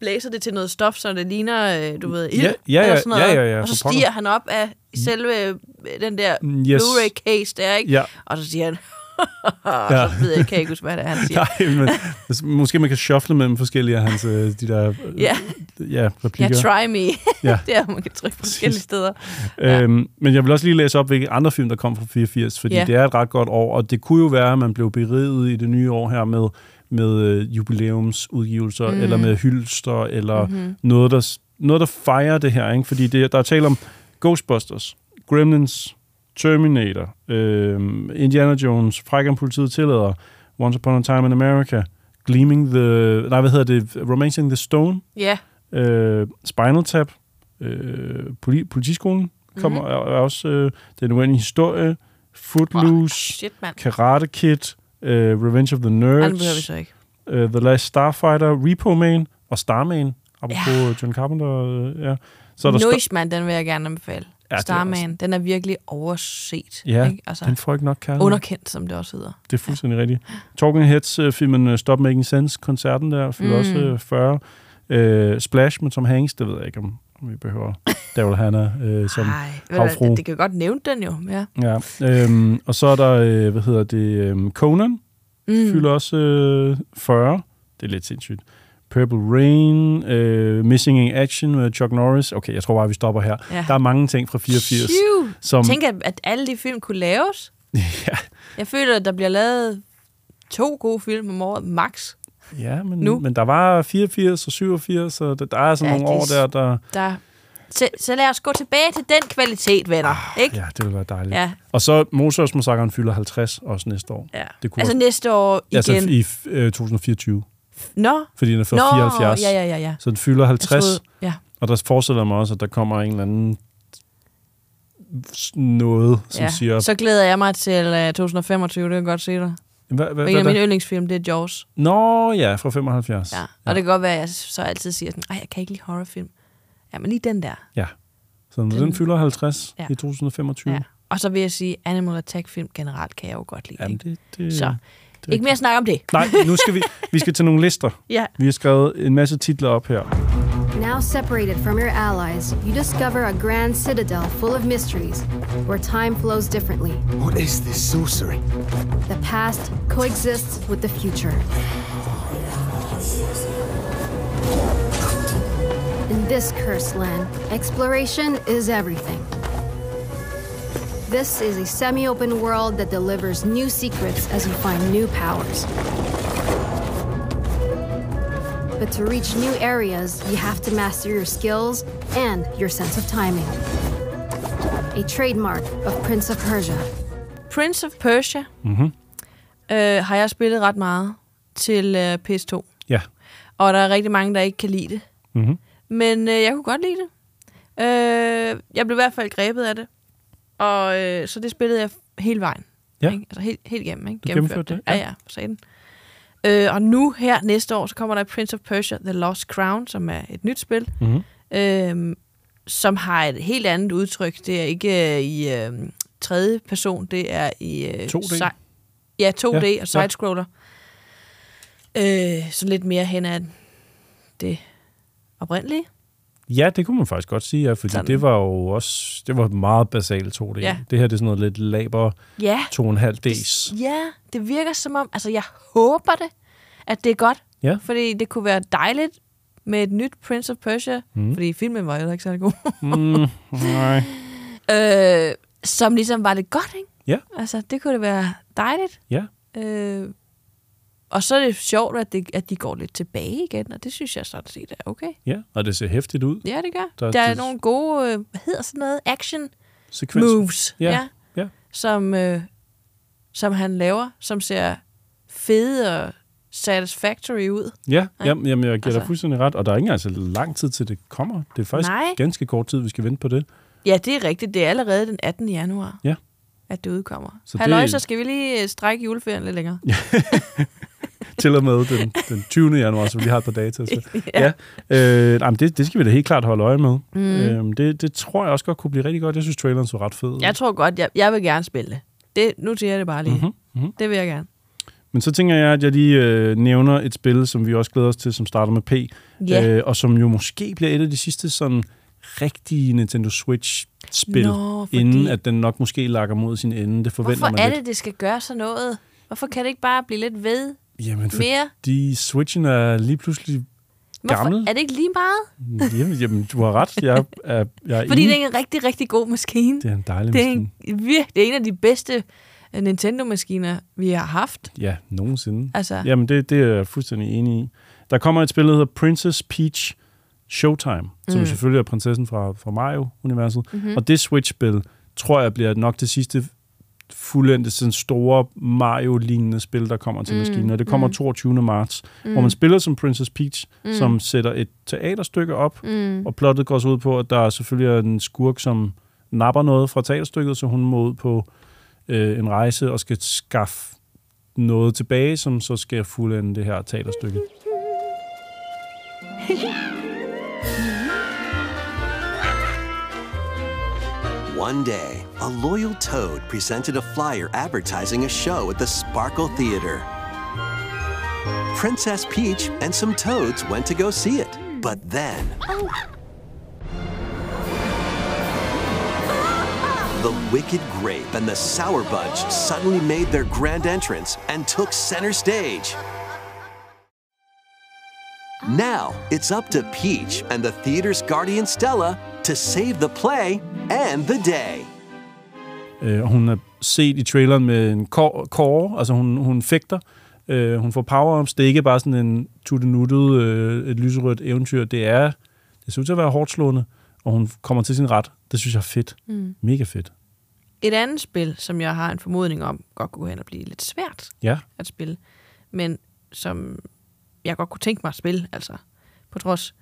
[SPEAKER 2] blæser det til noget stof, så det ligner, øh, du ved, ild,
[SPEAKER 3] Ja, ja,
[SPEAKER 2] eller
[SPEAKER 3] ja,
[SPEAKER 2] sådan noget.
[SPEAKER 3] ja, ja, ja,
[SPEAKER 2] og så
[SPEAKER 3] for pokker.
[SPEAKER 2] stiger han op af selve øh, den der
[SPEAKER 3] Mm, yes.
[SPEAKER 2] Blu-ray-case der, ikke?
[SPEAKER 3] Ja.
[SPEAKER 2] Og så siger han, og så ved jeg, kan jeg ikke huske, hvad det er, han siger.
[SPEAKER 3] Nej, men altså, måske man kan shuffle mellem forskellige af hans, øh, de der øh,
[SPEAKER 2] Ja.
[SPEAKER 3] ja,
[SPEAKER 2] Ja,
[SPEAKER 3] replikker.
[SPEAKER 2] try me.
[SPEAKER 3] Ja.
[SPEAKER 2] det er, man kan trykke forskellige steder.
[SPEAKER 3] Øhm, men jeg vil også lige læse op, hvilke andre film, der kom fra 84, fordi
[SPEAKER 2] Ja.
[SPEAKER 3] ja. det er et ret godt år, og det kunne jo være, at man blev beriget i det nye år her med, med øh, jubilæumsudgivelser,
[SPEAKER 1] Mm.
[SPEAKER 3] mm. eller med hylster, eller
[SPEAKER 1] Mhm.
[SPEAKER 3] mm-hmm. noget, der, s- noget, der fejrer det her. Ikke? Fordi det, der er tale om Ghostbusters, Gremlins, Terminator, øh, Indiana Jones, Frækken politiet tillader, Once Upon a Time in America, Gleaming the... Nej, hvad hedder det? Romancing the Stone?
[SPEAKER 2] Ja.
[SPEAKER 3] øh, Spinal Tap, øh, politi- Politiskolen
[SPEAKER 2] Mhm.
[SPEAKER 3] kommer mm-hmm. er, er også øh, Den Uendelige Historie, Footloose,
[SPEAKER 2] shit, mand.
[SPEAKER 3] Karate Kid, øh, Revenge of the Nerds,
[SPEAKER 2] Ej, den behøver vi så ikke.
[SPEAKER 3] Øh, the Last Starfighter, Repo Man og Starman, apropos ja. John Carpenter. Øh, ja. Så er der sta-
[SPEAKER 2] Noishman, den vil jeg gerne anbefale.
[SPEAKER 3] Ja, det er
[SPEAKER 2] Starman, altså. den er virkelig overset.
[SPEAKER 3] Ja,
[SPEAKER 2] ikke? Altså,
[SPEAKER 3] den får ikke nok kærlighed.
[SPEAKER 2] Underkendt, som det også hedder.
[SPEAKER 3] det er fuldstændig rigtigt. Talking Heads-filmen øh, Stop Making Sense-koncerten der, fylder
[SPEAKER 2] Mm.
[SPEAKER 3] mm. også øh, 40. Øh, Splash med Tom Hanks, det ved jeg ikke, om, om vi behøver. Daryl Hannah øh, som
[SPEAKER 2] Ved du hvad,
[SPEAKER 3] havfru.
[SPEAKER 2] Det, det kan jo godt nævne den jo, ja.
[SPEAKER 3] Ja, øhm, og så er der, øh, hvad hedder det, øhm, Conan, mm. fylder også øh, 40. Det er lidt sindssygt. Purple Rain, øh, Missing in Action med Chuck Norris. Okay, jeg tror bare, vi stopper her.
[SPEAKER 2] Ja.
[SPEAKER 3] Ja. Der er mange ting fra 84.
[SPEAKER 2] Phew!
[SPEAKER 3] Som,
[SPEAKER 2] Tænk, at, at alle de film kunne laves. ja. Jeg føler, at der bliver lavet to gode film om året, max.
[SPEAKER 3] ja, men,
[SPEAKER 2] nu.
[SPEAKER 3] nu. men der var 84 og 87, og der, der er sådan
[SPEAKER 2] Ja,
[SPEAKER 3] ja, nogle år
[SPEAKER 2] det er
[SPEAKER 3] der, der...
[SPEAKER 2] Der... Så, så lad os gå tilbage til den kvalitet, venner. Ah, ikke?
[SPEAKER 3] Ja, det ville være dejligt.
[SPEAKER 2] Ja.
[SPEAKER 3] Ja. Og så Moses Massakren fylder 50 også næste år.
[SPEAKER 2] Ja.
[SPEAKER 3] Det kunne
[SPEAKER 2] Altså
[SPEAKER 3] også-
[SPEAKER 2] næste år
[SPEAKER 3] Altså
[SPEAKER 2] igen.
[SPEAKER 3] i f- øh, 2024.
[SPEAKER 2] Nå.
[SPEAKER 3] Fordi den er fra
[SPEAKER 2] Nå,
[SPEAKER 3] 74.
[SPEAKER 2] ja, ja, ja, ja.
[SPEAKER 3] Så den fylder 50.
[SPEAKER 2] troede- ja.
[SPEAKER 3] Og der forestiller jeg mig også, at der kommer en eller anden s- noget, som
[SPEAKER 2] ja.
[SPEAKER 3] siger...
[SPEAKER 2] Så glæder jeg mig til uh, 2025, det kan jeg godt se dig.
[SPEAKER 3] Hva,
[SPEAKER 2] Og en af mine yndlingsfilm, det er Jaws.
[SPEAKER 3] Nå ja, fra 75.
[SPEAKER 2] Ja. Og det kan godt være, at jeg så altid siger sådan, Ej, jeg kan ikke lide horrorfilm. Ja, men lige den der.
[SPEAKER 3] ja. Så når den,
[SPEAKER 2] Den-
[SPEAKER 3] fylder 50
[SPEAKER 2] Ja.
[SPEAKER 3] i 2025.
[SPEAKER 2] Ja. Og så vil jeg sige, Animal Attack-film generelt kan jeg jo godt lide.
[SPEAKER 3] Jamen,
[SPEAKER 2] ikke?
[SPEAKER 3] det-
[SPEAKER 2] så
[SPEAKER 3] det-
[SPEAKER 2] ikke mere snak om det.
[SPEAKER 3] Nej, nu skal vi, vi skal til nogle lister.
[SPEAKER 4] Ja.
[SPEAKER 3] Vi har skrevet en masse titler op her.
[SPEAKER 4] Now separated from your allies, you discover a grand citadel full of mysteries where time flows differently.
[SPEAKER 5] What is this sorcery?
[SPEAKER 4] The past coexists with the future. In this cursed land, exploration is everything. This is a semi open world that delivers new secrets as you find new powers. But to reach new areas, you have to master your skills and your sense of timing. A trademark of Prince of Persia.
[SPEAKER 2] Prince of Persia
[SPEAKER 4] Mhm.
[SPEAKER 2] øh, har jeg spillet ret meget til øh, PS2.
[SPEAKER 3] Ja.
[SPEAKER 2] Og der er rigtig mange, der ikke kan lide det.
[SPEAKER 3] Mm-hmm.
[SPEAKER 2] Men øh, jeg kunne godt lide det. Øh, jeg blev i hvert fald grebet af det. Og øh, så det spillede jeg hele vejen.
[SPEAKER 3] Ja.
[SPEAKER 2] Ikke? Altså helt, helt igennem, ikke?
[SPEAKER 3] Du gennemførte det,
[SPEAKER 2] Ja,
[SPEAKER 3] ja.
[SPEAKER 2] ja, sagde den. Øh, og nu her næste år, så kommer der Prince of Persia The Lost Crown, som er et nyt spil.
[SPEAKER 3] Mhm.
[SPEAKER 2] Øh, som har et helt andet udtryk. Det er ikke øh, i øh, tredje person, det er i... Øh,
[SPEAKER 3] 2D.
[SPEAKER 2] sej- ja, 2D
[SPEAKER 3] Ja,
[SPEAKER 2] ja, og sidescroller. Ja. Øh, så lidt mere hen ad det oprindelige.
[SPEAKER 3] Ja, det kunne man faktisk godt sige, ja, fordi
[SPEAKER 2] Sådan.
[SPEAKER 3] sådan. det var jo også det var meget basalt 2D.
[SPEAKER 2] Ja.
[SPEAKER 3] Det her det er sådan noget lidt laber
[SPEAKER 2] Ja.
[SPEAKER 3] 2,5D's.
[SPEAKER 2] Ja, det virker som om, altså jeg håber det, at det er godt.
[SPEAKER 3] Ja.
[SPEAKER 2] Fordi det kunne være dejligt med et nyt Prince of Persia, mm.
[SPEAKER 3] Mm.
[SPEAKER 2] fordi filmen var heller ikke særlig god.
[SPEAKER 3] Mm, nej.
[SPEAKER 2] øh, som ligesom var det godt, ikke?
[SPEAKER 3] Ja.
[SPEAKER 2] Altså, det kunne det være dejligt.
[SPEAKER 3] Ja.
[SPEAKER 2] Øh, og så er det sjovt, at, det, at de går lidt tilbage igen, og det synes jeg sådan set er okay.
[SPEAKER 3] Ja, og det ser hæftigt ud.
[SPEAKER 2] Ja, det gør. Der,
[SPEAKER 3] Der-
[SPEAKER 2] der er
[SPEAKER 3] det-
[SPEAKER 2] nogle gode, øh, hvad hedder sådan noget, action
[SPEAKER 3] Sekvenser.
[SPEAKER 2] moves,
[SPEAKER 3] Ja,
[SPEAKER 2] ja,
[SPEAKER 3] ja.
[SPEAKER 2] Som, øh, som han laver, som ser fede og satisfactory ud.
[SPEAKER 3] Ja, jamen, jamen, jeg giver altså.
[SPEAKER 2] Altså.
[SPEAKER 3] dig fuldstændig ret. Og der er ikke engang så lang tid til, det kommer. Det er faktisk
[SPEAKER 2] Nej.
[SPEAKER 3] ganske kort tid, vi skal vente på det.
[SPEAKER 2] Ja, det er rigtigt. Det er allerede den 18. januar,
[SPEAKER 3] Ja.
[SPEAKER 2] at det udkommer. Så
[SPEAKER 3] Så
[SPEAKER 2] Halløj,
[SPEAKER 3] det-
[SPEAKER 2] så skal vi lige øh, strække juleferien lidt længere.
[SPEAKER 3] til og med den, den 20. januar, så vi lige har et par dage til. Så. Ja. ja. Øh, nej, men det, det skal vi da helt klart holde øje med.
[SPEAKER 2] Mm.
[SPEAKER 3] Øhm, det, det tror jeg også godt kunne blive rigtig godt. Jeg synes, traileren så ret fed.
[SPEAKER 2] Jeg tror godt, jeg, jeg vil gerne spille det. det. Nu siger jeg det bare lige.
[SPEAKER 3] Mhm, mhm.
[SPEAKER 2] Det vil jeg gerne.
[SPEAKER 3] Men så tænker jeg, at jeg lige øh, nævner et spil, som vi også glæder os til, som starter med P,
[SPEAKER 2] Ja.
[SPEAKER 3] øh, og som jo måske bliver et af de sidste sådan rigtige Nintendo Switch-spil,
[SPEAKER 2] Nå, fordi-
[SPEAKER 3] inden at den nok måske lakker mod sin ende. Det forventer
[SPEAKER 2] Hvorfor
[SPEAKER 3] man
[SPEAKER 2] er
[SPEAKER 3] lidt.
[SPEAKER 2] det, det skal gøre sådan noget? Hvorfor kan det ikke bare blive lidt ved?
[SPEAKER 3] Jamen,
[SPEAKER 2] Mere?
[SPEAKER 3] fordi Switchen er lige pludselig
[SPEAKER 2] Hvorfor
[SPEAKER 3] gammel.
[SPEAKER 2] er det ikke lige meget?
[SPEAKER 3] Jamen, jamen, du har ret. Jeg er, jeg er
[SPEAKER 2] Fordi
[SPEAKER 3] enig.
[SPEAKER 2] det er en rigtig, rigtig god maskine.
[SPEAKER 3] Det er en dejlig
[SPEAKER 2] det er en, vir- det er en af de bedste øh, Nintendo-maskiner, vi har haft.
[SPEAKER 3] Ja, nogensinde.
[SPEAKER 2] Altså-
[SPEAKER 3] Jamen, det, det er jeg fuldstændig enig i. Der kommer et spil, der hedder Princess Peach Showtime, som
[SPEAKER 2] Mm.
[SPEAKER 3] jo selvfølgelig er prinsessen fra, fra Mario-universet.
[SPEAKER 2] Mhm.
[SPEAKER 3] Mm-hmm. Og det Switch-spil, tror jeg, bliver nok det sidste fuldendte sådan store Mario-lignende spil, der kommer til
[SPEAKER 2] Mm,
[SPEAKER 3] mm. maskinen. Og det kommer
[SPEAKER 2] mm.
[SPEAKER 3] 22. marts,
[SPEAKER 2] Mm.
[SPEAKER 3] mm. hvor man spiller som Princess Peach,
[SPEAKER 2] Mm.
[SPEAKER 3] mm. som sætter et teaterstykke op,
[SPEAKER 2] Mm.
[SPEAKER 3] og plottet går så ud på, at der er selvfølgelig er en skurk, som napper noget fra teaterstykket, så hun må ud på øh, en rejse og skal skaffe noget tilbage, som så skal fuldende det her teaterstykke.
[SPEAKER 1] One day, a loyal toad presented a flyer advertising a show at the Sparkle Theater. Princess Peach and some toads went to go see it. But then, the Wicked Grape and the Sour Bunch suddenly made their grand entrance and took center stage. Now, it's up to Peach and the theater's guardian Stella to save the play and the day.
[SPEAKER 3] Øh, og hun er set i traileren med en kår, kår altså hun, hun fægter. Øh, hun får power-ups. Det er ikke bare sådan en tuttenuttet, øh, et lyserødt eventyr. Det er, det ser ud til at være hårdt slående, og hun kommer til sin ret. Det synes jeg er fedt.
[SPEAKER 2] Mm.
[SPEAKER 3] Mega fedt.
[SPEAKER 2] Et andet spil, som jeg har en formodning om, godt kunne gå hen og blive lidt svært
[SPEAKER 3] Ja.
[SPEAKER 2] at spille, men som jeg godt kunne tænke mig at spille, altså på trods,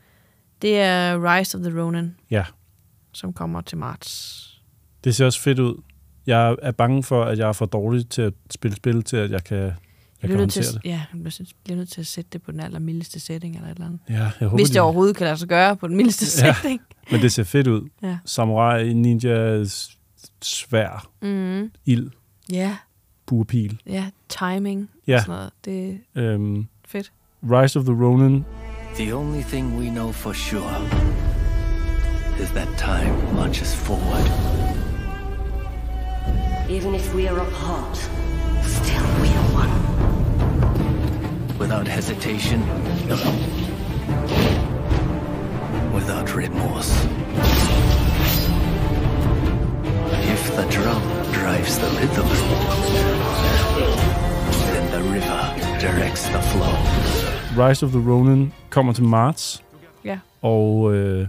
[SPEAKER 2] det er Rise of the Ronin,
[SPEAKER 3] Ja.
[SPEAKER 2] som kommer til marts.
[SPEAKER 3] Det ser også fedt ud. Jeg er bange for, at jeg er for dårlig til at spille spil, til at jeg kan, jeg
[SPEAKER 2] Jeg
[SPEAKER 3] kan
[SPEAKER 2] bliver nødt
[SPEAKER 3] håndtere
[SPEAKER 2] til, at-
[SPEAKER 3] det.
[SPEAKER 2] Ja, jeg bliver bliver nødt til at sætte det på den allermildeste setting eller et eller andet.
[SPEAKER 3] Ja, jeg håber,
[SPEAKER 2] Hvis
[SPEAKER 3] de-
[SPEAKER 2] det overhovedet kan lade sig gøre på den mildeste
[SPEAKER 3] Ja,
[SPEAKER 2] setting.
[SPEAKER 3] Men det ser fedt ud.
[SPEAKER 2] Ja.
[SPEAKER 3] Samurai, ninja, s- svær,
[SPEAKER 2] Mhm.
[SPEAKER 3] ild,
[SPEAKER 2] Ja,
[SPEAKER 3] buepil.
[SPEAKER 2] ja, timing
[SPEAKER 3] Ja.
[SPEAKER 2] og sådan noget. Det er
[SPEAKER 3] Øhm,
[SPEAKER 2] fedt.
[SPEAKER 3] Rise of the Ronin.
[SPEAKER 6] The only thing we know for sure is that time marches forward.
[SPEAKER 7] Even if we are apart,
[SPEAKER 6] Without hesitation. Without remorse. If the drum drives the rhythm, then the river directs the flow.
[SPEAKER 3] Rise of the Ronin kommer til marts.
[SPEAKER 2] Ja.
[SPEAKER 3] Og øh,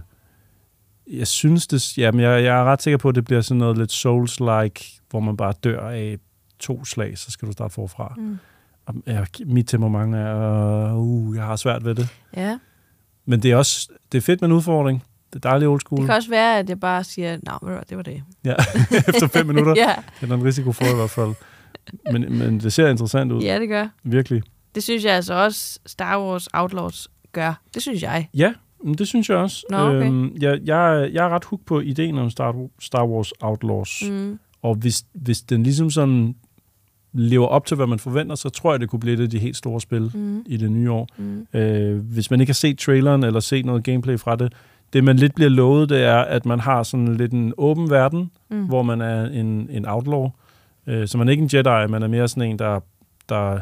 [SPEAKER 3] jeg synes det... Jamen, jeg, jeg er ret sikker på, at det bliver sådan noget lidt Souls-like, hvor man bare dør af to slag, så skal du starte forfra.
[SPEAKER 2] Mm.
[SPEAKER 3] Og jeg, mit temperament er... Uh, jeg har svært ved det.
[SPEAKER 2] Ja.
[SPEAKER 3] Men det er også... Det er fedt med en udfordring. Det er dejligt old school.
[SPEAKER 2] Det kan også være, at jeg bare siger, nej, ved du hvad, det var det.
[SPEAKER 3] Ja, efter fem minutter.
[SPEAKER 2] ja.
[SPEAKER 3] Det er der en risiko for i hvert fald. Men, men det ser interessant ud.
[SPEAKER 2] ja, det gør.
[SPEAKER 3] Virkelig.
[SPEAKER 2] Det synes jeg altså også, Star Wars Outlaws gør. Det synes jeg.
[SPEAKER 3] Ja, men det synes jeg også.
[SPEAKER 2] Nå, okay.
[SPEAKER 3] øhm, jeg, jeg, jeg er ret hooked på ideen om Star, Star Wars Outlaws.
[SPEAKER 2] Mm.
[SPEAKER 3] Og hvis, hvis den ligesom sådan lever op til, hvad man forventer, så tror jeg, det kunne blive et af de helt store spil
[SPEAKER 2] Mhm.
[SPEAKER 3] mm. i det nye år.
[SPEAKER 2] Mm.
[SPEAKER 3] Øh, hvis man ikke har set traileren eller set noget gameplay fra det, det man lidt bliver lovet, det er, at man har sådan lidt en åben verden,
[SPEAKER 2] Mm.
[SPEAKER 3] mm. hvor man er en, en outlaw. Øh, så man er ikke en Jedi, man er mere sådan en, der, der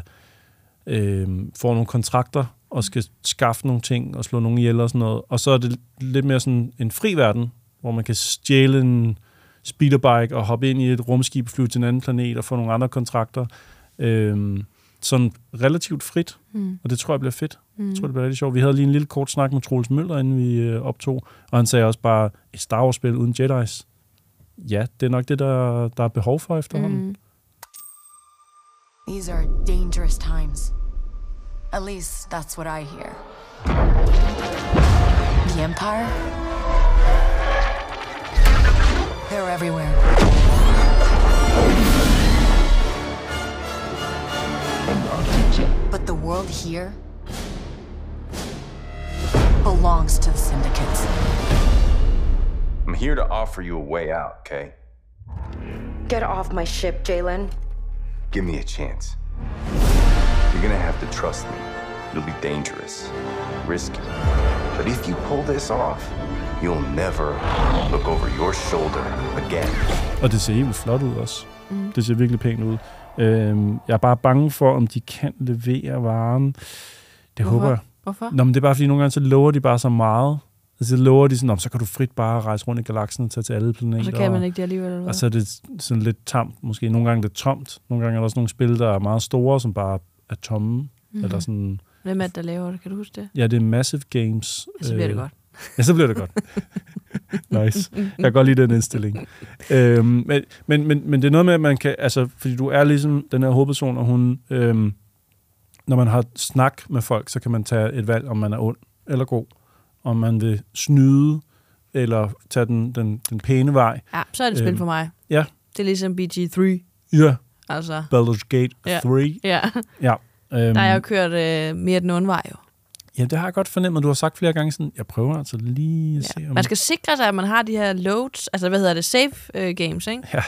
[SPEAKER 3] øh, får nogle kontrakter og skal skaffe nogle ting og slå nogle ihjel og sådan noget. Og så er det lidt mere sådan en fri verden, hvor man kan stjæle en speederbike og hoppe ind i et rumskib, flyve til en anden planet og få nogle andre kontrakter. Øh, sådan relativt frit,
[SPEAKER 2] Mm.
[SPEAKER 3] mm. og det tror jeg bliver fedt. Mm.
[SPEAKER 2] Mm.
[SPEAKER 3] Jeg tror, det bliver rigtig sjovt. Vi havde lige en lille kort snak med Troels Møller, inden vi øh, optog, og han sagde også bare, et Star Wars-spil uden Jedi's. Ja, det er nok det, der, der er behov for efterhånden. Mm.
[SPEAKER 24] These are dangerous times. At least that's what I hear. The Empire? They're everywhere. But the world here belongs to the syndicates.
[SPEAKER 8] I'm here to offer you a way out, Kay?
[SPEAKER 18] Get off my ship, Jalen.
[SPEAKER 8] Give me a chance. You're gonna have to trust me. It'll be dangerous, risky. But if you pull this off, you'll never look over your shoulder again.
[SPEAKER 3] Og det ser helt flot ud også. Mm. Det ser virkelig pænt ud. Øhm, jeg er bare bange for, om de kan levere varen. Det
[SPEAKER 2] Hvorfor?
[SPEAKER 3] håber jeg.
[SPEAKER 2] Hvorfor?
[SPEAKER 3] Nå, men det er bare fordi, nogle gange så lover de bare så meget. Altså, så lover de sådan, "Nå, men så kan du frit bare rejse rundt i galaksen og tage til alle planeter.
[SPEAKER 2] Og så kan man ikke det alligevel, eller hvad?
[SPEAKER 3] Og så er det sådan lidt tamt, måske. Nogle gange er det tomt. Nogle gange er der også nogle spil, der er meget store, som bare er tomme.
[SPEAKER 2] Mhm.
[SPEAKER 3] Mm-hmm. Eller sådan,
[SPEAKER 2] Mm. Hvem er det, der laver det? Kan du huske det?
[SPEAKER 3] ja, det er Massive Games. øh,
[SPEAKER 2] Ja, så bliver det godt.
[SPEAKER 3] Ja, så bliver det godt. nice. Jeg kan godt lide den indstilling. Øhm, men, men, men, men det er noget med, at man kan... Altså, fordi du er ligesom den her hovedperson, og hun... Øhm, når man har snak med folk, så kan man tage et valg, om man er ond eller god. Om man vil snyde, eller tage den, den, den pæne vej.
[SPEAKER 2] Ja, så er det spil
[SPEAKER 3] Øhm,
[SPEAKER 2] for mig.
[SPEAKER 3] Ja,
[SPEAKER 2] Det er ligesom BG3.
[SPEAKER 3] ja.
[SPEAKER 2] Altså.
[SPEAKER 3] Baldur's Gate
[SPEAKER 2] Ja.
[SPEAKER 3] 3.
[SPEAKER 2] Ja.
[SPEAKER 3] ja. Øhm,
[SPEAKER 2] Der har jeg jo kørt øh, mere den onde vej, jo.
[SPEAKER 3] ja, det har jeg godt fornemmet. Du har sagt flere gange sådan, jeg prøver altså lige at ja. se, om...
[SPEAKER 2] Man skal sikre sig, at man har de her loads, altså hvad hedder det, save øh, games, ikke?
[SPEAKER 3] Ja.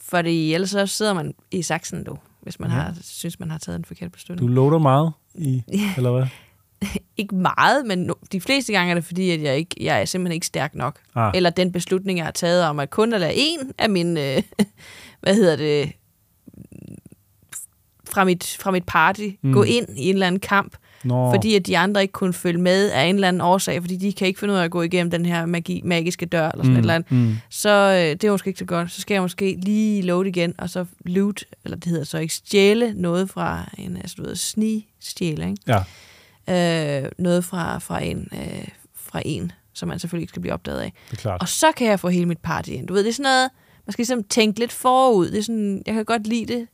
[SPEAKER 2] Fordi ellers så sidder man i saksen, du, hvis man
[SPEAKER 3] Ja.
[SPEAKER 2] ja. har, synes, man har taget en forkert beslutning.
[SPEAKER 3] Du loader meget i,
[SPEAKER 2] Ja.
[SPEAKER 3] eller hvad?
[SPEAKER 2] Ikke meget, men no, de fleste gange er det fordi, at jeg, ikke, jeg er simpelthen ikke stærk nok.
[SPEAKER 3] Ah.
[SPEAKER 2] Eller den beslutning, jeg har taget om, at kun at lade en af mine, øh, hvad hedder det, fra mit, fra mit party
[SPEAKER 10] Mm.
[SPEAKER 2] mm. gå ind i en eller anden kamp,
[SPEAKER 10] Nå.
[SPEAKER 2] fordi at de andre ikke kunne følge med af en eller anden årsag, fordi de kan ikke finde ud af at gå igennem den her magi, magiske dør eller sådan
[SPEAKER 10] Mm,
[SPEAKER 2] et eller andet.
[SPEAKER 10] mm.
[SPEAKER 2] Så øh, det er måske ikke så godt. Så skal jeg måske lige load igen, og så loot, eller det hedder så ikke, stjæle noget fra en, altså du ved, sni stjæle, ikke?
[SPEAKER 3] Ja.
[SPEAKER 2] øh, noget fra, fra, en, øh, fra en, som man selvfølgelig ikke skal blive opdaget af.
[SPEAKER 3] Det er klart.
[SPEAKER 2] Og så kan jeg få hele mit party ind. Du ved, det er sådan noget, man skal ligesom tænke lidt forud. Det er sådan, jeg kan godt lide det.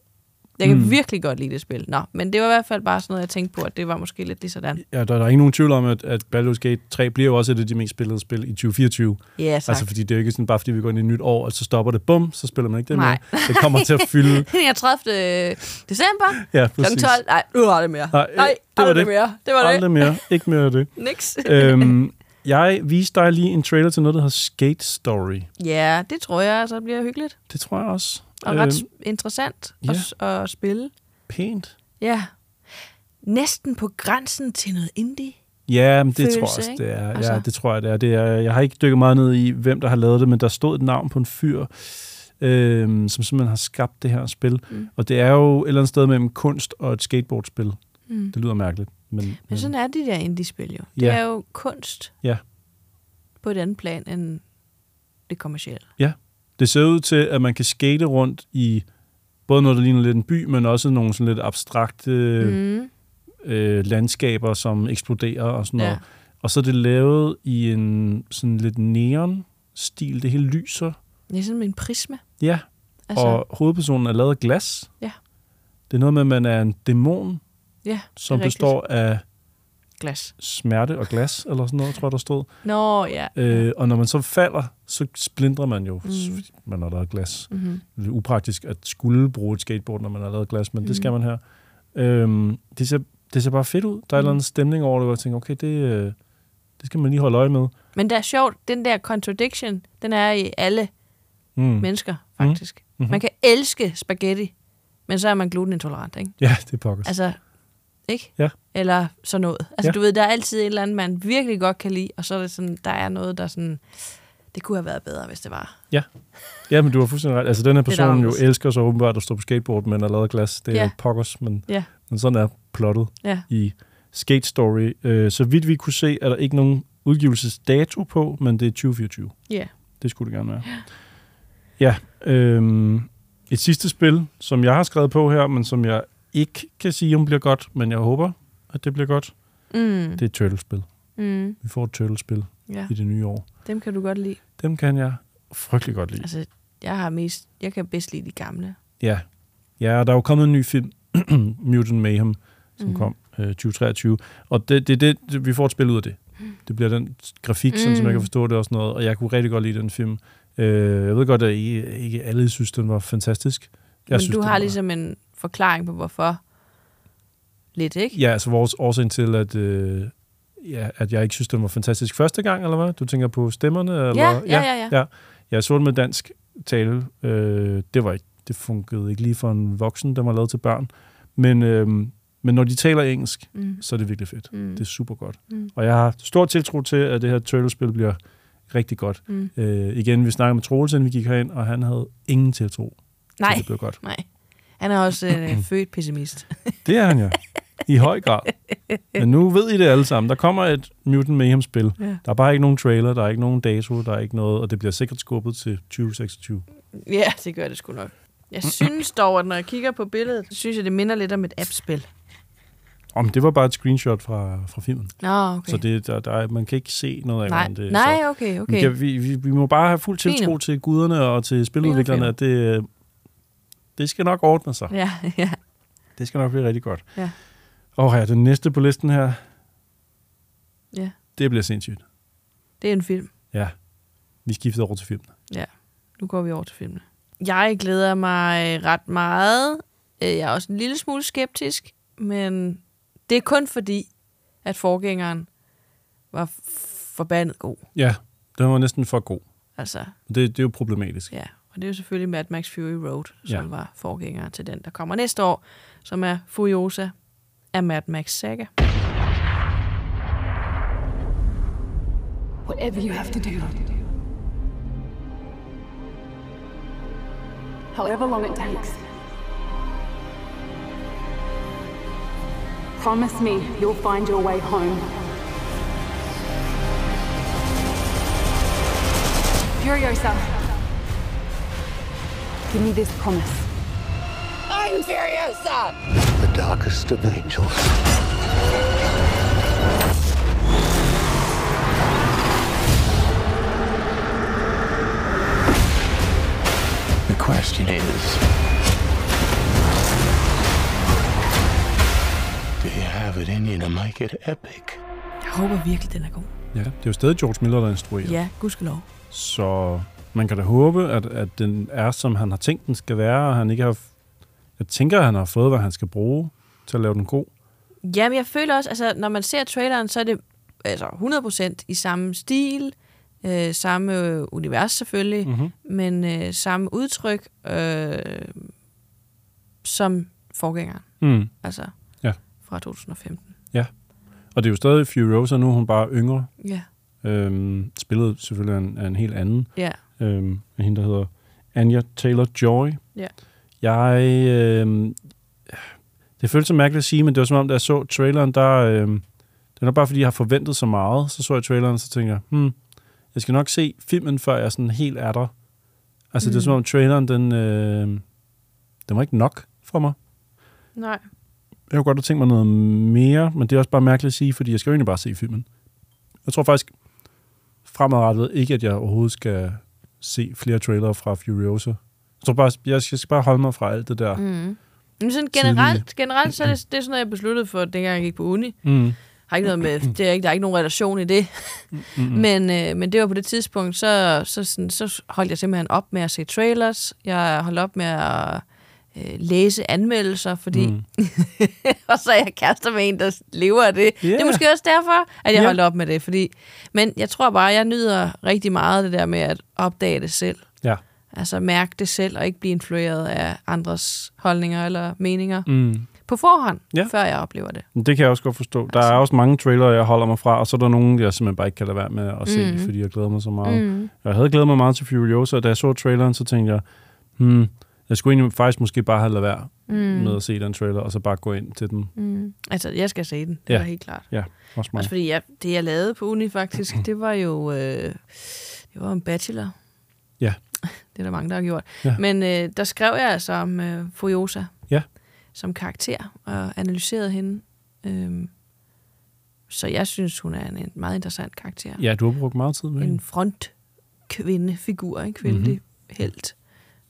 [SPEAKER 2] Jeg kan
[SPEAKER 3] Mm.
[SPEAKER 2] mm. virkelig godt lide det spil. Nå, men det var i hvert fald bare sådan noget, jeg tænkte på, at det var måske lidt lige sådan.
[SPEAKER 3] Ja, der, der er ingen nogen tvivl om, at, at Baldur's Gate 3 bliver jo også et af de mest spillede spil i 2024.
[SPEAKER 2] Ja, tak.
[SPEAKER 3] Altså, fordi det er jo ikke sådan, bare fordi vi går ind i et nyt år, og så stopper det, bum, så spiller man ikke det
[SPEAKER 2] Nej.
[SPEAKER 3] mere. Det kommer til at fylde.
[SPEAKER 2] Den er 30. december.
[SPEAKER 3] Ja,
[SPEAKER 2] Klokken
[SPEAKER 3] præcis.
[SPEAKER 2] 12. Nej, nu var det mere. Nej,
[SPEAKER 3] øh,
[SPEAKER 2] aldrig mere. Det var det.
[SPEAKER 3] Aldrig mere. Ikke mere af det.
[SPEAKER 2] Niks.
[SPEAKER 3] øhm, jeg viste dig lige en trailer til noget, der hedder Skate Story.
[SPEAKER 2] Ja, det tror jeg, så bliver hyggeligt.
[SPEAKER 3] Det tror jeg også.
[SPEAKER 2] Og ret interessant
[SPEAKER 3] Øhm. ja.
[SPEAKER 2] at, s- at spille.
[SPEAKER 3] Pænt.
[SPEAKER 2] Ja. Næsten på grænsen til noget indie.
[SPEAKER 3] Ja, men det tror jeg
[SPEAKER 2] følelse,
[SPEAKER 3] også,
[SPEAKER 2] ikke?
[SPEAKER 3] det er. Altså.
[SPEAKER 2] Altså.
[SPEAKER 3] Ja, det tror jeg, det er. det er. Jeg har ikke dykket meget ned i, hvem der har lavet det, men der stod et navn på en fyr, øhm, som simpelthen har skabt det her spil. Mm.
[SPEAKER 2] Mm.
[SPEAKER 3] Og det er jo et eller andet sted mellem kunst og et skateboardspil. Mm.
[SPEAKER 2] Mm.
[SPEAKER 3] Det lyder mærkeligt, men,
[SPEAKER 2] Men sådan er de der indie-spil jo. Det
[SPEAKER 3] Mm. Ja.
[SPEAKER 2] er jo kunst
[SPEAKER 3] ja.
[SPEAKER 2] på et andet plan end det kommercielle.
[SPEAKER 3] Ja, det ser ud til, at man kan skate rundt i både noget, der ligner lidt en by, men også nogle sådan lidt abstrakte mm.
[SPEAKER 2] Mm.
[SPEAKER 3] øh, landskaber, som eksploderer og sådan
[SPEAKER 2] Ja.
[SPEAKER 3] noget. Og så er det lavet i en sådan lidt neon-stil. Det hele lyser.
[SPEAKER 2] Ligesom med en prisme.
[SPEAKER 3] Ja, altså.
[SPEAKER 2] Altså-
[SPEAKER 3] og hovedpersonen er lavet af glas.
[SPEAKER 2] Ja.
[SPEAKER 3] Det er noget med, at man er en dæmon,
[SPEAKER 2] Ja, det er
[SPEAKER 3] som
[SPEAKER 2] rigtigt.
[SPEAKER 3] består af
[SPEAKER 2] Glas.
[SPEAKER 3] smerte og glas, eller sådan noget, tror jeg, der stod.
[SPEAKER 2] Nå, ja.
[SPEAKER 3] Øh, og når man så falder, så splindrer man jo, mm.
[SPEAKER 2] Mm.
[SPEAKER 3] fordi man har lavet glas.
[SPEAKER 2] Mhm.
[SPEAKER 3] Det er upraktisk at skulle bruge et skateboard, når man har lavet glas, men mm. det
[SPEAKER 2] Mm.
[SPEAKER 3] skal man her. Øhm, det, ser, det ser bare fedt ud. Der er mm. en eller anden stemning over det, hvor jeg tænker, okay, det, øh, det skal man lige holde øje med.
[SPEAKER 2] Men det er sjovt, den der contradiction, den er i alle
[SPEAKER 3] Mm.
[SPEAKER 2] mm. mennesker, faktisk. Mm.
[SPEAKER 3] Mhm.
[SPEAKER 2] Mm-hmm. Man kan elske spaghetti, men så er man glutenintolerant, ikke?
[SPEAKER 3] Ja, det er pokkers.
[SPEAKER 2] Altså, ikke?
[SPEAKER 3] Ja.
[SPEAKER 2] Eller sådan noget. Altså,
[SPEAKER 3] Ja.
[SPEAKER 2] ja. du ved, der er altid et eller andet, man virkelig godt kan lide, og så er det sådan, der er noget, der sådan, det kunne have været bedre, hvis det var.
[SPEAKER 3] Ja. ja, men du har fuldstændig ret. Altså, den her
[SPEAKER 2] Det er
[SPEAKER 3] person jo
[SPEAKER 2] anderledes.
[SPEAKER 3] elsker så åbenbart at stå på skateboard, men er lavet af glas. Det er
[SPEAKER 2] Ja.
[SPEAKER 3] ja. pokkers, men,
[SPEAKER 2] Ja.
[SPEAKER 3] men sådan er plottet
[SPEAKER 2] Ja.
[SPEAKER 3] i Skate Story. Øh, så vidt vi kunne se, er der ikke nogen udgivelsesdato på, men det er 2024.
[SPEAKER 2] Ja.
[SPEAKER 3] Det skulle det gerne være. Ja, øhm, et sidste spil, som jeg har skrevet på her, men som jeg ikke kan sige, om bliver godt, men jeg håber, at det bliver godt.
[SPEAKER 2] Mm.
[SPEAKER 3] Det er et turtlespil.
[SPEAKER 2] Mm.
[SPEAKER 3] Vi får et turtlespil
[SPEAKER 2] Ja.
[SPEAKER 3] i det nye år.
[SPEAKER 2] Dem kan du godt lide.
[SPEAKER 3] Dem kan jeg frygtelig godt lide.
[SPEAKER 2] Altså, jeg har mest, jeg kan bedst lide de gamle.
[SPEAKER 3] Ja. Ja, og der er jo kommet en ny film, Mutant Mayhem, som mm.
[SPEAKER 2] Mhm.
[SPEAKER 3] kom øh, 2023. Og det, det, det, det, vi får et spil ud af det. Det bliver den grafik, mm. sådan, som jeg kan
[SPEAKER 2] Mm.
[SPEAKER 3] forstå det og sådan noget. Og jeg kunne rigtig godt lide den film. Øh, jeg ved godt, at ikke, ikke alle synes, den var fantastisk. Jeg
[SPEAKER 2] Jeg Men
[SPEAKER 3] synes,
[SPEAKER 2] du ligesom
[SPEAKER 3] den
[SPEAKER 2] har
[SPEAKER 3] var-
[SPEAKER 2] ligesom en forklaring på, hvorfor lidt, ikke?
[SPEAKER 3] Ja, altså vores årsagen til, at, øh, ja, at jeg ikke synes, den var fantastisk første gang, eller hvad? Du tænker på stemmerne? Eller?
[SPEAKER 2] ja, ja, ja.
[SPEAKER 3] ja. Jeg så den med dansk tale. Øh, det var ikke, det fungerede ikke lige for en voksen, der var lavet til børn. Men, øh, men når de taler engelsk,
[SPEAKER 2] Mm.
[SPEAKER 3] mm. så er det virkelig fedt.
[SPEAKER 2] Mm.
[SPEAKER 3] Mm. Det er super godt.
[SPEAKER 2] Mm.
[SPEAKER 3] Mm. Og jeg har stor tiltro til, at det her Turtles-spil bliver rigtig godt.
[SPEAKER 2] Mm.
[SPEAKER 3] Mm. Øh, igen, vi snakkede med Troels, inden vi gik herind, og han havde ingen tiltro
[SPEAKER 2] Nej.
[SPEAKER 3] til, det blev godt.
[SPEAKER 2] Nej. Han er også øh, født pessimist.
[SPEAKER 3] Det er han ja. I høj grad. Men nu ved I det alle sammen. Der kommer et Mutant Mayhem-spil.
[SPEAKER 2] Ja.
[SPEAKER 3] Ja. Der er bare ikke nogen trailer, der er ikke nogen dato, der er ikke noget, og det bliver sikkert skubbet til 2026.
[SPEAKER 2] ja, det gør det sgu nok. Jeg synes dog, at når jeg kigger på billedet, så synes jeg, det minder lidt om et app-spil.
[SPEAKER 3] Om det var bare et screenshot fra, fra filmen.
[SPEAKER 2] Nå, okay.
[SPEAKER 3] Så det, der, der, er- man kan ikke se noget af
[SPEAKER 2] Nej.
[SPEAKER 3] andet. Det,
[SPEAKER 2] Nej,
[SPEAKER 3] så.
[SPEAKER 2] okay,
[SPEAKER 3] Men
[SPEAKER 2] okay.
[SPEAKER 3] ja, Vi, vi, vi, må bare have fuld
[SPEAKER 2] Fint.
[SPEAKER 3] tiltro til guderne og til spiludviklerne,
[SPEAKER 2] Fint,
[SPEAKER 3] at det, øh, det skal nok ordne sig.
[SPEAKER 2] Ja, ja.
[SPEAKER 3] Det skal nok blive rigtig godt.
[SPEAKER 2] Ja.
[SPEAKER 3] Og her, den næste på listen her,
[SPEAKER 2] Ja.
[SPEAKER 3] det bliver sindssygt.
[SPEAKER 2] Det er en film.
[SPEAKER 3] Ja. Vi skifter over til filmen.
[SPEAKER 2] Ja, nu går vi over til filmene. Jeg glæder mig ret meget. Øh, Jeg er også en lille smule skeptisk, men det er kun fordi, at forgængeren var f- forbandet god.
[SPEAKER 3] Ja, den var næsten for god.
[SPEAKER 2] Altså,
[SPEAKER 3] Det, det er jo problematisk.
[SPEAKER 2] ja. Og det er jo selvfølgelig Mad Max Fury Road, som
[SPEAKER 3] Ja.
[SPEAKER 2] ja. var forgængeren til den, der kommer næste år, som er Furiosa af Mad Max Saga.
[SPEAKER 20] Whatever you have to do. However long it takes. Promise me you'll find your way home. Furiosa, give me this promise.
[SPEAKER 10] I'm Furiosa!
[SPEAKER 5] The darkest of angels.
[SPEAKER 23] The question is
[SPEAKER 5] Do you have it in you to make it epic?
[SPEAKER 2] Jeg håber virkelig, den er god.
[SPEAKER 3] Ja, det er jo stadig George Miller, der instruerer.
[SPEAKER 2] Ja, gudskelov.
[SPEAKER 3] Så man kan da håbe, at, at den er, som han har tænkt, den skal være, og han ikke har... Jeg tænker, at han har fået, hvad han skal bruge til at lave den god.
[SPEAKER 2] Jamen, jeg føler også, altså, når man ser traileren, så er det altså, 100% i samme stil, øh, samme øh, univers selvfølgelig,
[SPEAKER 3] Mhm.
[SPEAKER 2] mm-hmm. men øh, samme udtryk øh, som forgængeren.
[SPEAKER 3] Mm.
[SPEAKER 2] Altså,
[SPEAKER 3] Ja.
[SPEAKER 2] fra 2015.
[SPEAKER 3] Ja. Og det er jo stadig Furiosa, nu er hun bare yngre.
[SPEAKER 2] Ja.
[SPEAKER 3] Øhm, spillet selvfølgelig er en, er en helt anden.
[SPEAKER 2] Ja.
[SPEAKER 3] Øhm, af hende, der hedder Anya Taylor-Joy.
[SPEAKER 2] Ja.
[SPEAKER 3] Jeg... Øh, det føltes så mærkeligt at sige, men det var som om, da jeg så traileren, der... Øh, det var bare, fordi jeg har forventet så meget. Så så jeg traileren, og så tænker jeg, hmm, jeg skal nok se filmen, før jeg sådan helt er der. Altså, mm. det er
[SPEAKER 2] Mm.
[SPEAKER 3] som om traileren, den, øh, den var ikke nok for mig.
[SPEAKER 2] Nej.
[SPEAKER 3] Jeg kunne godt have tænkt mig noget mere, men det er også bare mærkeligt at sige, fordi jeg skal jo egentlig bare se filmen. Jeg tror faktisk fremadrettet ikke, at jeg overhovedet skal se flere trailere fra Furiosa. Jeg tror bare, jeg skal bare holde mig fra alt det der.
[SPEAKER 2] Mm. Men sådan
[SPEAKER 3] Tidlige.
[SPEAKER 2] generelt, generelt så er det, det er sådan noget, jeg besluttede for, dengang jeg gik på uni.
[SPEAKER 3] Mm.
[SPEAKER 2] Har ikke noget med, det er ikke, der er ikke nogen relation i det.
[SPEAKER 3] Mm-mm.
[SPEAKER 2] Men, øh, men det var på det tidspunkt, så, så, sådan, så holdt jeg simpelthen op med at se trailers. Jeg holdt op med at øh, læse anmeldelser, fordi... Mm.
[SPEAKER 3] Mm.
[SPEAKER 2] og så er jeg kærester med en, der lever af det. Yeah. Det er måske også derfor, at
[SPEAKER 11] Ja.
[SPEAKER 2] jeg yeah. holdt op med det. Fordi, men jeg tror bare, jeg nyder rigtig meget det der med at opdage det selv.
[SPEAKER 3] Ja.
[SPEAKER 2] Altså mærke det selv, og ikke blive influeret af andres holdninger eller meninger
[SPEAKER 3] Mm.
[SPEAKER 2] på forhånd, yeah. før jeg oplever det.
[SPEAKER 3] Men Det kan jeg også godt forstå. Der er også mange trailere, jeg holder mig fra, og så er der nogle, jeg simpelthen bare ikke kan lade være med at se,
[SPEAKER 2] Mm.
[SPEAKER 3] mm. fordi jeg glæder mig så meget.
[SPEAKER 2] Mm.
[SPEAKER 3] Mm. Jeg havde glædet mig meget til Furiosa, og da jeg så traileren, så tænkte jeg, hmm, jeg skulle egentlig faktisk måske bare have ladet være
[SPEAKER 2] Mm.
[SPEAKER 3] mm. med at se den trailer, og så bare gå ind til den.
[SPEAKER 2] Mm. Altså, jeg skal se den. Det
[SPEAKER 3] Ja.
[SPEAKER 2] var helt klart.
[SPEAKER 3] Ja, også mig.
[SPEAKER 2] Også fordi jeg, det, jeg lavede på uni faktisk, det var jo øh, det var en bachelor.
[SPEAKER 3] Ja.
[SPEAKER 2] Det er der mange, der har gjort. Ja.
[SPEAKER 3] Ja.
[SPEAKER 2] Men øh, der skrev jeg altså om øh, Furiosa
[SPEAKER 3] Ja.
[SPEAKER 2] som karakter og analyserede hende. Øhm, så jeg synes, hun er en, en meget interessant karakter.
[SPEAKER 3] Ja, du har brugt meget tid med
[SPEAKER 2] En
[SPEAKER 3] hende.
[SPEAKER 2] frontkvindefigur, en kvindelig mm-hmm. held.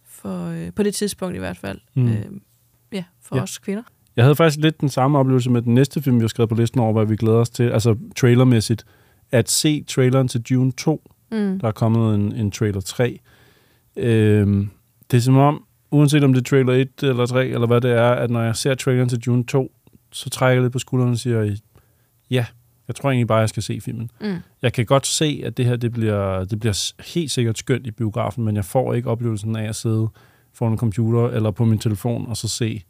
[SPEAKER 2] For, øh, på det tidspunkt i hvert fald. Mm.
[SPEAKER 3] Mm.
[SPEAKER 2] Øh, ja, for ja.
[SPEAKER 3] Ja.
[SPEAKER 2] os kvinder.
[SPEAKER 3] Jeg havde faktisk lidt den samme oplevelse med den næste film, vi har skrevet på listen over, hvad vi glæder os til, altså trailermæssigt. At se traileren til Dune 2,
[SPEAKER 2] Mm.
[SPEAKER 3] der er kommet en, en trailer 3. Øhm, det er som om, uanset om det er trailer 1 eller 3, eller hvad det er, at når jeg ser traileren til Dune 2, så trækker jeg lidt på skulderen og siger, ja, jeg tror egentlig bare, jeg skal se filmen.
[SPEAKER 2] Mm.
[SPEAKER 3] Jeg kan godt se, at det her det bliver, det bliver s- helt sikkert skønt i biografen, men jeg får ikke oplevelsen af at sidde foran en computer eller på min telefon og så se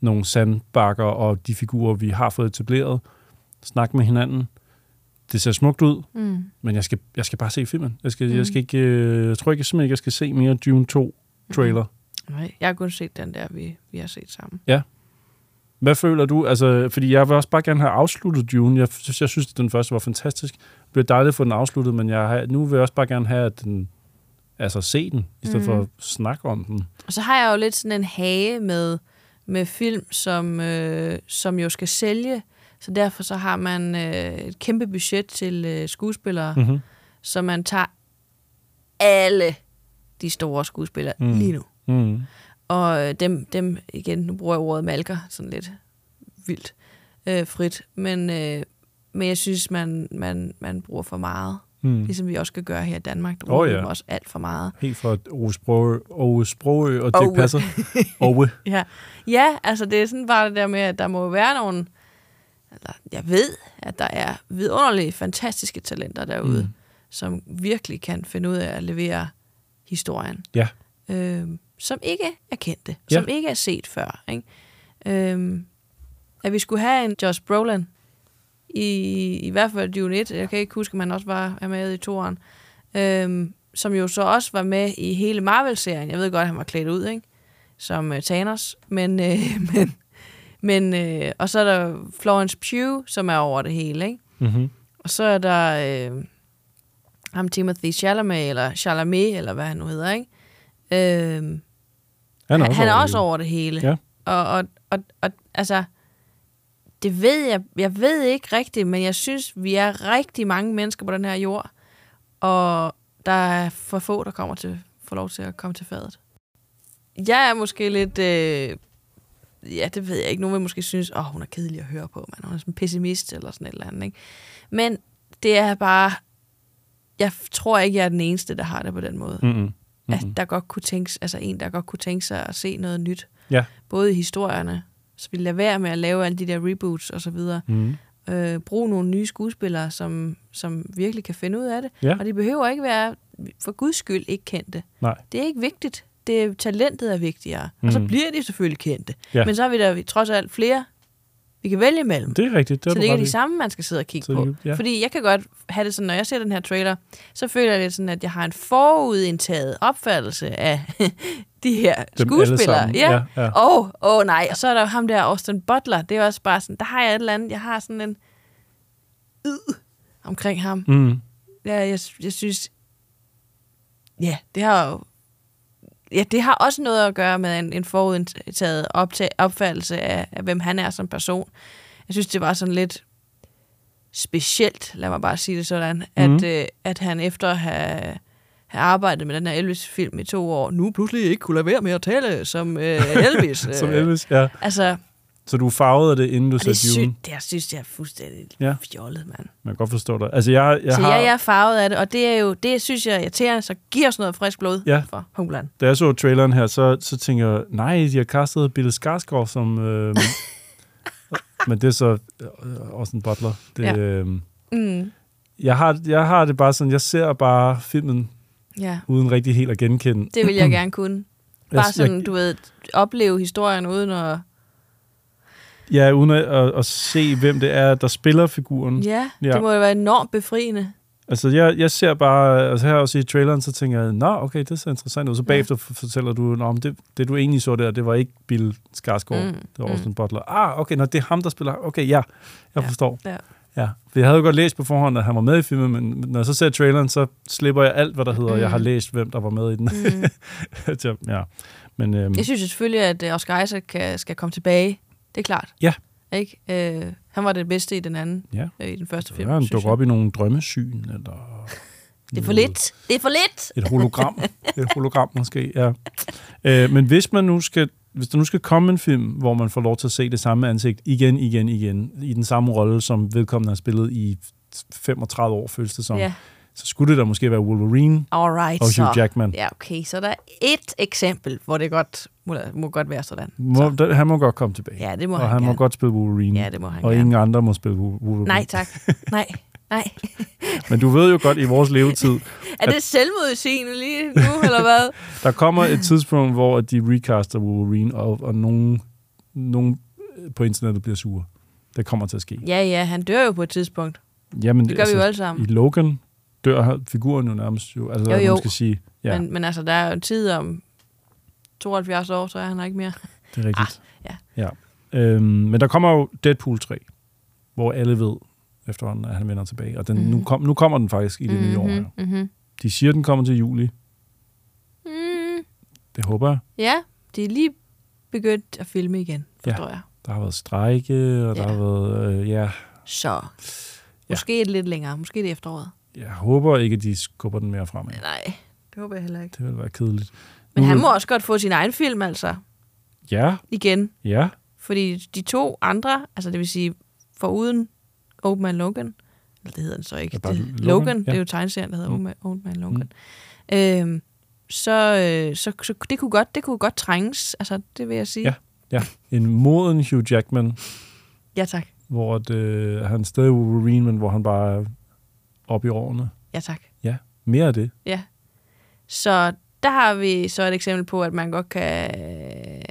[SPEAKER 3] nogle sandbakker og de figurer, vi har fået etableret, snakke med hinanden. Det ser smukt ud,
[SPEAKER 2] Mm.
[SPEAKER 3] men jeg skal, jeg skal bare se filmen. Jeg, skal, mm.
[SPEAKER 2] Mm.
[SPEAKER 3] jeg, skal ikke, øh, jeg tror ikke, jeg simpelthen ikke, jeg skal se mere Dune 2-trailer.
[SPEAKER 2] Nej, jeg har kun set den der, vi, vi har set sammen.
[SPEAKER 3] Ja. Hvad føler du? Altså, fordi jeg vil også bare gerne have afsluttet Dune. Jeg, synes- jeg synes, at den første var fantastisk. Det blev dejligt at få den afsluttet, men jeg har, nu vil jeg også bare gerne have, at den, altså se den, i stedet mm.
[SPEAKER 2] Mm.
[SPEAKER 3] for at snakke om den.
[SPEAKER 2] Og så har jeg jo lidt sådan en hage med, med film, som, øh, som jo skal sælge. Så derfor så har man øh, et kæmpe budget til øh, skuespillere,
[SPEAKER 3] Mhm.
[SPEAKER 2] så man tager alle de store skuespillere mm. lige nu.
[SPEAKER 3] Mm.
[SPEAKER 2] Og øh, dem, dem, igen, nu bruger jeg ordet malker, sådan lidt vildt øh, frit. Men, øh, men jeg synes, man, man, man bruger for meget.
[SPEAKER 3] Mm.
[SPEAKER 2] Ligesom vi også skal gøre her i Danmark. Der
[SPEAKER 3] Åh,
[SPEAKER 2] bruger oh,
[SPEAKER 3] ja.
[SPEAKER 2] ja. også alt for meget.
[SPEAKER 3] Helt fra Ove Sprogø, Ove Sprogø og Dirk
[SPEAKER 2] Ove.
[SPEAKER 3] Passer. Ove.
[SPEAKER 2] Ja. ja, altså det er sådan bare det der med, at der må være nogle... Eller jeg ved, at der er vidunderlige, fantastiske talenter derude,
[SPEAKER 3] Mm.
[SPEAKER 2] mm. som virkelig kan finde ud af at levere historien.
[SPEAKER 3] Ja.
[SPEAKER 2] Øhm, som ikke er kendte,
[SPEAKER 3] Ja.
[SPEAKER 2] ja. som ikke er set før. Ikke? Øhm, at vi skulle have en Josh Brolin, i, i hvert fald Dune 1, jeg kan ikke huske, om han også var er med i toeren, øhm, som jo så også var med i hele Marvel-serien. Jeg ved godt, at han var klædt ud, ikke? Som øh, Thanos, men... Øh, men men, øh, og så er der Florence Pugh, som er over det hele, ikke?
[SPEAKER 3] Mm-hmm.
[SPEAKER 2] Og så er der øh, ham Timothy Chalamet, eller Chalamet, eller hvad han nu hedder, ikke? Øh,
[SPEAKER 3] Han er også
[SPEAKER 2] han er
[SPEAKER 3] over det
[SPEAKER 2] også
[SPEAKER 3] hele.
[SPEAKER 2] over det hele.
[SPEAKER 3] Ja.
[SPEAKER 2] Og, og, og, og altså, det ved jeg, jeg ved ikke rigtigt, men jeg synes, vi er rigtig mange mennesker på den her jord, og der er for få, der kommer til, får lov til at komme til fadet. Jeg er måske lidt... Øh, ja, det ved jeg ikke. Nogen vil måske synes, åh, oh, hun er kedelig at høre på, man. Hun er sådan en pessimist eller sådan et eller andet, ikke? Men det er bare... Jeg tror ikke, jeg er den eneste, der har det på den måde.
[SPEAKER 3] Mm-mm. Mm-mm.
[SPEAKER 2] At
[SPEAKER 3] Mhm.
[SPEAKER 2] der godt kunne tænkes, altså en, der godt kunne tænke sig at se noget nyt.
[SPEAKER 3] Ja.
[SPEAKER 2] Både i historierne, så vi lader være med at lave alle de der reboots og så videre.
[SPEAKER 3] Mhm.
[SPEAKER 2] Øh, brug nogle nye skuespillere, som, som virkelig kan finde ud af det.
[SPEAKER 3] Ja.
[SPEAKER 2] Og de behøver ikke være, for guds skyld, ikke kendte.
[SPEAKER 3] Nej.
[SPEAKER 2] Det er ikke vigtigt. Det er, talentet er vigtigere. Mm. Og så
[SPEAKER 3] Mhm.
[SPEAKER 2] bliver de selvfølgelig kendte.
[SPEAKER 3] Ja.
[SPEAKER 2] Ja. Men så har vi der trods alt flere, vi kan vælge imellem.
[SPEAKER 3] Det er rigtigt.
[SPEAKER 2] så
[SPEAKER 3] Det har
[SPEAKER 2] det
[SPEAKER 3] du
[SPEAKER 2] ikke er
[SPEAKER 3] ret i.
[SPEAKER 2] de samme, man skal sidde og kigge
[SPEAKER 3] Så
[SPEAKER 2] så,
[SPEAKER 3] det-
[SPEAKER 2] på.
[SPEAKER 3] ja.
[SPEAKER 2] Ja. Fordi jeg kan godt have det sådan, når jeg ser den her trailer, så føler jeg lidt sådan, at jeg har en forudindtaget opfattelse af de her
[SPEAKER 3] alle
[SPEAKER 2] skuespillere.
[SPEAKER 3] sammen.
[SPEAKER 2] Ja.
[SPEAKER 3] Ja, ja.
[SPEAKER 2] Åh, oh, oh, nej. Og så er der jo ham der, Austin Butler. Det er også bare sådan, der har jeg et eller andet. Jeg har sådan en yd omkring ham.
[SPEAKER 3] Mm.
[SPEAKER 2] Ja, jeg, jeg synes... Ja, det har jo... Ja, det har også noget at gøre med en, en forudindtaget optag, opfattelse af, af, hvem han er som person. Jeg synes, det var sådan lidt specielt, lad mig bare sige det sådan, at,
[SPEAKER 11] Mhm.
[SPEAKER 2] øh, at han efter at have, have arbejdet med den her Elvis-film i to år, nu pludselig ikke kunne lade være med at tale som øh, Elvis.
[SPEAKER 3] Som
[SPEAKER 2] øh.
[SPEAKER 3] Elvis, ja.
[SPEAKER 2] Altså,
[SPEAKER 3] Så du farvede det, inden du
[SPEAKER 2] og
[SPEAKER 3] så
[SPEAKER 2] det, sy-
[SPEAKER 3] Dune?
[SPEAKER 2] det jeg synes jeg er fuldstændig
[SPEAKER 3] Ja.
[SPEAKER 2] fjollet, mand.
[SPEAKER 3] Man kan godt forstå dig. Altså, jeg, jeg
[SPEAKER 2] så
[SPEAKER 3] har...
[SPEAKER 2] ja, jeg er farvet af det, og det er jo, det synes jeg er irriterende, så giv os noget frisk blod
[SPEAKER 3] Ja.
[SPEAKER 2] for Homeland.
[SPEAKER 3] da jeg så traileren her, så, så tænker jeg, nej, de har castet Bill Skarsgård som... Øh, men det er så øh, Austin Butler. Det, ja.
[SPEAKER 2] Ja.
[SPEAKER 3] øh,
[SPEAKER 2] Mm.
[SPEAKER 3] jeg, har, jeg har det bare sådan, jeg ser bare filmen
[SPEAKER 2] Ja.
[SPEAKER 3] uden rigtig helt at genkende.
[SPEAKER 2] Det vil jeg gerne kunne.
[SPEAKER 3] Mm. Jeg-
[SPEAKER 2] Bare sådan,
[SPEAKER 3] jeg-
[SPEAKER 2] du ved, opleve historien uden at...
[SPEAKER 3] Ja, uden at, at, at se, hvem det er, der spiller figuren.
[SPEAKER 2] Ja, ja. det må jo være enormt befriende.
[SPEAKER 3] Altså, jeg, jeg ser bare, altså her også i traileren, så tænker jeg, nå, okay, det ser interessant ud. Så bagefter ja. fortæller du, nå, men det, det du egentlig så der, det var ikke Bill Skarsgård, mm.
[SPEAKER 2] Mm,
[SPEAKER 3] det var
[SPEAKER 2] mm.
[SPEAKER 3] Austin Butler. Ah, okay, nå, det er ham, der spiller. Okay, ja, jeg ja. forstår.
[SPEAKER 2] Ja.
[SPEAKER 3] Ja, for jeg havde jo godt læst på forhånd, at han var med i filmen, men når jeg så ser traileren, så slipper jeg alt, hvad der hedder, mm.
[SPEAKER 2] Mm.
[SPEAKER 3] jeg har læst, hvem der var med i den. Mm. ja, men øhm,
[SPEAKER 2] Jeg synes jo selvfølgelig, at øh, Oscar Isaac kan, skal komme tilbage. Det er klart.
[SPEAKER 3] Ja.
[SPEAKER 2] Ikke? Øh, han var det bedste i den anden,
[SPEAKER 3] Ja.
[SPEAKER 2] øh, i den første film.
[SPEAKER 3] ja, han
[SPEAKER 2] synes
[SPEAKER 3] dukker
[SPEAKER 2] jeg.
[SPEAKER 3] op i nogle drømmesyn, eller
[SPEAKER 2] Det er for lidt. Det er for lidt.
[SPEAKER 3] et hologram. et hologram måske, ja. Øh, men hvis man nu skal hvis der nu skal komme en film, hvor man får lov til at se det samme ansigt igen, igen, igen, i den samme rolle, som vedkommende har spillet i 35 år, føles det som,
[SPEAKER 2] Ja.
[SPEAKER 3] så skulle det da måske være Wolverine
[SPEAKER 2] Alright,
[SPEAKER 3] og Hugh
[SPEAKER 2] så.
[SPEAKER 3] Jackman.
[SPEAKER 2] Ja, okay. Så der er et eksempel, hvor det godt må, må godt være sådan.
[SPEAKER 3] Må, der, han må godt komme tilbage.
[SPEAKER 2] Ja, det må
[SPEAKER 3] og
[SPEAKER 2] han
[SPEAKER 3] han må
[SPEAKER 2] gerne.
[SPEAKER 3] godt spille Wolverine.
[SPEAKER 2] Ja, det må han
[SPEAKER 3] Og
[SPEAKER 2] gerne.
[SPEAKER 3] ingen andre må spille Wo- Wolverine.
[SPEAKER 2] Nej, tak. Nej, nej.
[SPEAKER 3] Men du ved jo godt i vores levetid,
[SPEAKER 2] Er det selvmodsigende lige nu, eller hvad?
[SPEAKER 3] der kommer et tidspunkt, hvor at de recaster Wolverine, og, og nogen, nogen på internettet bliver sure. Det kommer til at ske.
[SPEAKER 2] Ja, ja, han dør jo på et tidspunkt.
[SPEAKER 3] Jamen, altså,
[SPEAKER 2] Det gør vi jo alle sammen.
[SPEAKER 3] I Logan dør han- figuren jo nærmest jo. Altså,
[SPEAKER 2] Jo,
[SPEAKER 3] jo, jo.
[SPEAKER 2] jo.
[SPEAKER 3] Man skal sige, ja,
[SPEAKER 2] Ja.
[SPEAKER 3] Men,
[SPEAKER 2] Men, men altså, der er jo en tid om 72 år, så er han her ikke mere.
[SPEAKER 3] det er rigtigt.
[SPEAKER 2] Ah,
[SPEAKER 3] ja. ja. Øhm, men der kommer jo Deadpool 3, hvor alle ved efterhånden, at han vender tilbage. Og den, mm-hmm.
[SPEAKER 2] Mhm.
[SPEAKER 3] nu, kom, nu kommer den faktisk i det mm-hmm. nye år. her.
[SPEAKER 2] Mm-hmm.
[SPEAKER 3] De siger, den kommer til juli.
[SPEAKER 2] Mm,
[SPEAKER 3] Det håber jeg.
[SPEAKER 2] ja, de er lige begyndt at filme igen, forstår ja. jeg.
[SPEAKER 3] Der har været strejke, og ja. der har været... Øh, ja,
[SPEAKER 2] Så måske ja. lidt længere, måske det efteråret.
[SPEAKER 3] jeg håber ikke, at de skubber den mere fremad.
[SPEAKER 2] Nej, det håber jeg heller ikke.
[SPEAKER 3] Det ville være kedeligt.
[SPEAKER 2] Men
[SPEAKER 3] Nu-
[SPEAKER 2] han må også godt få sin egen film, altså,
[SPEAKER 3] Ja,
[SPEAKER 2] igen.
[SPEAKER 3] ja.
[SPEAKER 2] Fordi de to andre, altså det vil sige foruden Old Man Logan, eller det hedder den så ikke,
[SPEAKER 3] bare
[SPEAKER 2] det,
[SPEAKER 3] Logan,
[SPEAKER 2] Logan, Logan
[SPEAKER 3] ja.
[SPEAKER 2] det er jo tegneserien, der hedder
[SPEAKER 3] Mm.
[SPEAKER 2] Old Man, Old Man Logan. Mm. Øhm, så, øh, så, så det kunne godt det kunne godt trænges, altså det vil jeg sige.
[SPEAKER 3] Ja, ja. En moden Hugh Jackman,
[SPEAKER 2] ja tak.
[SPEAKER 3] hvor at, øh, han er stadig er Wolverine, men hvor han bare er oppe i årene.
[SPEAKER 2] Ja tak.
[SPEAKER 3] Ja, mere af det.
[SPEAKER 2] Ja. Så der har vi så et eksempel på, at man godt kan øh,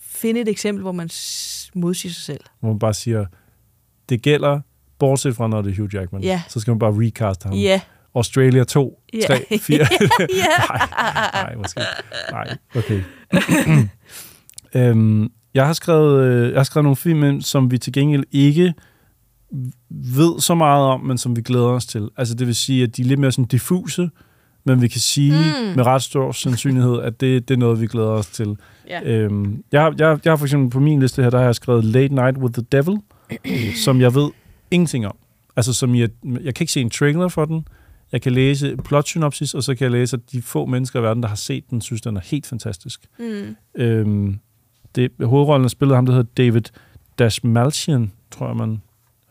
[SPEAKER 2] finde et eksempel, hvor man s- modsiger sig selv.
[SPEAKER 3] Hvor man bare siger, det gælder, bortset fra når det er Hugh Jackman.
[SPEAKER 2] Ja.
[SPEAKER 3] Så skal man bare recast ham.
[SPEAKER 2] Ja.
[SPEAKER 3] Australia 2,
[SPEAKER 2] Ja.
[SPEAKER 3] 3, 4.
[SPEAKER 2] Ja.
[SPEAKER 3] nej, nej, måske. Nej, okay. øhm, jeg, har skrevet, øh, jeg har skrevet nogle film, ind, som vi til gengæld ikke ved så meget om, men som vi glæder os til. Altså det vil sige, at de er lidt mere sådan diffuse, men vi kan sige mm.
[SPEAKER 2] Mm.
[SPEAKER 3] med ret stor sandsynlighed, at det, det er noget, vi glæder os til.
[SPEAKER 2] Ja.
[SPEAKER 3] Øhm, jeg, har- jeg, har- jeg har for eksempel på min liste her, der har jeg skrevet Late Night with the Devil, som jeg ved ingenting om. Altså som jeg, jeg kan ikke se en trailer for den, jeg kan læse plot-synopsis, og så kan jeg læse, at de få mennesker i verden, der har set den, synes, den er helt fantastisk.
[SPEAKER 2] Mm.
[SPEAKER 3] Øhm, det, hovedrollen er spillet af ham, der hedder David Dasmalchian, tror jeg, man,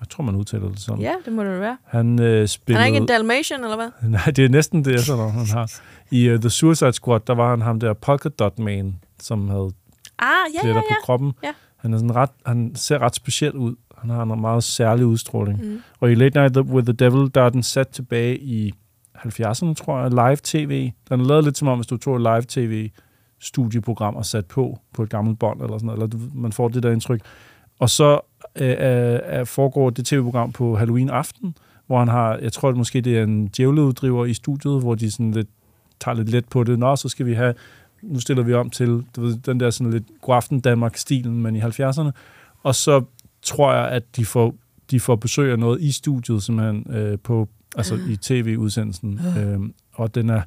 [SPEAKER 3] jeg tror, man udtaler det sådan.
[SPEAKER 2] Ja, det må det jo være.
[SPEAKER 3] Han øh, spillede...
[SPEAKER 2] Han er ikke en Dalmatian, eller hvad?
[SPEAKER 3] Nej, det er næsten det, jeg sådan, han har. I uh, The Suicide Squad, der var han ham der Pocket Dot Man, som havde
[SPEAKER 2] Ah, ja, ja,
[SPEAKER 3] pletter
[SPEAKER 2] ja.
[SPEAKER 3] på kroppen.
[SPEAKER 2] Ja.
[SPEAKER 3] Han, er sådan ret, han ser ret speciel ud. Han har en meget særlig udstråling. Mm.
[SPEAKER 2] Mm.
[SPEAKER 3] Og i Late Night with the Devil, der er den sat tilbage i 70'erne, tror jeg, live-tv. Den er lavet lidt som om, hvis du tog et live-tv studieprogram og sat på på et gammelt bånd eller sådan noget, eller du- man får det der indtryk. Og så øh, øh, er- foregår det tv-program på Halloween aften, hvor han har, jeg tror det måske det er en djævleuddriver i studiet, hvor de sådan lidt, tager lidt let på det. Nå, så skal vi have, nu stiller vi om til du ved, den der sådan lidt godaften Danmark-stilen, men i 70'erne. Og så tror jeg, at de får, de får besøg af noget i studiet, simpelthen øh, på, altså i tv-udsendelsen.
[SPEAKER 2] Ah.
[SPEAKER 3] Øh, og den er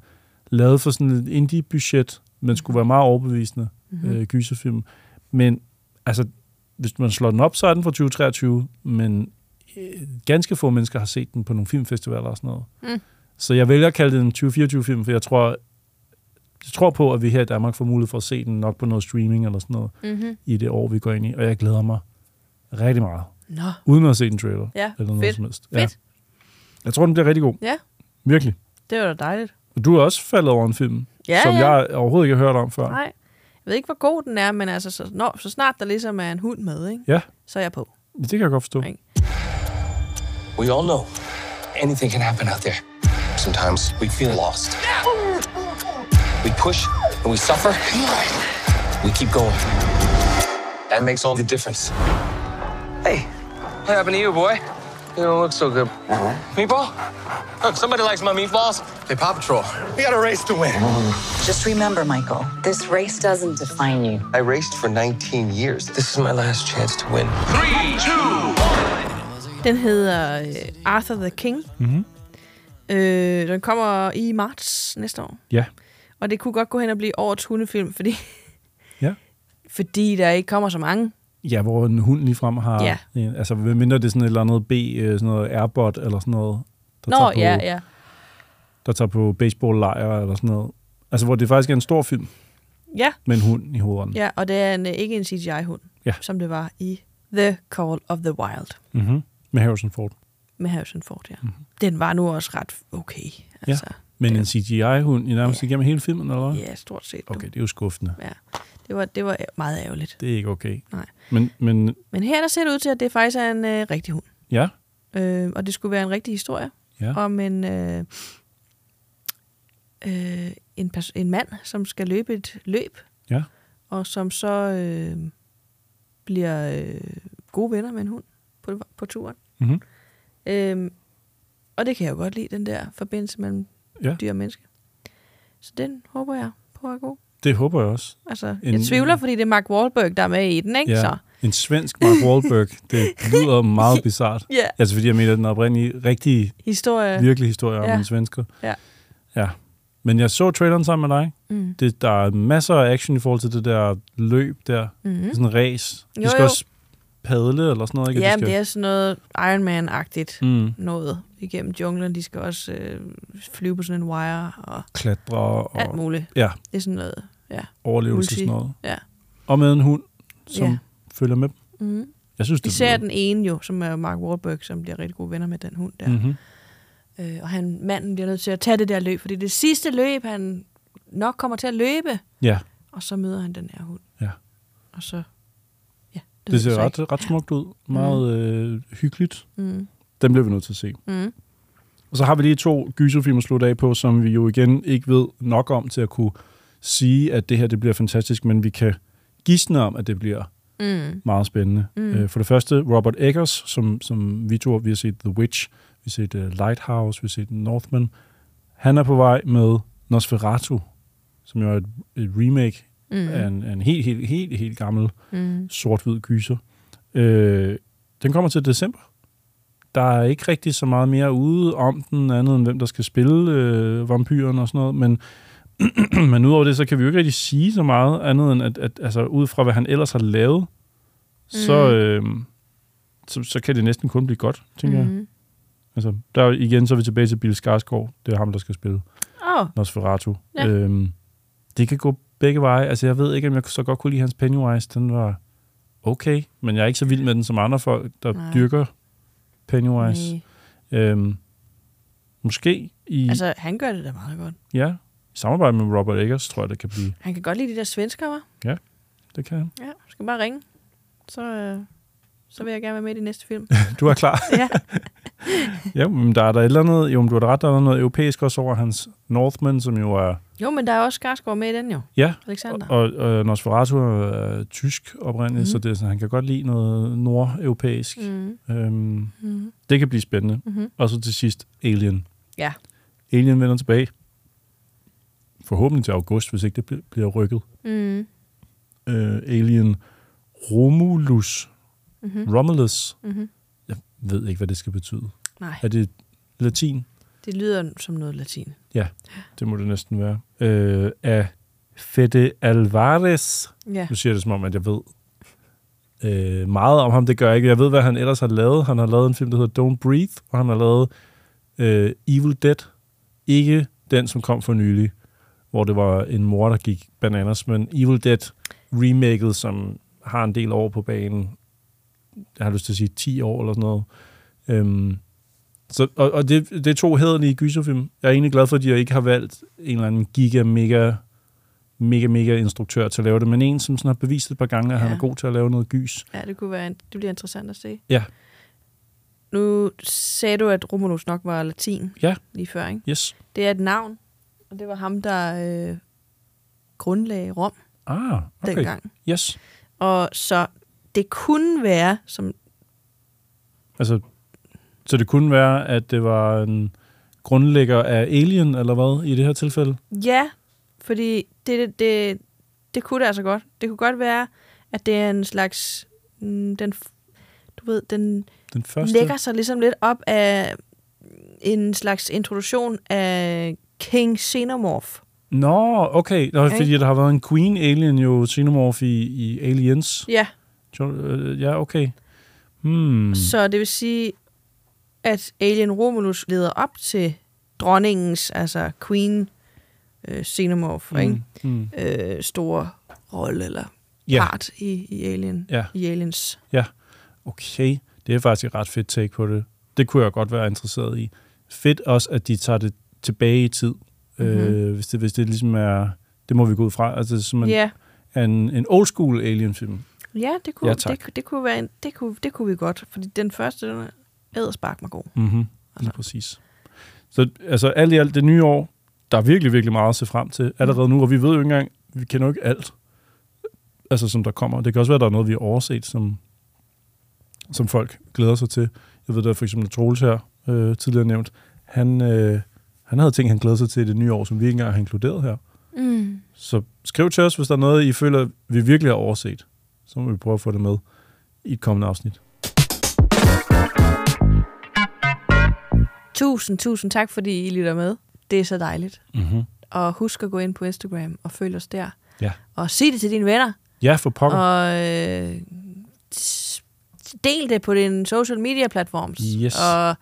[SPEAKER 3] lavet for sådan et indie-budget, men skulle være meget overbevisende
[SPEAKER 2] Mhm.
[SPEAKER 3] øh, gyserfilm. Men altså, hvis man slår den op, så er den fra 2023, men øh, ganske få mennesker har set den på nogle filmfestivaler og sådan noget.
[SPEAKER 2] Mm.
[SPEAKER 3] Så jeg vælger at kalde det en 2024-film, for jeg tror, jeg tror på, at vi her i Danmark får mulighed for at se den nok på noget streaming eller sådan noget
[SPEAKER 2] Mhm.
[SPEAKER 3] i det år, vi går ind i. Og jeg glæder mig rigtig meget.
[SPEAKER 2] Nå.
[SPEAKER 3] Uden at se en trailer.
[SPEAKER 2] Ja,
[SPEAKER 3] eller noget
[SPEAKER 2] fedt.
[SPEAKER 3] som helst.
[SPEAKER 2] Fedt.
[SPEAKER 3] Jeg tror, den bliver rigtig god.
[SPEAKER 2] Ja,
[SPEAKER 3] Virkelig.
[SPEAKER 2] det var da dejligt.
[SPEAKER 3] Og du er også faldet over en film,
[SPEAKER 2] Ja,
[SPEAKER 3] som
[SPEAKER 2] ja.
[SPEAKER 3] jeg overhovedet ikke har hørt om før.
[SPEAKER 2] Nej. Jeg ved ikke, hvor god den er, men altså, så, når, så snart der ligesom er en hund med, ikke?
[SPEAKER 3] Ja,
[SPEAKER 2] så er jeg på.
[SPEAKER 3] det kan jeg godt forstå.
[SPEAKER 11] We all know anything can happen out there. Sometimes we feel lost. We push and we suffer. We keep going. That makes all the difference. Hey, what happened to you, boy? You don't look so good. Meatball? Look, somebody likes my meatballs. They Paw Patrol. We got a race to win.
[SPEAKER 12] Just remember, Michael, this race doesn't define you.
[SPEAKER 11] I raced for 19 years. This is my last chance to win. Three, two,
[SPEAKER 2] Den hedder øh, Arthur the King.
[SPEAKER 3] Mm-hmm.
[SPEAKER 2] Øh, den kommer i marts næste år.
[SPEAKER 3] Ja.
[SPEAKER 2] Og det kunne godt gå hen og blive årets hundefilm, fordi,
[SPEAKER 3] Ja.
[SPEAKER 2] fordi der ikke kommer så mange.
[SPEAKER 3] Ja, hvor en hund ligefrem har...
[SPEAKER 2] Ja.
[SPEAKER 3] En, altså, hvad mindre det er sådan et eller andet B, øh, sådan noget airbot eller sådan noget, der,
[SPEAKER 2] Nå,
[SPEAKER 3] tager, på,
[SPEAKER 2] ja, ja.
[SPEAKER 3] der tager på baseball-lejre eller sådan noget. Altså, hvor det faktisk er en stor film
[SPEAKER 2] Ja,
[SPEAKER 3] med en hund i hovedånden.
[SPEAKER 2] ja og det er en, øh, ikke en CGI-hund,
[SPEAKER 3] Ja.
[SPEAKER 2] som det var i The Call of the Wild.
[SPEAKER 3] Mm-hmm. Mhm. Med Harrison Ford.
[SPEAKER 2] med Harrison Ford, ja. Mm-hmm. Den var nu også ret okay. Altså,
[SPEAKER 3] Mhm. ja. Men en CGI-hund i nærmest ja. igennem hele filmen, eller hvad?
[SPEAKER 2] Ja, stort set.
[SPEAKER 3] Okay, det er jo skuffende.
[SPEAKER 2] Ja. Det var, det var meget ærgerligt.
[SPEAKER 3] Det er ikke okay.
[SPEAKER 2] Nej.
[SPEAKER 3] Men, men,
[SPEAKER 2] Men her der ser det ud til, at det faktisk er en øh, rigtig hund.
[SPEAKER 3] ja,
[SPEAKER 2] Øh, og det skulle være en rigtig historie
[SPEAKER 3] Ja.
[SPEAKER 2] om en, øh, øh, en, pers- en mand, som skal løbe et løb,
[SPEAKER 3] ja.
[SPEAKER 2] og som så øh, bliver øh, gode venner med en hund på, på turen.
[SPEAKER 3] Mm-hmm.
[SPEAKER 2] Øh, og det kan jeg jo godt lide, den der forbindelse mellem
[SPEAKER 3] Ja.
[SPEAKER 2] ja. dyr og menneske. Så den håber jeg på er god.
[SPEAKER 3] Det håber jeg også.
[SPEAKER 2] Altså, en,
[SPEAKER 3] En-
[SPEAKER 2] jeg tvivler, fordi det er Mark Wahlberg, der er med i den, ikke?
[SPEAKER 3] Ja.
[SPEAKER 2] Så.
[SPEAKER 3] En svensk Mark Wahlberg. det lyder meget bizart.
[SPEAKER 2] Ja.
[SPEAKER 3] Altså, fordi jeg mener, den oprindelige, rigtige,
[SPEAKER 2] Historie.
[SPEAKER 3] virkelig historie om
[SPEAKER 2] Ja.
[SPEAKER 3] en svensker.
[SPEAKER 2] Ja.
[SPEAKER 3] Ja. Men jeg så traileren sammen med dig.
[SPEAKER 2] Mm.
[SPEAKER 3] Det, der er masser af action i forhold til det der løb der.
[SPEAKER 2] Mhm.
[SPEAKER 3] Det er Sådan en race.
[SPEAKER 2] Jo,
[SPEAKER 3] de skal
[SPEAKER 2] jo.
[SPEAKER 3] også padle eller sådan noget, ikke?
[SPEAKER 2] Ja,
[SPEAKER 3] de
[SPEAKER 2] men
[SPEAKER 3] skal...
[SPEAKER 2] det er sådan noget Iron Man-agtigt
[SPEAKER 3] Mm.
[SPEAKER 2] mm. noget igennem junglen. De skal også øh, flyve på sådan en wire og
[SPEAKER 3] Klatre og...
[SPEAKER 2] alt muligt.
[SPEAKER 3] Ja,
[SPEAKER 2] Det er sådan noget, ja.
[SPEAKER 3] overlevelse og sådan
[SPEAKER 2] Multi.
[SPEAKER 3] noget.
[SPEAKER 2] Ja.
[SPEAKER 3] Og med en hund, som
[SPEAKER 2] Ja.
[SPEAKER 3] følger med.
[SPEAKER 2] Mm.
[SPEAKER 3] Jeg synes, det
[SPEAKER 2] Især
[SPEAKER 3] lyder-
[SPEAKER 2] den ene jo, som er Mark Wahlberg, som bliver rigtig gode venner med den hund der.
[SPEAKER 3] Mhm.
[SPEAKER 2] Øh, og han, manden bliver nødt til at tage det der løb, fordi det er det sidste løb, han nok kommer til at løbe.
[SPEAKER 3] Ja.
[SPEAKER 2] Og så møder han den her hund.
[SPEAKER 3] Ja.
[SPEAKER 2] Og så, ja. ved
[SPEAKER 3] Det
[SPEAKER 2] jeg
[SPEAKER 3] ser
[SPEAKER 2] så
[SPEAKER 3] ret,
[SPEAKER 2] ikke.
[SPEAKER 3] ret smukt ud. Meget øh, hyggeligt.
[SPEAKER 2] Mm.
[SPEAKER 3] Den bliver vi nødt til at se.
[SPEAKER 2] Mm.
[SPEAKER 3] Og så har vi lige to gyserfilm at slutte af på, som vi jo igen ikke ved nok om til at kunne sige, at det her det bliver fantastisk, men vi kan gisne om, at det bliver
[SPEAKER 2] Mm.
[SPEAKER 3] meget spændende.
[SPEAKER 2] Mm.
[SPEAKER 3] Øh, for det første, Robert Eggers, som, som vi to, vi har set The Witch, vi har set uh, Lighthouse, vi har set Northman. Han er på vej med Nosferatu, som jo er et, et remake
[SPEAKER 2] Mm.
[SPEAKER 3] mm. af, en, af en helt, helt, helt, helt gammel
[SPEAKER 2] Mm.
[SPEAKER 3] sort-hvid gyser. Øh, den kommer til december. Der er ikke rigtig så meget mere ude om den, andet end hvem der skal spille øh, vampyren og sådan noget, men, men udover det, så kan vi jo ikke rigtig sige så meget andet end, at, at altså, ud fra hvad han ellers har lavet, så, øh, så, så kan det næsten kun blive godt, tænker mm. jeg.
[SPEAKER 2] Mhm.
[SPEAKER 3] Altså, der er- igen, så er vi tilbage til Bill Skarsgård. Det er ham, der skal spille
[SPEAKER 2] Åh.
[SPEAKER 3] Nosferatu.
[SPEAKER 2] Ja.
[SPEAKER 3] Øhm, det kan gå begge veje. Altså, jeg ved ikke, om jeg så godt kunne lide hans Pennywise. Den var okay, men jeg er ikke så vild med den som andre folk, der
[SPEAKER 2] Nej.
[SPEAKER 3] Nej. dyrker Pennywise. Øhm, måske i...
[SPEAKER 2] Altså, han gør det da meget godt.
[SPEAKER 3] Ja, i samarbejde med Robert Eggers, tror jeg, det kan blive...
[SPEAKER 2] Han kan godt lide de der svensker, var.
[SPEAKER 3] Ja, det kan han.
[SPEAKER 2] Ja, du skal bare ringe. Så, øh, så vil jeg gerne være med i de næste film.
[SPEAKER 3] Du er klar.
[SPEAKER 2] ja.
[SPEAKER 3] Ja, men der er der et eller andet... Jo, men du har da ret, der er noget europæisk også over hans Northman, som jo er...
[SPEAKER 2] Jo, men der er også Skarsgård med i den jo.
[SPEAKER 3] Ja,
[SPEAKER 2] Alexander.
[SPEAKER 3] og, og øh, Nosferatu er øh, tysk oprindeligt,
[SPEAKER 2] Mhm.
[SPEAKER 3] mm. så, det, er sådan, han kan godt lide noget nordeuropæisk.
[SPEAKER 2] Mhm.
[SPEAKER 3] Øhm,
[SPEAKER 2] Mhm.
[SPEAKER 3] Det kan blive spændende.
[SPEAKER 2] Mhm.
[SPEAKER 3] Og så til sidst Alien.
[SPEAKER 2] Ja.
[SPEAKER 3] Alien vender tilbage. Forhåbentlig til august, hvis ikke det bl- bliver rykket.
[SPEAKER 2] Mm.
[SPEAKER 3] Øh, Alien Romulus.
[SPEAKER 2] Mhm.
[SPEAKER 3] Romulus.
[SPEAKER 2] Mhm.
[SPEAKER 3] Jeg ved ikke, hvad det skal betyde.
[SPEAKER 2] Nej.
[SPEAKER 3] Er det latin?
[SPEAKER 2] Det lyder som noget latin.
[SPEAKER 3] Ja, det må det næsten være. Øh, af Fede Alvarez.
[SPEAKER 2] Ja.
[SPEAKER 3] Nu siger jeg det som om, at jeg ved øh, meget om ham. Det gør jeg ikke. Jeg ved, hvad han ellers har lavet. Han har lavet en film, der hedder Don't Breathe, og han har lavet øh, Evil Dead. Ikke den, som kom for nylig, hvor det var en mor, der gik bananas, men Evil Dead remaket, som har en del år på banen. Jeg har lyst til at sige 10 år eller sådan noget. Øhm, så, og, og det, det er to hederlige gyserfilm. Jeg er egentlig glad for, at de ikke har valgt en eller anden giga, mega, mega, mega instruktør til at lave det, men en, som sådan har bevist et par gange, at ja. han
[SPEAKER 2] Ja.
[SPEAKER 3] er god til at lave noget gys.
[SPEAKER 2] Ja, det kunne være en, det bliver interessant at se.
[SPEAKER 3] Ja.
[SPEAKER 2] Nu sagde du, at Romulus nok var latin
[SPEAKER 3] Ja.
[SPEAKER 2] lige før, ikke?
[SPEAKER 3] Yes.
[SPEAKER 2] Det er et navn, og det var ham, der øh, grundlagde Rom.
[SPEAKER 3] Ah, okay.
[SPEAKER 2] Dengang.
[SPEAKER 3] Yes.
[SPEAKER 2] Og så det kunne være, som
[SPEAKER 3] Altså, så det kunne være, at det var en grundlægger af Alien, eller hvad, i det her tilfælde?
[SPEAKER 2] Ja, fordi det, det, det, det kunne det altså godt. Det kunne godt være, at det er en slags... mm, Den, f- du ved, den,
[SPEAKER 3] Den første?
[SPEAKER 2] lægger sig ligesom lidt op af en slags introduktion af King Xenomorph.
[SPEAKER 3] Nå, okay. Nå,
[SPEAKER 2] Ikke?
[SPEAKER 3] fordi der har været en Queen Alien jo xenomorph i, i Aliens.
[SPEAKER 2] Ja,
[SPEAKER 3] Jo, øh, Ja, okay. Hmm.
[SPEAKER 2] mm. så det vil sige, at Alien Romulus leder op til dronningens, altså Queen øh, Xenomorph,
[SPEAKER 3] Mm,
[SPEAKER 2] ikke?
[SPEAKER 3] mm.
[SPEAKER 2] Øh, store rolle eller
[SPEAKER 3] Ja.
[SPEAKER 2] part i, i Alien.
[SPEAKER 3] Ja.
[SPEAKER 2] I Aliens.
[SPEAKER 3] Ja, okay. Det er faktisk et ret fedt take på det. Det kunne jeg godt være interesseret i. Fedt også, at de tager det tilbage i tid, mm-hmm. øh, hvis, det, hvis det ligesom er... Det må vi gå ud fra. Altså, det er som en,
[SPEAKER 2] Mhm. Ja.
[SPEAKER 3] en, en old school alien-film.
[SPEAKER 2] Ja, det kunne,
[SPEAKER 3] Ja,
[SPEAKER 2] ja,
[SPEAKER 3] tak.
[SPEAKER 2] det, det kunne, være en, det kunne, det kunne vi godt, fordi den første, den er æderspark mig god.
[SPEAKER 3] Mm-hmm. Lige præcis. Så altså, alt i alt det nye år, der er virkelig, virkelig meget at se frem til allerede nu, og vi ved jo ikke engang, vi kender jo ikke alt, altså, som der kommer. Det kan også være, at der er noget, vi har overset, som, som folk glæder sig til. Jeg ved, der er for eksempel Troels her, øh, tidligere nævnt, han, øh, han havde ting, han glæder sig til i det nye år, som vi ikke engang har inkluderet her.
[SPEAKER 2] Mm.
[SPEAKER 3] Så skriv til os, hvis der er noget, I føler, vi virkelig har overset. Så må vi prøve at få det med i et kommende afsnit.
[SPEAKER 2] Tusind, tusind tak, fordi I lytter med. Det er så dejligt.
[SPEAKER 3] Mm-hmm.
[SPEAKER 2] Og husk at gå ind på Instagram og følg os der.
[SPEAKER 3] Ja.
[SPEAKER 2] Og sig det til dine venner.
[SPEAKER 3] Ja, for pokker.
[SPEAKER 2] Og øh, s- del det på din social media platform.
[SPEAKER 3] Yes.
[SPEAKER 2] Og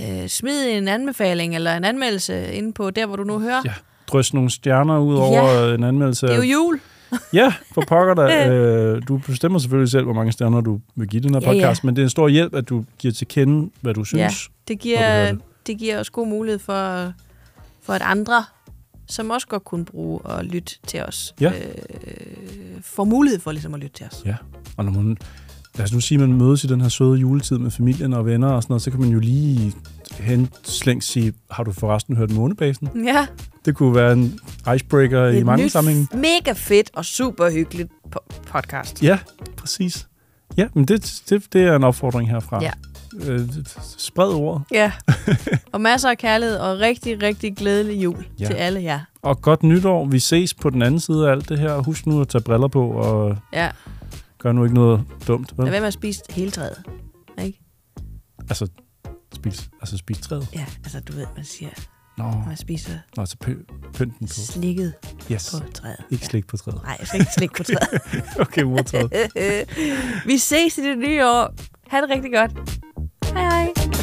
[SPEAKER 2] øh, smid en anbefaling eller en anmeldelse inde på der, hvor du nu hører.
[SPEAKER 3] Ja. Drys nogle stjerner ud over ja. en anmeldelse.
[SPEAKER 2] Det er
[SPEAKER 3] af-
[SPEAKER 2] jo jul.
[SPEAKER 3] Ja, for pokker dig. Øh, du bestemmer selvfølgelig selv, hvor mange stjerner du vil give den her
[SPEAKER 2] Ja, ja.
[SPEAKER 3] podcast, men det er en stor hjælp, at du giver til kende, hvad du synes.
[SPEAKER 2] Ja, det
[SPEAKER 3] når du hører
[SPEAKER 2] giver,
[SPEAKER 3] det.
[SPEAKER 2] det. det giver os god mulighed for, for at andre, som også godt kunne bruge at lytte til os,
[SPEAKER 3] Ja.
[SPEAKER 2] øh, får mulighed for ligesom at lytte til os.
[SPEAKER 3] Ja, og når man, lad os nu sige, at man mødes i den her søde juletid med familien og venner og sådan noget, så kan man jo lige hen slængt sige, har du forresten hørt Månebasen?
[SPEAKER 2] Ja,
[SPEAKER 3] Det kunne være en icebreaker i
[SPEAKER 2] et
[SPEAKER 3] mange
[SPEAKER 2] nyt,
[SPEAKER 3] sammenhænge.
[SPEAKER 2] mega fedt og super hyggeligt po- podcast.
[SPEAKER 3] Ja, præcis. Ja, men det, det, det er en opfordring herfra.
[SPEAKER 2] Ja.
[SPEAKER 3] Øh, spred ordet.
[SPEAKER 2] Ja, og masser af kærlighed og rigtig, rigtig glædelig jul
[SPEAKER 3] Ja.
[SPEAKER 2] ja. til alle jer.
[SPEAKER 3] Og godt nytår. Vi ses på den anden side af alt det her. Husk nu at tage briller på og
[SPEAKER 2] Ja,
[SPEAKER 3] gør nu ikke noget dumt.
[SPEAKER 2] lad
[SPEAKER 3] Vel?
[SPEAKER 2] være med at spise hele træet. Ikke?
[SPEAKER 3] Altså, spis, altså spis træet.
[SPEAKER 2] Ja, altså du ved, man siger,
[SPEAKER 3] Nå.
[SPEAKER 2] når man spiser
[SPEAKER 3] Nå, så pø, pynt den på.
[SPEAKER 2] slikket
[SPEAKER 3] yes.
[SPEAKER 2] på træet.
[SPEAKER 3] Ikke slik på træet.
[SPEAKER 2] Nej, jeg skal ikke slik på træet.
[SPEAKER 3] okay, urtræet.
[SPEAKER 2] Vi ses i det nye år. Ha' det rigtig godt. Hej hej.